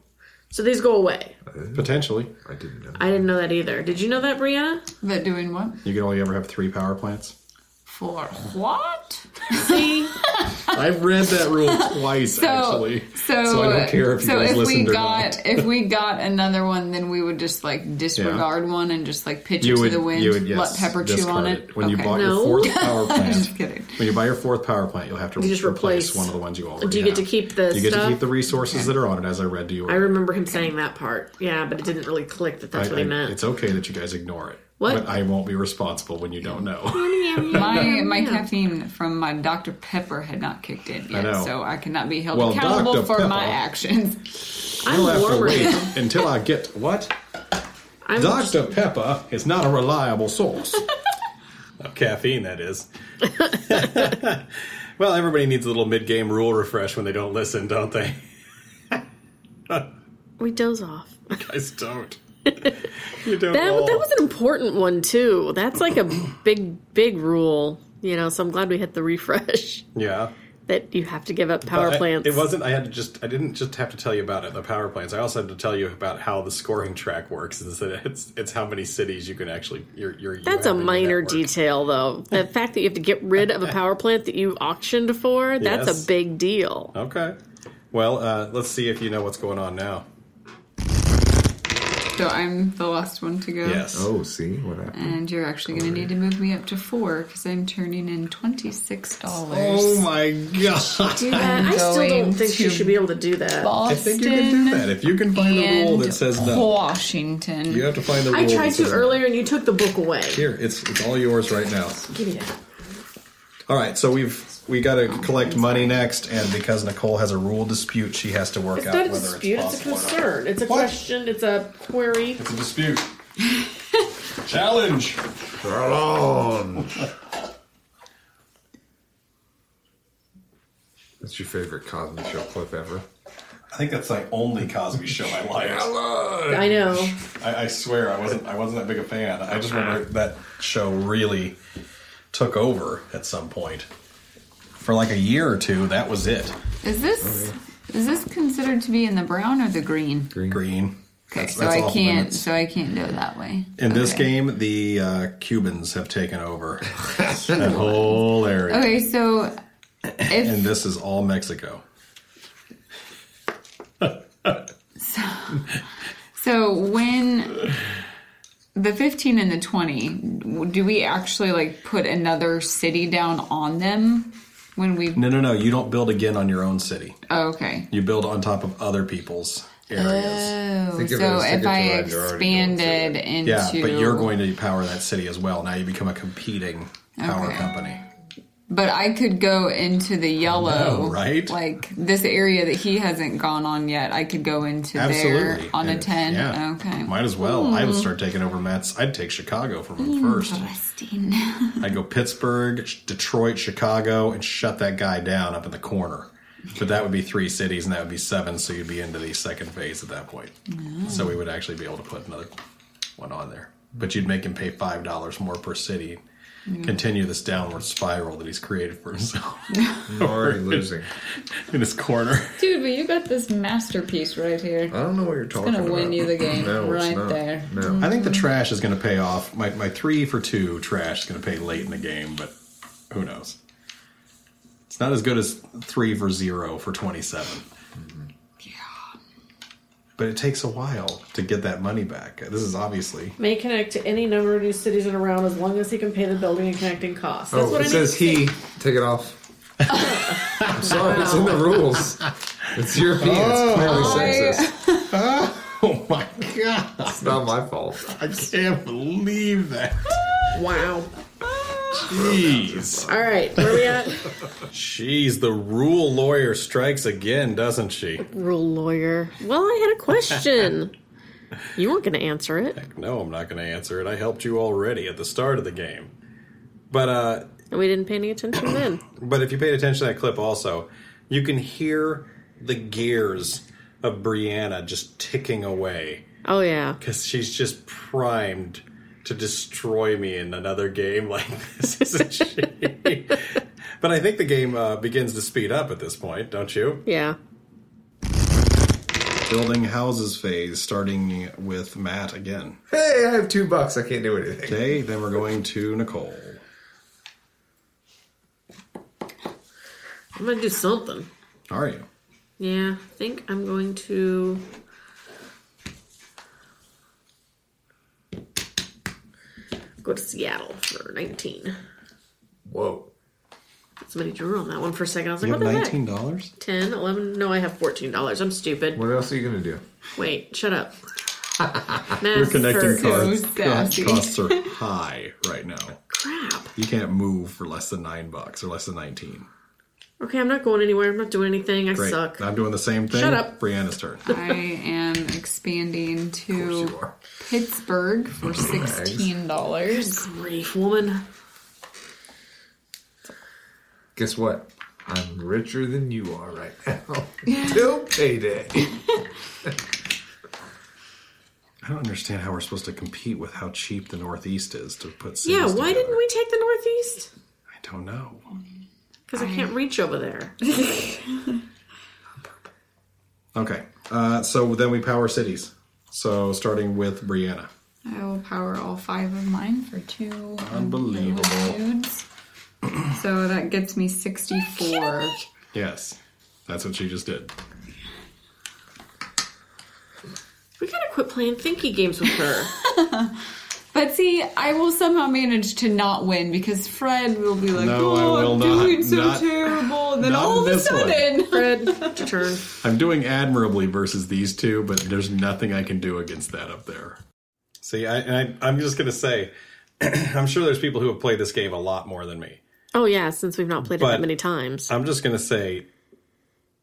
D: So these go away.
A: Potentially,
I: I didn't know.
D: I didn't know that either. Did you know that, Brianna?
H: That doing what?
A: you can only ever have three power plants.
H: For what?
D: See,
A: I've read that rule twice actually,
H: so,
A: so I don't care if you
H: so
A: guys
H: if we
A: listened or
H: got
A: not.
H: if we got another one, then we would just like disregard one and just like pitch it to the wind, let Pepper chew on
A: discard
H: it.
A: When you
H: Okay.
A: bought
D: No.
A: your fourth power plant,
H: Just kidding.
A: when you buy your fourth power plant, you'll have to
D: You just
A: replace,
D: replace-
A: one of the ones you already.
D: do you get to
A: have.
D: keep the
A: You get to
D: stuff?
A: keep the resources that are on it, as I read to you.
D: I remember him saying that part. Yeah, but it didn't really click that that's
A: I-
D: what he
A: I-
D: meant.
A: It's okay that you guys ignore it.
D: What?
A: But I won't be responsible when you don't know.
H: my my caffeine from my Dr Pepper had not kicked in yet,
A: know.
H: so I cannot be held
A: Well,
H: accountable
A: Dr.
H: for my
A: Pepper-
H: actions.
D: I'm
A: You'll have to
D: worried.
A: wait until I get what?
D: I'm just-
A: Dr. Pepper is not a reliable source. of caffeine, that is. well, everybody needs a little mid game rule refresh when they don't listen, don't they?
B: We doze off.
A: Guys don't. you don't.
B: That
A: all.
B: that was an important one too. That's like a big big rule, you know. So I'm glad we hit the refresh
A: yeah.
B: that you have to give up power
A: I-
B: plants.
A: it wasn't. I had to just. I didn't just have to tell you about it, the power plants. I also had to tell you about how the scoring track works. Is that it's it's how many cities you can actually. You're. you're you
B: That's a
A: have in your
B: minor
A: network.
B: detail, though. The fact that you have to get rid of a power plant that you auctioned for, that's
A: Yes.
B: a big deal.
A: Okay. Well, uh, let's see if you know what's going on now.
H: So I'm the last one to go.
A: Yes.
I: Oh, see what happened?
H: And you're actually going to need to move me up to four because I'm turning in twenty six dollars.
A: Oh my god.
D: Yeah, Uh, I still
H: going
D: don't think she
H: to
D: should be able to do that.
A: I think you can do that if you can find a rule that says no.
H: Washington.
A: You have to find the rule.
D: I tried
A: that
D: to
A: says no.
D: earlier, and you took the book away.
A: Here, it's it's all yours right now.
D: Give me that.
A: All right, so we've we got to collect money next, and because Nicole has a rule dispute, she has to work
D: It's
A: out
D: not a
A: whether
D: dispute.
A: it's
D: It's a
A: possible. or not.
D: concern. It's a
A: What?
D: question. It's a query.
A: It's a dispute. Challenge.
I: That's your favorite Cosby Show clip ever.
A: I think that's my only Cosby Show I liked.
D: I know.
A: I, I swear I wasn't I wasn't that big a fan. I just remember that show really took over at some point. For like a year or two, that was it.
H: Is this is this considered to be in the brown or the green?
A: Green.
H: Okay,
A: That's-
H: so
A: that's
H: I
A: off
H: can't.
A: limits.
H: So I can't go that way.
A: In this
H: Okay.
A: game, the uh, Cubans have taken over that whole area,
H: Okay, so if
A: and this is all Mexico.
H: so when the fifteen and the twenty, do we actually like put another city down on them when we?
A: No, no, no. You don't build again on your own city.
H: Oh, okay.
A: You build on top of other people's areas.
H: Oh,
I: Think of it
H: so
I: as
H: if I
I: Ticket to Ride, you're already going through
H: expanded into
A: yeah, but you're going to power that city as well. Now you become a competing power
H: Okay.
A: company.
H: But I could go into the yellow,
A: know, right?
H: Like this area that he hasn't gone on yet. I could go into
A: Absolutely.
H: there on a
A: And-
H: ten.
A: Yeah.
H: Okay.
A: Might as well. I would start taking over Matt's. I'd take Chicago from him first.
H: Interesting.
A: I'd go Pittsburgh, Ch- Detroit, Chicago, and shut that guy down up in the corner. But that would be three cities, and that would be seven. So you'd be into the second phase at that point. So we would actually be able to put another one on there. But you'd make him pay five dollars more per city continue this downward spiral that he's created for himself
I: already losing.
A: in his corner.
H: Dude, but you got this masterpiece right here.
A: Oh,
I: I don't know what you're talking
H: gonna
I: about.
H: win you the game
I: no,
H: right
I: it's not.
H: there.
I: No.
A: I think the trash is going to pay off. My, my three for two trash is going to pay late in the game, but who knows? It's not as good as three for zero for 27. But it takes a while to get that money back. This is obviously.
B: May connect to any number of new cities in a round as long as he can pay the building and connecting costs. That's
I: Oh,
B: what I
I: it
B: need
I: says
B: to
I: he. Take it off. I'm sorry, it's in the rules. It's European. It's clearly sexist.
A: Oh my god!
I: It's not my fault.
A: I can't believe that.
B: Wow.
A: Jeez.
B: All right, where are we at?
A: Jeez, the rule lawyer strikes again, doesn't she?
B: Rule lawyer. Well, I had a question. you weren't going to answer it.
A: No, I'm not going to answer it. I helped you already at the start of the game. But uh
B: And we didn't pay any attention then.
A: But if you paid attention to that clip also, you can hear the gears of Brianna just ticking away
B: Oh, yeah.
A: because she's just primed to destroy me in another game like this, isn't she? but I think the game uh, begins to speed up at this point, don't you?
B: Yeah.
A: Building houses phase, starting with Matt again.
I: Hey, I have two bucks. I can't do anything.
A: Okay, then we're going to Nicole.
B: I'm going to do something.
A: Are you?
B: Yeah, I think I'm going to. Go to Seattle for 19.
I: Whoa.
B: Somebody drew on that one for a second. I was like,
A: You have
B: what the heck?
A: nineteen dollars.
B: 10, 11. No, I have $14. I'm stupid.
I: What else are you gonna do?
B: Wait, shut up.
A: Your connecting
H: So
A: cards cost-
H: sassy.
A: costs are high right now.
B: Crap.
A: You can't move for less than nine bucks or less than nineteen.
B: Okay, I'm not going anywhere. I'm not doing anything. I
A: Great.
B: suck.
A: I'm doing the same thing.
B: Shut up.
A: Brianna's turn.
H: I am expanding
I: You
H: to
I: are.
H: Pittsburgh for sixteen dollars.
B: Grief, woman.
I: Guess what? I'm richer than you are right now. Till payday.
A: I don't understand how we're supposed to compete with how cheap the Northeast is to put. cities
B: Yeah, why
A: together.
B: didn't we take the Northeast?
A: I don't know.
B: Because I can't reach over there.
A: Okay, uh, so then we power cities. So starting with Brianna.
H: I will power all five of mine for two
A: Unbelievable.
H: dudes. So that gets me sixty-four.
A: Yes, that's what she just did.
B: We gotta quit playing thinky games with her.
H: But see, I will somehow manage to not win because Fred will be like,
A: No, I
H: "Oh,
A: will
H: I'm
A: not-
H: doing so
A: not-
H: terrible," and then
A: not
H: all of a
A: this one.
H: sudden,
B: Fred, your turn.
A: I'm doing admirably versus these two, but there's nothing I can do against that up there. See, I, and I, I'm just gonna say, I'm sure there's people who have played this game a lot more than me.
B: Oh, yeah, since we've not played it
A: But-
B: that many times.
A: I'm just going to say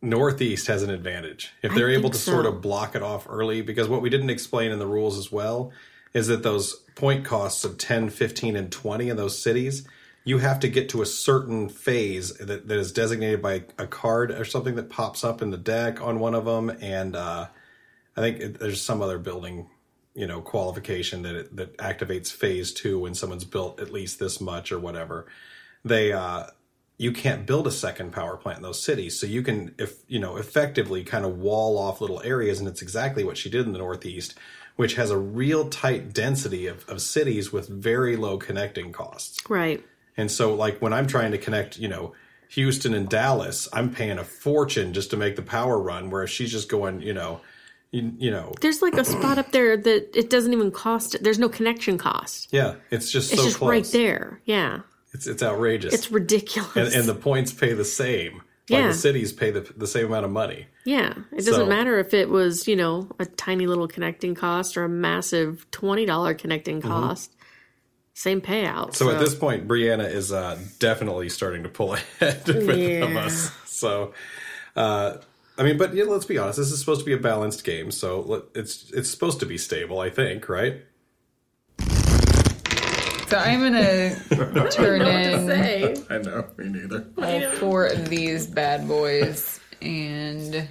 A: Northeast has an advantage if they're
B: I
A: able
B: think
A: to
B: so.
A: sort of block it off early. Because what we didn't explain in the rules as well is that those point costs of 10, 15, and 20 in those cities, you have to get to a certain phase that, that is designated by a card or something that pops up in the deck on one of them. And uh, I think it- there's some other building. You know, qualification that it, that activates phase two when someone's built at least this much or whatever. They uh, you can't build a second power plant in those cities so you can if you know effectively kind of wall off little areas and it's exactly what she did in the northeast which has a real tight density of, of cities with very low connecting costs
B: right.
A: and so like when i'm trying to connect you know houston and dallas i'm paying a fortune just to make the power run whereas she's just going you know you, you know
B: There's like a spot up there that it doesn't even cost, there's no connection cost.
A: yeah it's just
B: It's
A: so
B: just
A: close
B: right there. Yeah.
A: it's it's outrageous
B: It's ridiculous.
A: and, and the points pay the same like
B: Yeah.
A: the cities pay the, the same amount of money
B: yeah. It doesn't
A: So-
B: matter if it was, you know, a tiny little connecting cost or a massive $20
A: Mm-hmm.
B: connecting cost. Same payout.
A: So, at this point, Brianna is uh, definitely starting to pull ahead with of us. So, uh, I mean, but yeah, let's be honest. This is supposed to be a balanced game, so let- it's it's supposed to be stable, I think, right?
H: so I'm gonna turn in
B: Hey.
A: I know, me neither.
H: all four of these bad boys and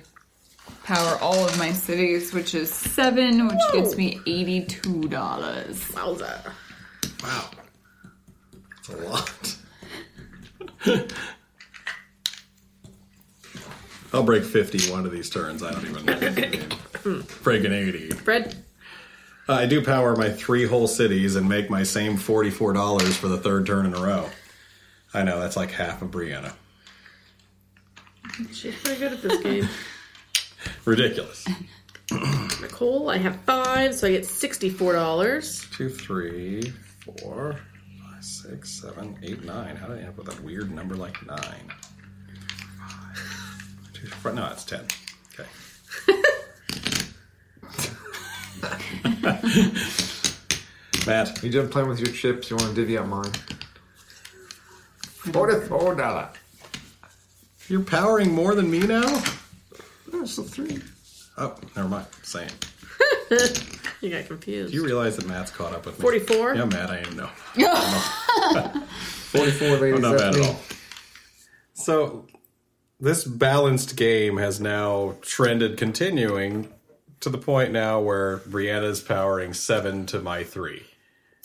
H: power all of my cities, which is seven, which gets me eighty-two dollars.
B: Wowza.
A: Wow, it's
I: It's a lot.
A: I'll break 50 one of these turns. I don't even know. break an 80.
D: Fred,
A: I do power my three whole cities and make my same $44 for the third turn in a row. I know, that's like half of Brianna.
D: she's pretty good at this game.
A: Ridiculous.
D: Nicole, I have five, so I get sixty-four dollars.
A: Two, three, four, five, six, seven, eight, nine. How did I end up with that weird number like nine? Five, two, four- no, that's ten. Okay. Matt,
I: You done playing with your chips? You want to divvy up mine? Forty-four dollar.
A: you're powering more than me now?
I: That's the three.
A: Oh, never mind. Same.
D: You got confused.
A: Do you realize that Matt's caught up with me?
D: 44?
A: Yeah, Matt, I am no.
I: Forty-four
A: Oh,
I: ladies.
A: not
I: that's
A: bad
I: me.
A: at all. So, this balanced game has now trended continuing to the point now where Brianna's powering seven to my three.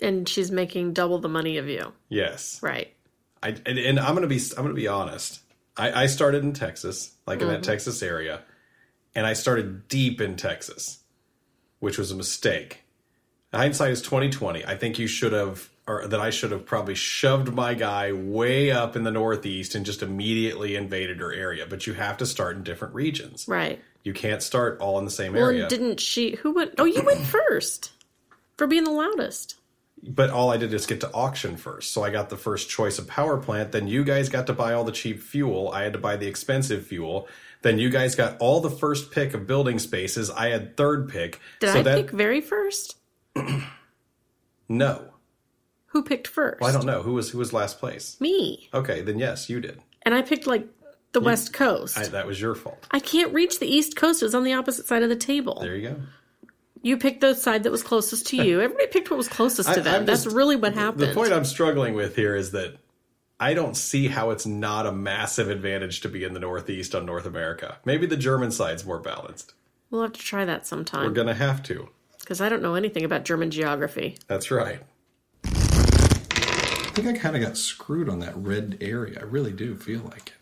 B: And she's making double the money of you.
A: Yes,
B: Right.
A: I and, and I'm gonna be I'm gonna be honest. I, I started in Texas, like in that Texas area, and I started deep in Texas, which was a mistake. Hindsight is twenty twenty. I think you should have, or that I should have probably shoved my guy way up in the Northeast and just immediately invaded her area. But you have to start in different regions.
B: Right.
A: You can't start all in the same
B: Well,
A: area.
B: didn't she? Who went? Oh, you went first for being the loudest.
A: but all I did is get to auction first. So I got the first choice of power plant. Then you guys got to buy all the cheap fuel. I had to buy the expensive fuel. Then you guys got all the first pick of building spaces. I had third pick.
B: Did
A: so
B: I
A: that
B: pick very first?
A: no,
B: Who picked first?
A: I don't know who was who was last place.
B: Me.
A: Okay, then yes, you did.
B: And I picked like the West Coast.
A: I,
B: I,
A: that was your fault.
B: can't reach the East Coast. It was on the opposite side of the table.
A: There you go.
B: You picked the side that was closest to you. Everybody picked what was closest to
A: I-
B: them.
A: I'm
B: That's
A: just-
B: really what happened.
A: The point I'm struggling with here is that I don't see how it's not a massive advantage to be in the Northeast on North America. Maybe the German side's more balanced.
B: we'll have to try that
A: We're
B: sometime
A: gonna have to.
B: because I don't know anything about German geography.
A: That's right. I think I kind of got screwed on that red area. I really do feel like it.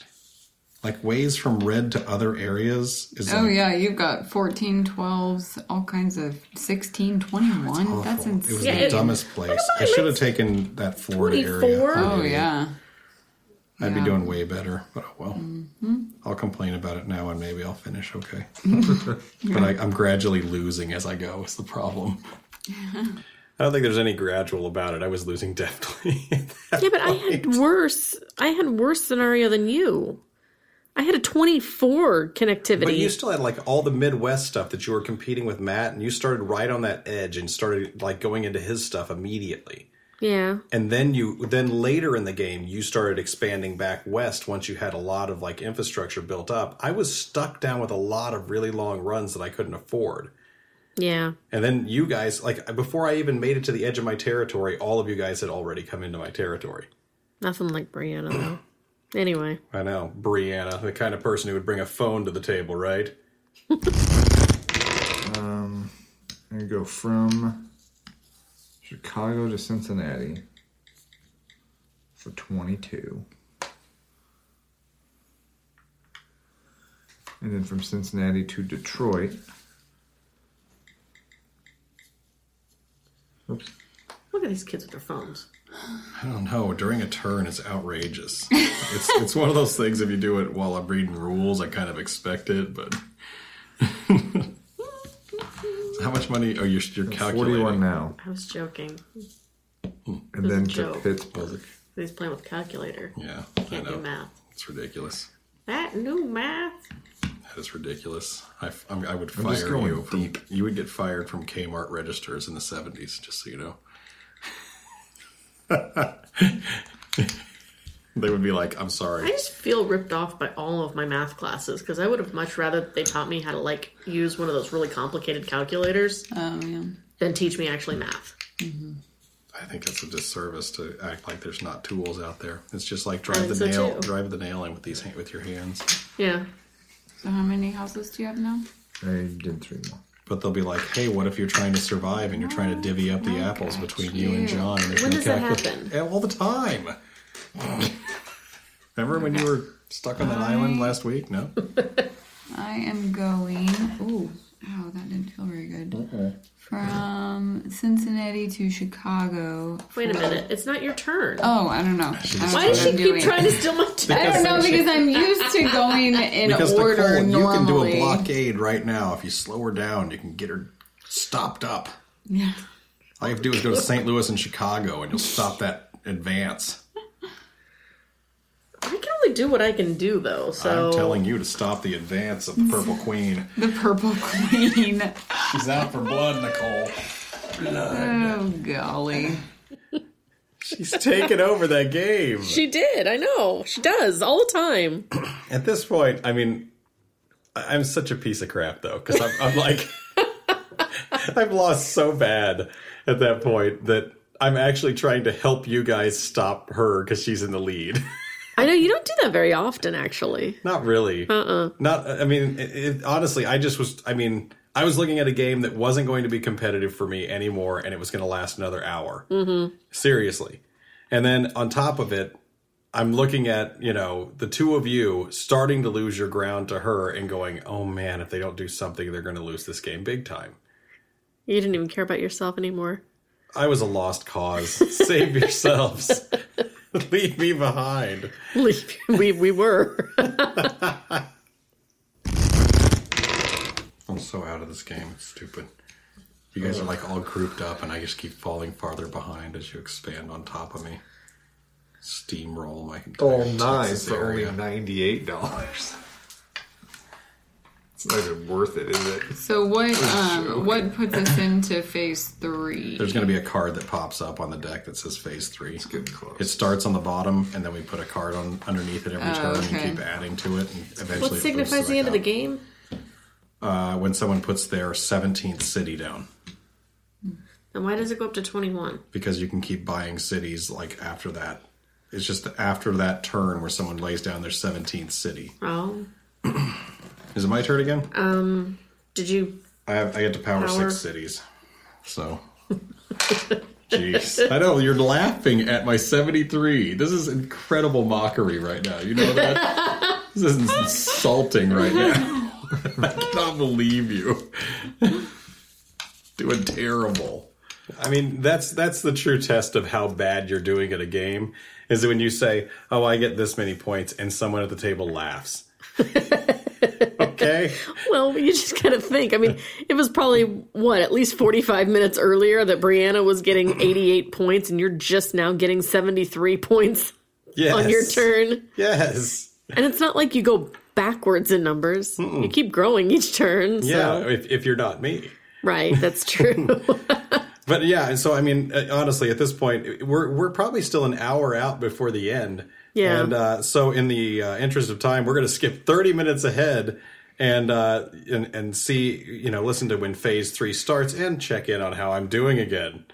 A: Like ways from red to other areas is
H: Oh
A: like,
H: yeah, you've got 14, 12s, all kinds of 16, 21. That's
A: awful. It was
H: insane.
A: the dumbest place. I should have taken that Florida area.
B: 24?
H: oh yeah.
A: I'd be doing way better, but oh well.
H: Mm-hmm.
A: I'll complain about it now and maybe I'll finish okay. but I, I'm gradually losing as I go, is the problem. I don't think there's any gradual about it. I was losing deftly.
B: Yeah, but I had worse. I had worse scenario than you. I had a 24 connectivity.
A: But you still had like all the Midwest stuff that you were competing with Matt, and you started right on that edge and started like going into his stuff immediately.
B: yeah.
A: And then you, then later in the game, you started expanding back west once you had a lot of like infrastructure built up. I was stuck down with a lot of really long runs that I couldn't afford.
B: Yeah.
A: And then you guys, like before I even made it to the edge of my territory, all of you guys had already come into my territory.
B: Nothing like Brianna, though. anyway.
A: I know, Brianna, the kind of person who would bring a phone to the table, right?
I: I'm gonna go from Chicago to Cincinnati for 22. And then from Cincinnati to Detroit. Oops.
D: Look at these kids with their phones.
A: I don't know. During a turn is outrageous. it's it's one of those things. If you do it while I'm reading rules, I kind of expect it. But So how much money? Oh, you're you're calculating.
I: 41 now. Hmm.
D: I was joking.
I: And then
D: There's a
I: to
D: joke.
I: Pittsburgh.
D: He's playing with a calculator.
A: Yeah, I
D: Can't do
A: know.
D: math.
A: It's ridiculous.
D: That new math.
A: That is ridiculous. I, f- I'm- I would
I: just
A: fire
I: going
A: you. From, You would get fired from Kmart registers in the 70s. Just so you know. they would be like, "I'm
D: I
A: sorry."
D: just feel ripped off by all of my math classes because I would have much rather that they taught me how to like use one of those really complicated calculators
H: Oh yeah.
D: than teach me actually math.
A: I think it's a disservice to act like there's not tools out there. It's just like drive
D: think
A: the
D: so,
A: nail,
D: too.
A: drive the nail in with these hand- with your hands.
D: Yeah.
H: So how many houses do you have now?
I: I did three more.
A: But they'll be like, "Hey, what if you're trying to survive and you're trying to divvy up the apples between you and John?" And there's
B: When
A: no
B: does that
A: calcul-
B: happen?
A: Eh, All the time. Remember when you were stuck on that island last week? No.
H: I am going. Ooh, ow, that didn't feel very good. From Cincinnati to Chicago.
B: Wait a minute, it's not your turn.
H: Oh, I don't know.
B: Why does she keep trying to steal my
H: I
B: turn?
H: don't know because I'm used to going in
A: Because
H: order
A: Nicole, you
H: normally.
A: can do a blockade right now. If you slow her down, you can get her stopped up.
H: Yeah.
A: All you have to do is go to St. Louis and Chicago, and you'll stop that advance.
D: I can only do what I can do, though. So
A: I'm
B: Oh.
A: telling you to stop the advance of the Purple Queen.
H: The purple queen.
A: She's out for blood, Nicole.
H: Oh golly.
A: She's taking over that game.
B: She did. I know. She does all the time.
A: At this point, I mean, I- I'm such a piece of crap though, because I'm, I'm like, I've lost so bad at that point that I'm actually trying to help you guys stop her because she's in the lead.
B: I know you don't do that very often, actually.
A: Not really. Uh-uh. Not. I mean, it, it, honestly, I just was. I mean, I was looking at a game that wasn't going to be competitive for me anymore, and it was going to last another hour. Mm-hmm. Seriously. And then on top of it, I'm looking at you know the two of you starting to lose your ground to her, and going, "Oh man, if they don't do something, they're going to lose this game big time."
B: You didn't even care about yourself anymore.
A: I was a lost cause. Save yourselves. Leave me behind.
B: We, we, we were.
A: I'm so out of this game. It's stupid. You guys are like all grouped up, and I just keep falling farther behind as you expand on top of me. Steamroll my entire
I: All nine
A: Texas
I: for only
A: area.
I: ninety-eight dollars. It's not even worth it, is it?
H: So what? Um, what puts us into phase three?
A: There's going to be a card that pops up on the deck that says Phase Three. It's
I: getting close.
A: It starts on the bottom, and then we put a card on underneath it every turn
H: okay.
A: and keep adding to it. And eventually, it
B: Oh, What
A: boosts
B: signifies the
A: back
B: end of the
A: up.
B: game?
A: Uh, when someone puts their 17th city down,
D: then why does it go up to 21?
A: because you can keep buying cities like after that. It's just after that turn where someone lays down their 17th city.
D: Oh,
A: Is it my turn again?
D: did you?
A: I have I get to power,
D: Power.
A: six cities. So Jeez. I know you're laughing at my 73. This is incredible mockery right now. You know that? this is insulting right now. I cannot believe you. doing terrible. I mean, that's that's the true test of how bad you're doing at a game is that when you say, "Oh, I get this many points," and someone at the table laughs. okay?
B: Well, you just gotta think. I mean, it was probably what at least forty-five minutes earlier that Brianna was getting eighty-eight points, and you're just now getting seventy-three points
A: Yes.
B: on your turn.
A: Yes.
B: And it's not like you go backwards in numbers; you keep growing each turn. So.
A: Yeah, if, if you're not me.
B: right. That's true.
A: But yeah, and so I mean, uh, honestly, at this point, we're we're probably still an hour out before the end.
B: Yeah.
A: And uh, so, in the uh, interest of time, we're going to skip 30 minutes ahead and uh, and and see, you know, listen to when Phase Three starts and check in on how I'm doing again.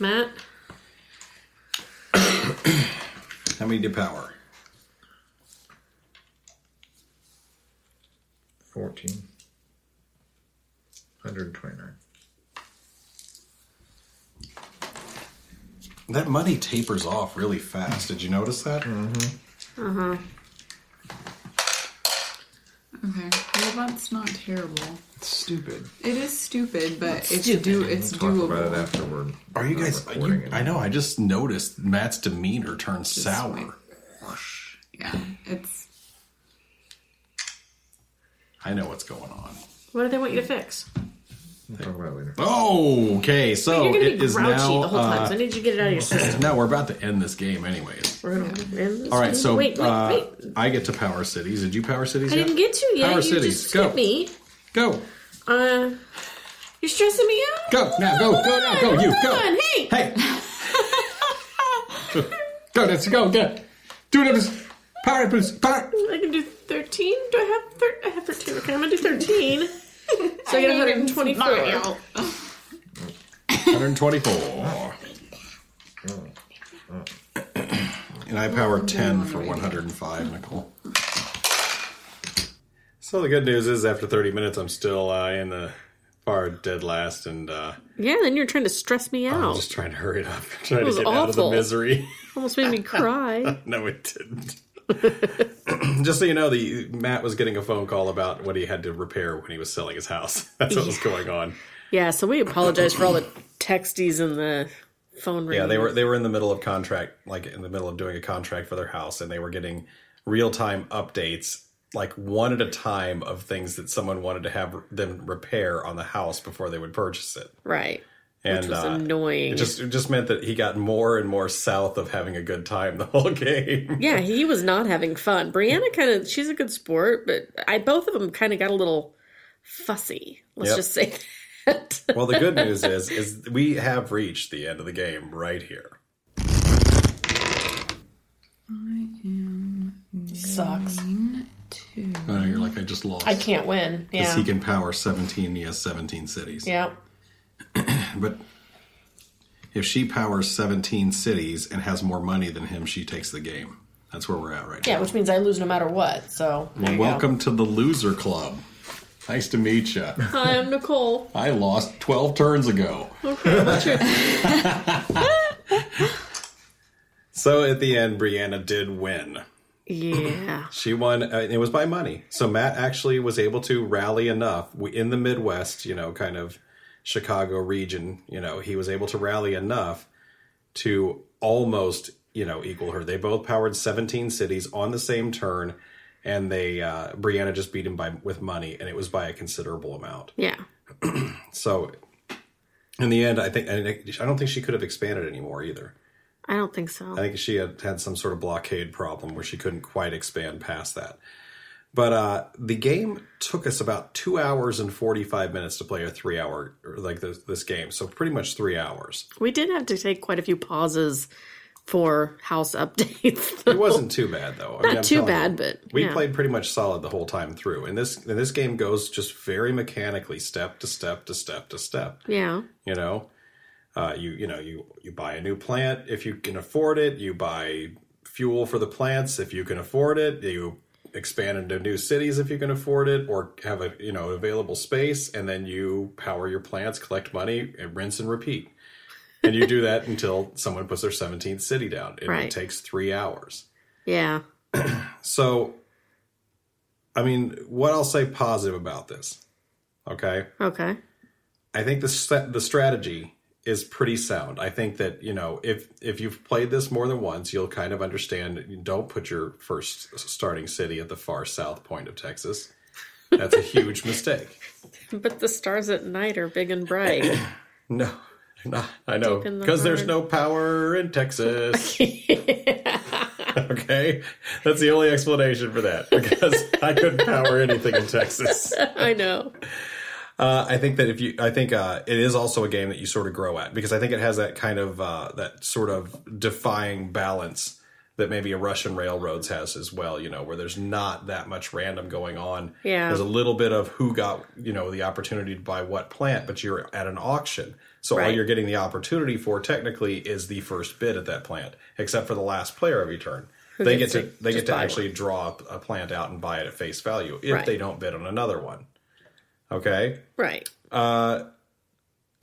D: Matt,
A: How many to power?
I: 14. 129.
A: That money tapers off really fast. Did you notice that?
H: Okay. Well, that's not terrible.
I: It's stupid.
H: It is stupid, but it's do. It's
I: Talk about it
H: doable.
I: afterward.
A: Are you guys?
I: Not recording
A: You,
I: it.
A: I know. I just noticed Matt's demeanor turned sour.
H: wait. Yeah. It's
A: I know what's going on.
D: what do they want you to fix?
I: We'll talk about it later.
A: Oh, okay. So
D: You're gonna
A: it
D: be
A: is
D: grouchy
A: now.
D: the whole time.
A: uh,
D: So I need you to get it out of your system.
A: no, we're about to end this game, anyways.
D: We're gonna end this
A: All right.
D: game.
A: So
D: wait, wait,
A: uh,
D: wait.
A: I get to power cities. Did you power cities?
D: I
A: yet?
D: didn't get to yet.
A: Power
D: you
A: cities.
D: just
A: Go.
D: skipped me.
A: Go,
D: Uh, you're stressing me out.
A: go now, go, go now, go. You
D: Come on,
A: go.
D: hey.
A: Hey, go, Nancy, go, go. Do it, Bruce. Power, it, Bruce. Power. it.
D: I can do 13. Do I have 13? I have 13. Okay, I'm gonna do 13. So I get 124.
A: 124.
D: Oh,
A: And I power 10 for 105, Nicole. So the good news is, after 30 minutes, I'm still uh, in the far dead last, and uh,
B: Yeah, then you're trying to stress me
A: I'm
D: Oh.
B: out.
A: just trying to hurry it up, trying to
B: was
A: get out of the
B: awful.
A: misery.
B: Almost made me cry.
A: no, it didn't. just so you know, the Matt was getting a phone call about what he had to repair when he was selling his house. That's what was going on.
B: yeah, so we apologize for all the texties and the phone ringing.
A: Yeah, they were they were in the middle of contract, like in the middle of doing a contract for their house, and they were getting real time updates, like one at a time, of things that someone wanted to have them repair on the house before they would purchase it.
B: right.
A: And
B: Which was
A: uh,
B: annoying.
A: it just it just meant that he got more and more south of having a good time the whole game.
B: yeah, he was not having fun. Brianna kind of she's a good sport, but I both of them kind of got a little fussy. Let's
A: Yep.
B: just say that.
A: well, the good news is is we have reached the end of the game right here.
B: Sucks.
A: Uh, you're like I just lost.
B: I can't win. Yeah.
A: he can power 17 yes 17 cities
B: yeah.
A: but if she powers 17 cities and has more money than him she takes the game that's where we're at right
B: Yeah, which means I lose no matter what. So
A: now well, welcome to the loser club nice to meet you
B: Hi, I'm Um, Nicole.
A: i lost 12 turns ago so at the end brianna did win
B: Yeah.
A: She won. Uh, it was by money. So Matt actually was able to rally enough we, in the Midwest, you know, kind of Chicago region. You know, he was able to rally enough to almost, you know, equal her. They both powered 17 cities on the same turn, and they uh, Brianna just beat him by with money, and it was by a considerable amount.
B: Yeah.
A: So in the end, I think and I don't think she could have expanded anymore either.
B: I don't think so.
A: I think she had had some sort of blockade problem where she couldn't quite expand past that. But uh, the game took us about two hours and forty five minutes to play a three hour or like this, this game, so pretty much three hours.
B: We did have to take quite a few pauses for house updates.
A: It wasn't too bad though. I mean,
B: Not
A: I'm
B: too
A: telling you,
B: bad, but
A: we
B: yeah.
A: played pretty much solid the whole time through, and this and this game goes just very mechanically, step to step to step to step.
B: Yeah.
A: you know uh, you you know you you buy a new plant if you can afford it you buy fuel for the plants if you can afford it you expand into new cities if you can afford it or have a you know available space and then you power your plants collect money and rinse and repeat and you do that until someone puts their 17th city down and
B: Right.
A: it takes three hours
B: Yeah.
A: so i mean what i'll say positive about this okay
B: Okay.
A: I think the st- the strategy is pretty sound. I think that you know if if you've played this more than once, you'll kind of understand. you Don't put your first starting city at the far south point of Texas. That's a huge mistake.
B: But the stars at night are big and bright.
A: No, they're not. I know
B: Deep in the
A: because there's
B: heart.
A: no power in Texas. okay, that's the only explanation for that because I couldn't power anything in Texas.
B: I know.
A: Uh, I think that if you, I think uh, it is also a game that you sort of grow at because I think it has that kind of uh, that sort of defying balance that maybe a Russian railroads has as well. You know, where there's not that much random going on.
B: Yeah.
A: there's a little bit of who got you know the opportunity to buy what plant, but you're at an auction, so all
B: Right.
A: you're getting the opportunity for technically is the first bid at that plant, except for the last player every turn. They get
B: gets
A: to
B: to
A: they
B: just
A: get to
B: buy one.
A: actually draw up a plant out and buy it at face value if
B: Right.
A: they don't bid on another one. Okay.
B: Right.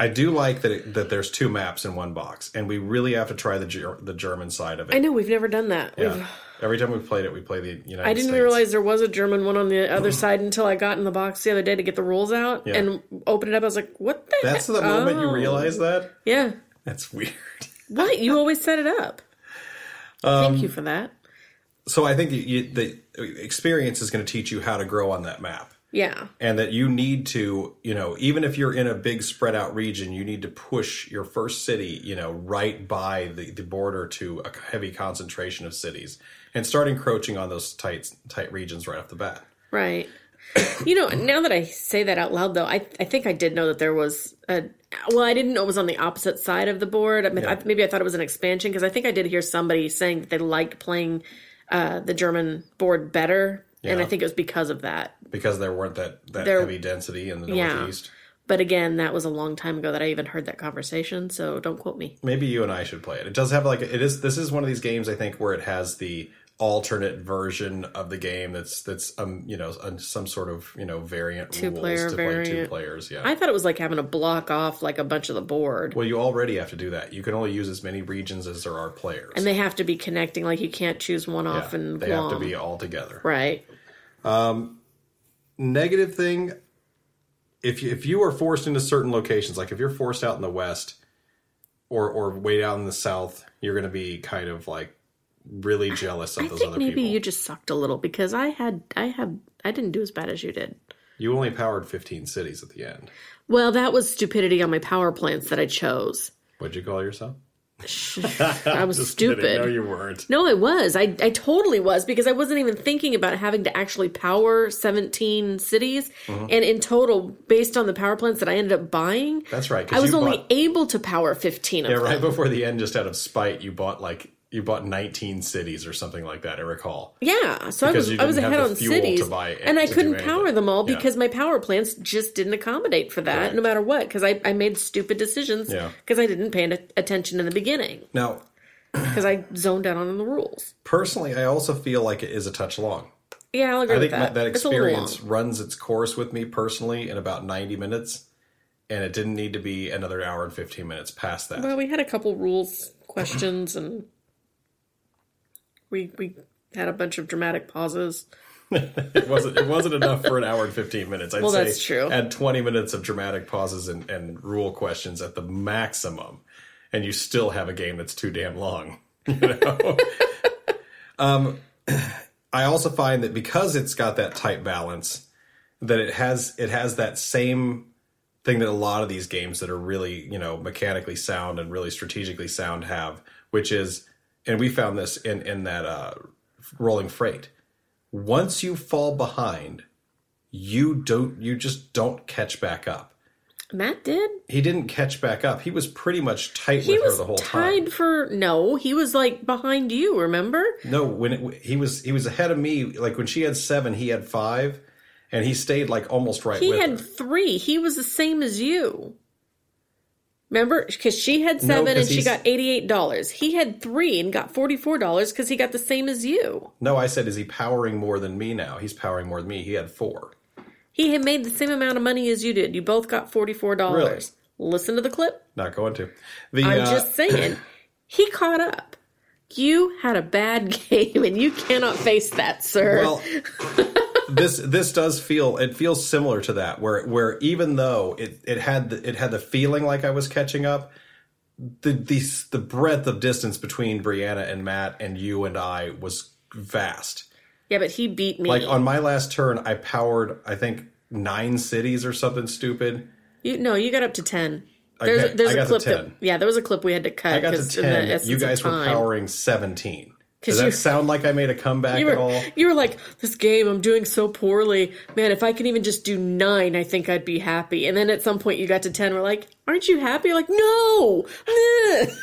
A: I do like that it, that there's two maps in one box, and we really have to try the Ger- the German side of
B: I
A: it.
B: know we've never done that. We've,
A: Yeah. Every time we played it, we play the United.
B: I didn't
A: States.
B: realize there was a German one on the other side until I got in the box the other day to get the rules out
A: Yeah.
B: and opened it up. I was like, "What the?"
A: That's
B: he-
A: the moment you
B: Oh.
A: realize that.
B: Yeah.
A: That's weird.
B: What you always set it up. Thank you
A: Um,
B: for that.
A: So I think that you, the experience is going to teach you how to grow on that map.
B: Yeah.
A: and that you need to you know even if you're in a big spread out region you need to push your first city you know right by the, the border to a heavy concentration of cities and start encroaching on those tight tight regions right off the bat
B: Right. You know, now that I say that out loud, though, I I think I did know that there was a. Well, I didn't know it was on the opposite side of the board. I mean, I, maybe I thought it was an expansion because I think I did hear somebody saying that they liked playing uh, the German board better, and I
A: Yeah.
B: think it was because of that.
A: because there weren't that that
B: There-
A: heavy density in the
B: Yeah.
A: northeast
B: But again, that was a long time ago that I even heard that conversation, so don't quote me.
A: maybe you and i should play it it does have like it is this is one of these games i think where it has the alternate version of the game that's that's um you know um, some sort of you know variant rules
B: player
A: to play two
B: variant.
A: players. Yeah.
B: I thought it was like having to block off like a bunch of the board.
A: well, you already have to do that. You can only use as many regions as there are players.
B: And they have to be connecting. Like you can't choose one
A: Yeah,
B: off and
A: they
B: Guam.
A: have to be all together.
B: right.
A: negative thing if you, if you are forced into certain locations like if you're forced out in the west or or way down in the south you're going to be kind of like really jealous of
B: I
A: those
B: think
A: other
B: maybe
A: people
B: you
A: you...
B: just sucked a little because I had I had I didn't do as bad as you did.
A: only powered 15 cities at the end
B: Well, that was stupidity on my power plants that I chose.
A: what'd you call yourself
B: I was stupid.
A: Kidding. no you weren't
B: No, I was. I, I totally was because I wasn't even thinking about having to actually power 17 cities.
A: Mm-hmm.
B: And in total, based on the power plants that I ended up buying,
A: that's right 'cause
B: I was
A: you
B: only
A: bought,
B: able to power 15 of
A: yeah,
B: them.
A: right before the end just out of spite you bought like you bought 19 cities or something like that i recall
B: Yeah, so I
A: Because
B: was
A: you
B: I was
A: didn't have
B: ahead
A: the
B: on
A: fuel to
B: cities,
A: buy it-
B: and I
A: to do
B: couldn't
A: anything.
B: power them all
A: Yeah.
B: because my power plants just didn't accommodate for that,
A: Right.
B: no matter what. Because I, I made stupid decisions
A: Yeah.
B: because I didn't pay an- attention in the beginning
A: now
B: because I zoned out on the rules.
A: personally i also feel like it is a touch long
B: Yeah, I'll agree
A: I
B: with
A: think that,
B: that.
A: that
B: It's a little
A: experience
B: long.
A: runs its course with me personally in about 90 minutes, and it didn't need to be another hour and 15 minutes past that.
B: Well, we had a couple rules questions, and we we had a bunch of dramatic pauses.
A: it wasn't it wasn't enough for an hour and 15 minutes. I'd
B: Well,
A: say
B: that's true.
A: add 20 minutes of dramatic pauses and, and rule questions at the maximum, and you still have a game that's too damn long. You know. um, I also find that because it's got that tight balance, that it has it has that same thing that a lot of these games that are really you know mechanically sound and really strategically sound have, which is, and we found this in in that uh, Rolling Freight. Once you fall behind, you don't you just don't catch back up.
B: Matt did.
A: He didn't catch back up. He was pretty much tight
B: He
A: with her
B: was
A: the whole
B: tied
A: time.
B: for no. He was like behind you. Remember?
A: No, when it, he was he was ahead of me. Like when she had seven, he had five, and he stayed like almost right
B: He
A: with
B: had
A: her.
B: three. He was the same as you. Remember? Because she had
A: No,
B: seven
A: 'cause
B: and she
A: he's-
B: got $88. He had three and got $44 because he got the same as you.
A: No, I said, is he powering more than me now? He's powering more than me. He had four.
B: He had made the same amount of money as you did. You both got $44.
A: Really?
B: Listen to the clip.
A: Not going to. The
B: I'm
A: uh,
B: just saying. he caught up. You had a bad game and you cannot face that, sir.
A: Well, this this does feel it feels similar to that where where even though it it had the, it had the feeling like I was catching up, the the the breadth of distance between Brianna and Matt and you and I was vast.
B: yeah, but he beat me.
A: Like on my last turn, I powered I think nine cities or something stupid.
B: you, no, you got up to 10.
A: Okay,
B: There's, there's
A: I
B: a
A: got to
B: clip
A: 10.
B: that, yeah, there was a clip we had to cut.
A: I got to
B: 'cause in the
A: ten. You
B: essence of
A: guys were
B: time.
A: powering seventeen.
B: 'Cause
A: Does that
B: you-
A: sound like I made a comeback
B: You were,
A: at all?
B: you were like, this game, I'm doing so poorly. Man, if I can even just do nine, I think I'd be happy. And then at some point you got to 10, we're like, aren't you happy? You're like, no! it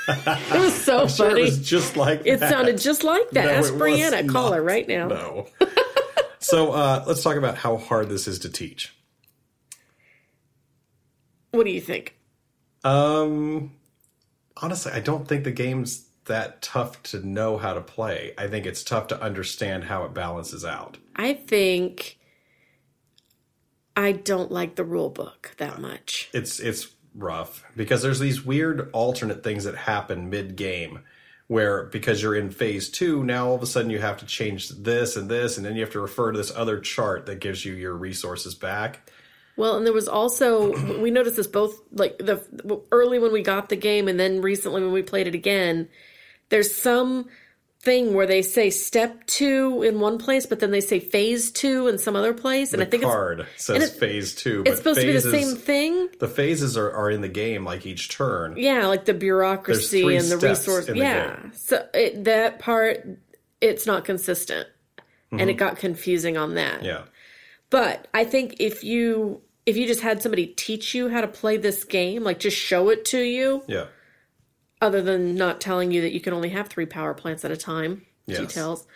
B: was so
A: Sure,
B: funny.
A: it was just like
B: it
A: that.
B: sounded just like that.
A: No,
B: Ask
A: it was
B: Brianna. Call her
A: not.
B: right now.
A: No. so uh, let's talk about how hard this is to teach.
B: What do you think?
A: Um, honestly, I don't think the game's that tough to know how to play. I think it's tough to understand how it balances out.
B: I think I don't like the rule book that much.
A: It's it's rough because there's these weird alternate things that happen mid game. Where because you're in phase two, now all of a sudden you have to change this and this, and then you have to refer to this other chart that gives you your resources back.
B: Well, and there was also we noticed this both like the early when we got the game and then recently when we played it again. There's some thing where they say step two in one place, but then they say phase two in some other place, and I think
A: Card says
B: it-
A: phase two.
B: it's it's supposed to be the
A: phases-
B: same thing.
A: the phases are, are in the game like each turn
B: Yeah, like the bureaucracy
A: three
B: and the
A: steps
B: resource.
A: in the
B: yeah,
A: game.
B: so it, that part it's not consistent, and it
A: Mm-hmm.
B: got confusing on that.
A: yeah
B: But I think if you if you just had somebody teach you how to play this game, like just show it to you,
A: yeah
B: other than not telling you that you can only have three power plants at a time.
A: Yes.
B: Details.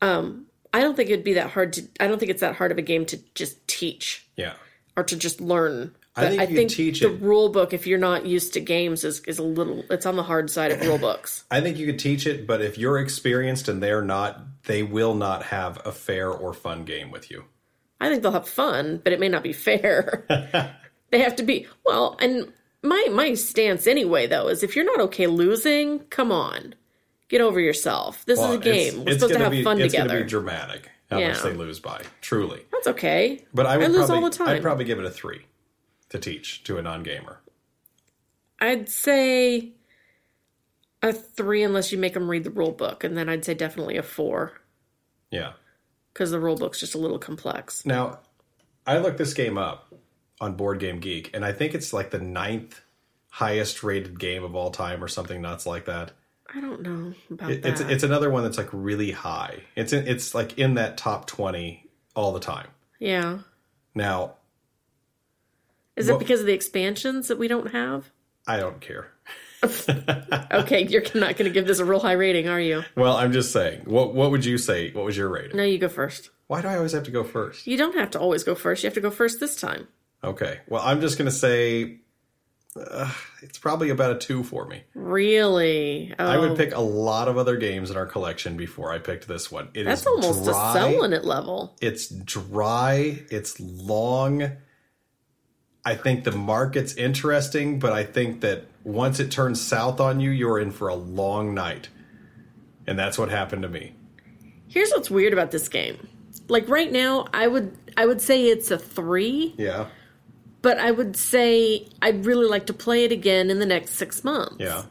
B: Um, I don't think it'd be that hard to. I don't think it's that hard of a game to just teach
A: yeah
B: or to just learn.
A: I think
B: I
A: you
B: think
A: teach
B: the
A: it.
B: rule book, if you're not used to games, is, is a little. It's on the hard side of rule books.
A: I think you could teach it, but if you're experienced and they're not, they will not have a fair or fun game with you.
B: I think they'll have fun, but it may not be fair. they have to be well, and my my stance anyway though is if you're not okay losing, come on, get over yourself. This
A: Well,
B: is a game. We're supposed to
A: gonna
B: have
A: be,
B: fun
A: it's
B: together.
A: gonna be dramatic how much
B: Yeah.
A: they lose by, truly.
B: That's okay.
A: But I would
B: lose
A: probably,
B: all the time.
A: I'd probably give it a three to teach to a non-gamer.
B: I'd say a three unless you make them read the rule book, and then I'd say definitely a four
A: Yeah.
B: because the rule book's just a little complex.
A: Now, I looked this game up on Board Game Geek, and I think it's like the ninth highest rated game of all time, or something nuts like that.
B: I don't know about
A: It,
B: that.
A: it's it's another one that's like really high. It's in, it's like in that top twenty all the time.
B: yeah.
A: Now,
B: Is
A: Well-
B: it because of the expansions that we don't have?
A: I don't care.
B: Okay, you're not going to give this a real high rating, are you?
A: Well, I'm just saying. What what would you say? What was your rating?
B: No, you go first.
A: Why do I always have to go first?
B: You don't have to always go first. You have to go first this time.
A: Okay. Well, I'm just gonna say uh, it's probably about a two for me.
B: Really? Oh,
A: I would pick a lot of other games in our collection before I picked this one. It is
B: That's almost
A: dry.
B: a selling it level.
A: It's dry. It's long. I think the market's interesting, but I think that once it turns south on you, you're in for a long night. And that's what happened to me.
B: Here's what's weird about this game. Like right now, I would I would say it's a three,
A: Yeah.
B: but I would say I'd really like to play it again in the next six months.
A: Yeah.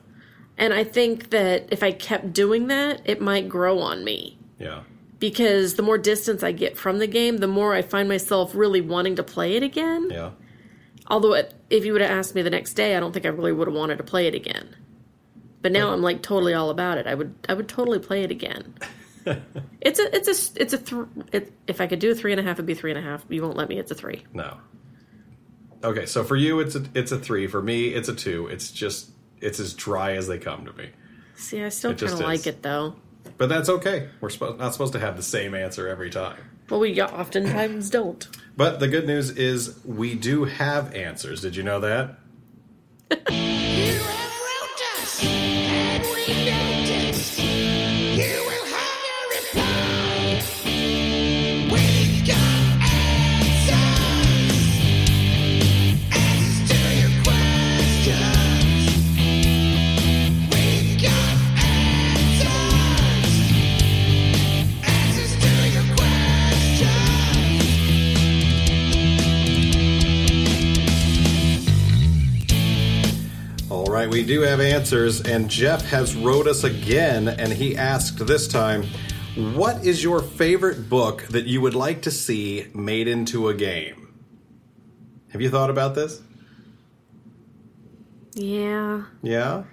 B: And I think that if I kept doing that, it might grow on me.
A: Yeah.
B: Because the more distance I get from the game, the more I find myself really wanting to play it again.
A: Yeah.
B: Although, it, if you would have asked me the next day, I don't think I really would have wanted to play it again. But now I'm like totally all about it. I would I would totally play it again. it's a it's a it's a thr it, if I could do a three and a half, it'd be three and a half. You won't let me. It's a three.
A: No. Okay, so for you it's a it's a three. For me, it's a two. It's just it's as dry as they come to me.
B: See, I still
A: It just
B: kind of
A: is.
B: like it though.
A: But that's okay. We're supposed not supposed to have the same answer every time.
B: Well, we oftentimes don't.
A: But the good news is we do have answers. Did you know that?
G: You have wrote us, and we noticed. You will have a reply. We've got answers as to your questions. We've got answers. Answers to your questions.
A: All right, we do have answers, and Jeff has wrote us again, and he asked this time, "What is your favorite book that you would like to see made into a game?" Have you thought about this?
B: Yeah,
A: Yeah,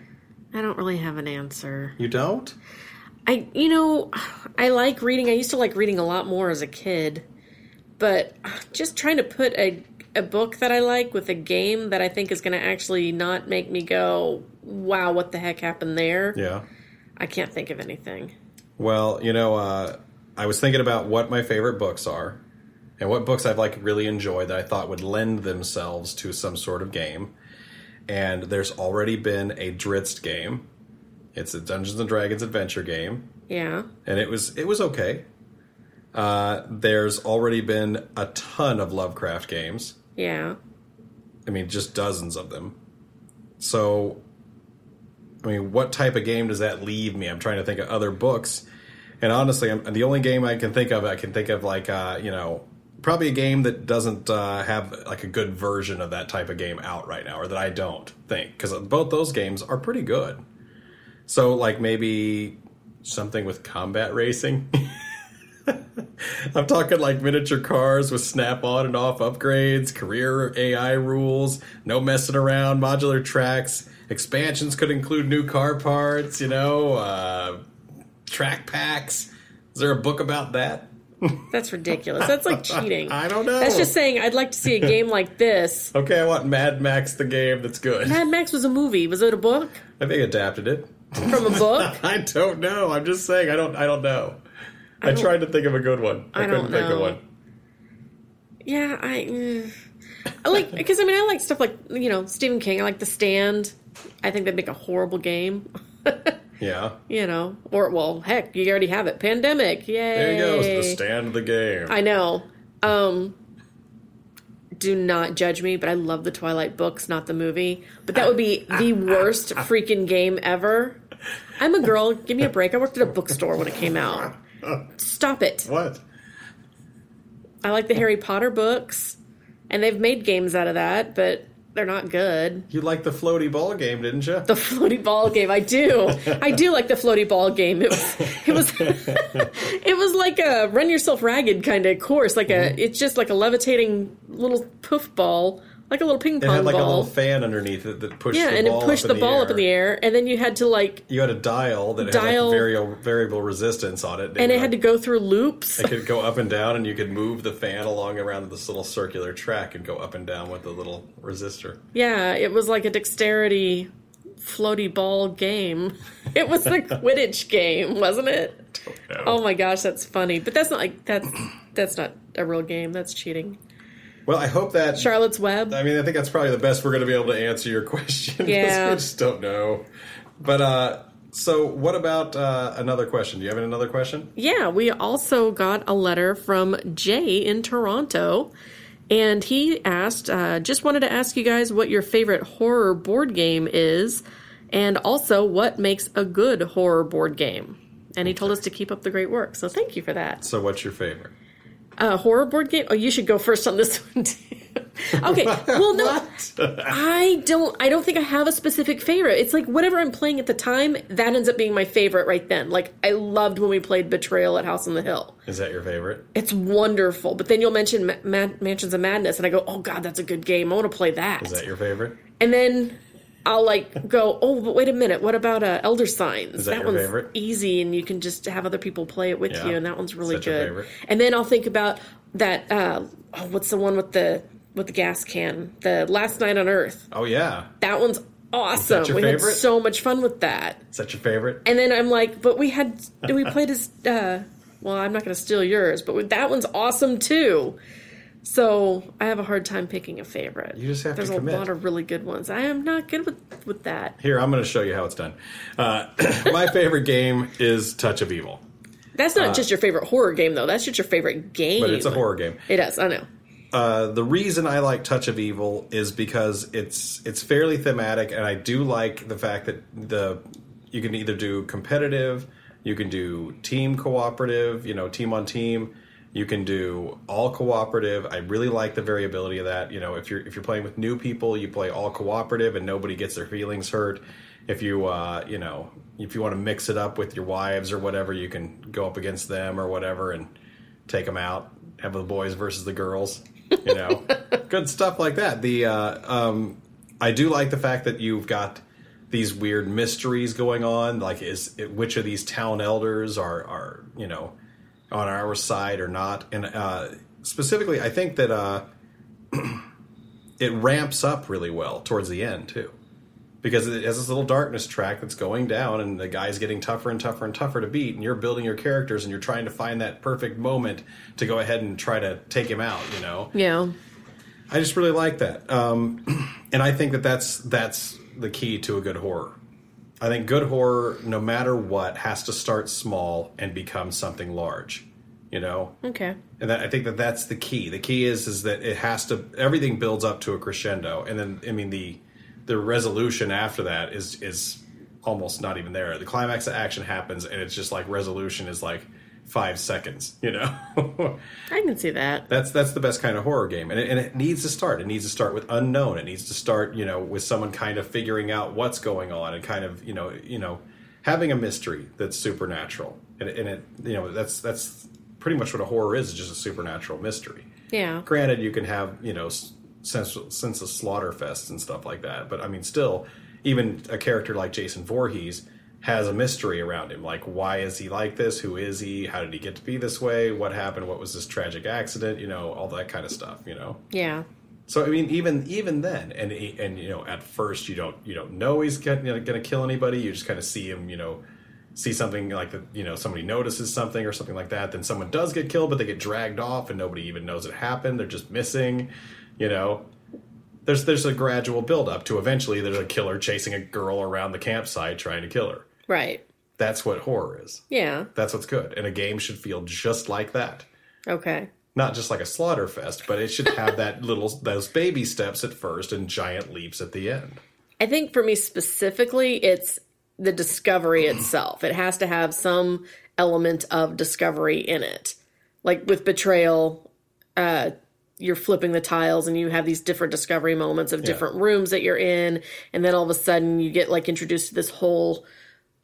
B: I don't really have an answer.
A: you don't.
B: I you know, I like reading. I used to like reading a lot more as a kid, but just trying to put a a book that I like with a game that I think is going to actually not make me go, "Wow, what the heck happened there?"
A: Yeah.
B: I can't think of anything.
A: Well, you know, uh, I was thinking about what my favorite books are and what books I've like really enjoyed that I thought would lend themselves to some sort of game. And there's already been a Dritz game. It's a Dungeons and Dragons adventure game,
B: Yeah.
A: and it was it was okay. Uh, there's already been a ton of Lovecraft games.
B: Yeah.
A: I mean, just dozens of them. So, I mean, what type of game does that leave me? I'm trying to think of other books, and honestly, I'm, the only game I can think of, I can think of like, uh, you know, probably a game that doesn't uh, have like a good version of that type of game out right now, or that I don't think because both those games are pretty good. So, like maybe something with combat racing. I'm talking like miniature cars with snap on and off upgrades, career AI rules, no messing around, modular tracks. Expansions could include new car parts, you know, uh, track packs. Is there a book about that?
B: That's ridiculous. That's like cheating.
A: I don't know.
B: That's just saying I'd like to see a game like this.
A: Okay, I want Mad Max the game that's good.
B: Mad Max was a movie. Was it a book?
A: I think I adapted it.
B: From a book?
A: I don't know. I'm just saying I don't I don't know. I,
B: don't-
A: tried to think of a good one. I,
B: I
A: couldn't
B: don't
A: think of
B: know.
A: one.
B: Yeah, I. mm. I like because I mean I like stuff like you know Stephen King. I like The Stand. I think they'd make a horrible game.
A: Yeah.
B: You know, or well, heck, you already have it. Pandemic, yay!
A: There you go. It's the stand of the game.
B: I know. Um, do not judge me, but I love the Twilight books, not the movie. But that would be the worst freaking game ever. I'm a girl. Give me a break. I worked at a bookstore when it came out. Stop it.
A: what?
B: I like the Harry Potter books, and they've made games out of that, but they're not good.
A: You liked the floaty ball game, didn't you?
B: The floaty ball game, I do. I do like the floaty ball game. It was, it was, it was like a run yourself ragged kind of course. Like
A: Mm-hmm.
B: a, it's just like a levitating little poof ball, like a little ping
A: it
B: pong
A: had like a
B: ball.
A: little fan underneath it that pushed
B: yeah,
A: the
B: and it
A: ball
B: pushed
A: up
B: the
A: in
B: ball up in the air, and then you had to like,
A: You had a dial that
B: Dial.
A: had like variable, variable resistance on it.
B: and it
A: would,
B: had to
A: like-
B: go through loops.
A: It could go up and down, and you could move the fan along around this little circular track and go up and down with the little resistor.
B: Yeah, it was like a dexterity floaty ball game. It was the Quidditch game, wasn't it? Oh my gosh, that's funny. But that's not like that's that's not a real game. That's cheating.
A: Well, I hope that.
B: Charlotte's Web.
A: I mean, I think that's probably the best we're going to be able to answer your question. 'cause
B: Yeah.
A: we just don't know. But uh, so, what about uh, another question? Do you have another question?
B: Yeah, we also got a letter from Jay in Toronto. And he asked, uh, just wanted to ask you guys what your favorite horror board game is, and also what makes a good horror board game. And he told us to keep up the great work. So thank you for that.
A: So, what's your favorite?
B: a horror board game. Oh, you should go first on this one. Too. okay. Well, no, I don't. I don't think I have a specific favorite. It's like whatever I'm playing at the time that ends up being my favorite right then. Like I loved when we played Betrayal at House on the Hill.
A: Is that your favorite?
B: It's wonderful. But then you'll mention Ma- Ma- Mansions of Madness, and I go, "Oh God, that's a good game. I want to play that."
A: Is that your favorite?
B: and then. I'll like go. Oh, but wait a minute. What about uh, Elder Signs?
A: Is that your
B: one's
A: favorite?
B: easy, and you can just have other people play it with
A: Yeah.
B: you, and that one's really
A: Is that your
B: good.
A: favorite?
B: And then I'll think about that. Uh, oh, what's the one with the with the gas can? The Last Night on Earth.
A: Oh yeah,
B: That one's awesome.
A: your
B: we
A: favorite?
B: had so much fun with that.
A: is that your favorite?
B: And then I'm like, but we had we played as. Uh, well, I'm not going to steal yours, but that one's awesome too. So I have a hard time picking a favorite.
A: You just have to
B: There's
A: commit.
B: a lot of really good ones. I am not good with with that.
A: Here, I'm going to show you how it's done. Uh, my favorite game is Touch of Evil,
B: That's not just your favorite horror game, though. That's just your favorite game.
A: Uh, but it's a horror game.
B: It is. I know.
A: Uh, the reason I like Touch of Evil is because it's it's fairly thematic, and I do like the fact that the you can either do competitive, you can do team cooperative, you know, team on team. You can do all cooperative. I really like the variability of that. You know, if you're if you're playing with new people, you play all cooperative, and nobody gets their feelings hurt. If you uh, you know if you want to mix it up with your wives or whatever, you can go up against them or whatever, and take them out, have the boys versus the girls, you know, good stuff like that. The uh, um, I do like the fact that you've got these weird mysteries going on. Like, is which of these town elders are are you know on our side or not? And uh, specifically, I think that uh, it ramps up really well towards the end too. Because it has this little darkness track that's going down, and the guy's getting tougher and tougher and tougher to beat, and you're building your characters, and you're trying to find that perfect moment to go ahead and try to take him out, you know?
B: Yeah.
A: I just really like that, um, and I think that that's that's the key to a good horror. I think good horror, no matter what, has to start small and become something large. You know,
B: Okay.
A: and that, I think that that's the key. The key is is that it has to everything builds up to a crescendo, and then I mean the the resolution after that is is almost not even there. The climax of action happens, and it's just like resolution is like five seconds. You know.
B: I can see that.
A: That's that's the best kind of horror game, and it, and it needs to start. It needs to start with unknown. It needs to start, you know, with someone kind of figuring out what's going on and kind of, you know, you know, having a mystery that's supernatural. And, it- and it, you know, that's that's pretty much what a horror is, just a supernatural mystery.
B: Yeah.
A: Granted, you can have you know s- sense sense of slaughter fests and stuff like that, but I mean, still, even a character like Jason Voorhees has a mystery around him. Like, why is he like this? Who is he? How did he get to be this way? What happened? What was this tragic accident? You know, all that kind of stuff. You know,
B: Yeah.
A: so I mean, even even then, and he- and you know, at first you don't you don't know he's going to kill anybody. You just kind of see him, you know, see something like that. You know, somebody notices something or something like that. Then someone does get killed, but they get dragged off, and nobody even knows it happened. They're just missing. You know, there's there's a gradual build up to eventually there's a killer chasing a girl around the campsite trying to kill her.
B: Right.
A: That's what horror is.
B: Yeah.
A: That's what's good, and a game should feel just like that.
B: Okay.
A: Not just like a slaughter fest, but it should have that little those baby steps at first and giant leaps at the end.
B: I think for me specifically, it's the discovery itself. It has to have some element of discovery in it. Like with betrayal, uh, you're flipping the tiles and you have these different discovery moments of different rooms that you're in, and then all of a sudden you get like introduced to this whole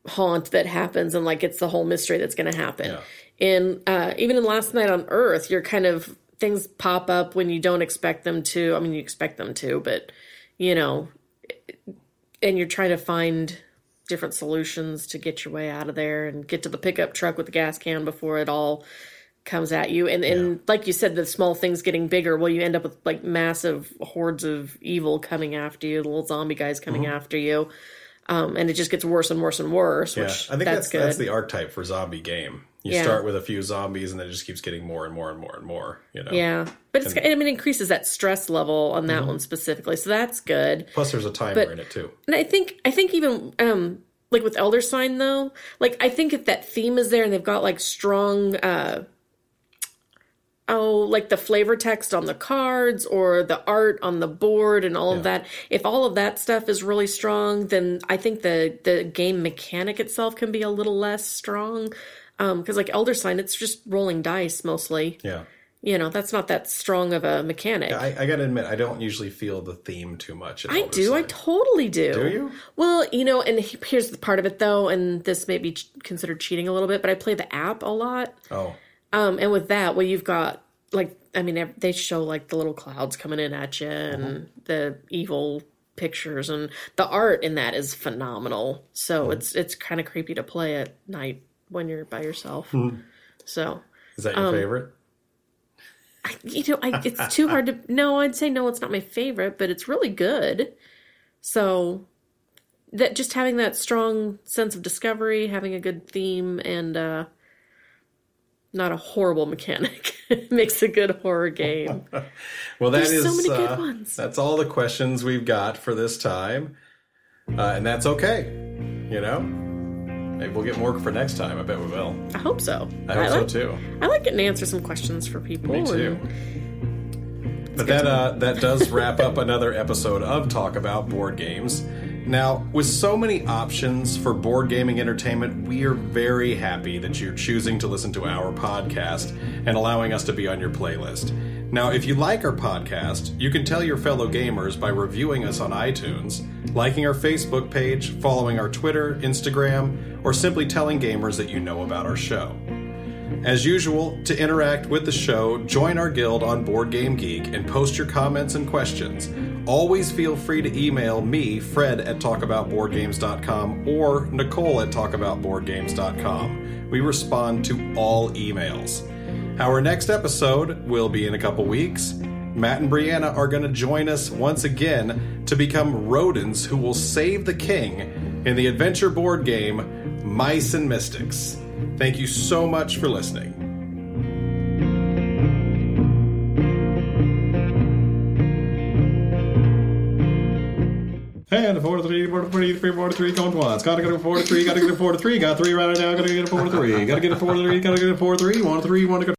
B: haunt that happens and like it's the whole mystery that's going to happen. In uh, even in last night on Earth, you're kind of things pop up when you don't expect them to. I mean, you expect them to, but you know, and you're trying to find different solutions to get your way out of there and get to the pickup truck with the gas can before it all comes at you and and like you said the small things getting bigger well you end up with like massive hordes of evil coming after you the little zombie guys coming
A: Mm-hmm.
B: after you um, and it just gets worse and worse and worse
A: Yeah,
B: which
A: I think
B: that's,
A: that's that's,
B: good
A: the archetype for zombie game. You
B: Yeah.
A: start with a few zombies, and then it just keeps getting more and more and more and more. You know.
B: yeah but it's I mean, it increases that stress level on
A: Mm-hmm.
B: that one specifically so that's good
A: Plus, there's a timer
B: But-
A: in it too.
B: And I think I think even um like with Elder Sign though, like I think if that theme is there and they've got like strong uh oh, like the flavor text on the cards or the art on the board and all of that, if all of that stuff is really strong, then I think the the game mechanic itself can be a little less strong. Um, because like Elder Sign, it's just rolling dice mostly.
A: Yeah.
B: You know, that's not that strong of a mechanic. I,
A: I, I gotta admit, I don't usually feel the theme too much. in Elder
B: do. I
A: Sign.
B: totally do.
A: do you?
B: Well, you know, and he- here's the part of it though, and this may be ch- considered cheating a little bit, but I play the app a lot.
A: Oh,
B: Um, and with that, well, you've got like, I mean, ev- they show like the little clouds coming in at you and the evil pictures, and the art in that is phenomenal. So it's it's kind of creepy to play at night when you're by yourself. So
A: is that your
B: Um,
A: favorite?
B: you know, I, it's too hard to. No, I'd say no. It's not my favorite, but it's really good. So that just having that strong sense of discovery, having a good theme, and uh, not a horrible mechanic makes a good horror game.
A: Well, that is
B: There's so many good
A: uh,
B: ones.
A: That's all the questions we've got for this time, uh, and that's okay. You know, maybe we'll get more for next time. I bet we will.
B: I hope so.
A: I hope so
B: like,
A: too.
B: I like getting to answer some questions for people.
A: Me too.
B: and-
A: But that uh, that does wrap up another episode of Talk About Board Games. Now, with so many options for board gaming entertainment, we are very happy that you're choosing to listen to our podcast and allowing us to be on your playlist. Now, if you like our podcast, you can tell your fellow gamers by reviewing us on iTunes, liking our Facebook page, following our Twitter, Instagram, or simply telling gamers that you know about our show. As usual, to interact with the show, join our guild on Board Game Geek and post your comments and questions. Always feel free to email me, Fred at talkaboutboardgames.com or Nicole at talkaboutboardgames.com. We respond to all emails. Our next episode will be in a couple weeks. Matt and Brianna are going to join us once again to become rodents who will save the king in the adventure board game Mice and Mystics. Thank you so much for listening. And a four to three, four to three, three, four to three, going once. Gotta get a four to three, gotta get a four to three, got three right now, gotta get a four to three, gotta get a four to three, gotta get a four to three, one to three, one to go.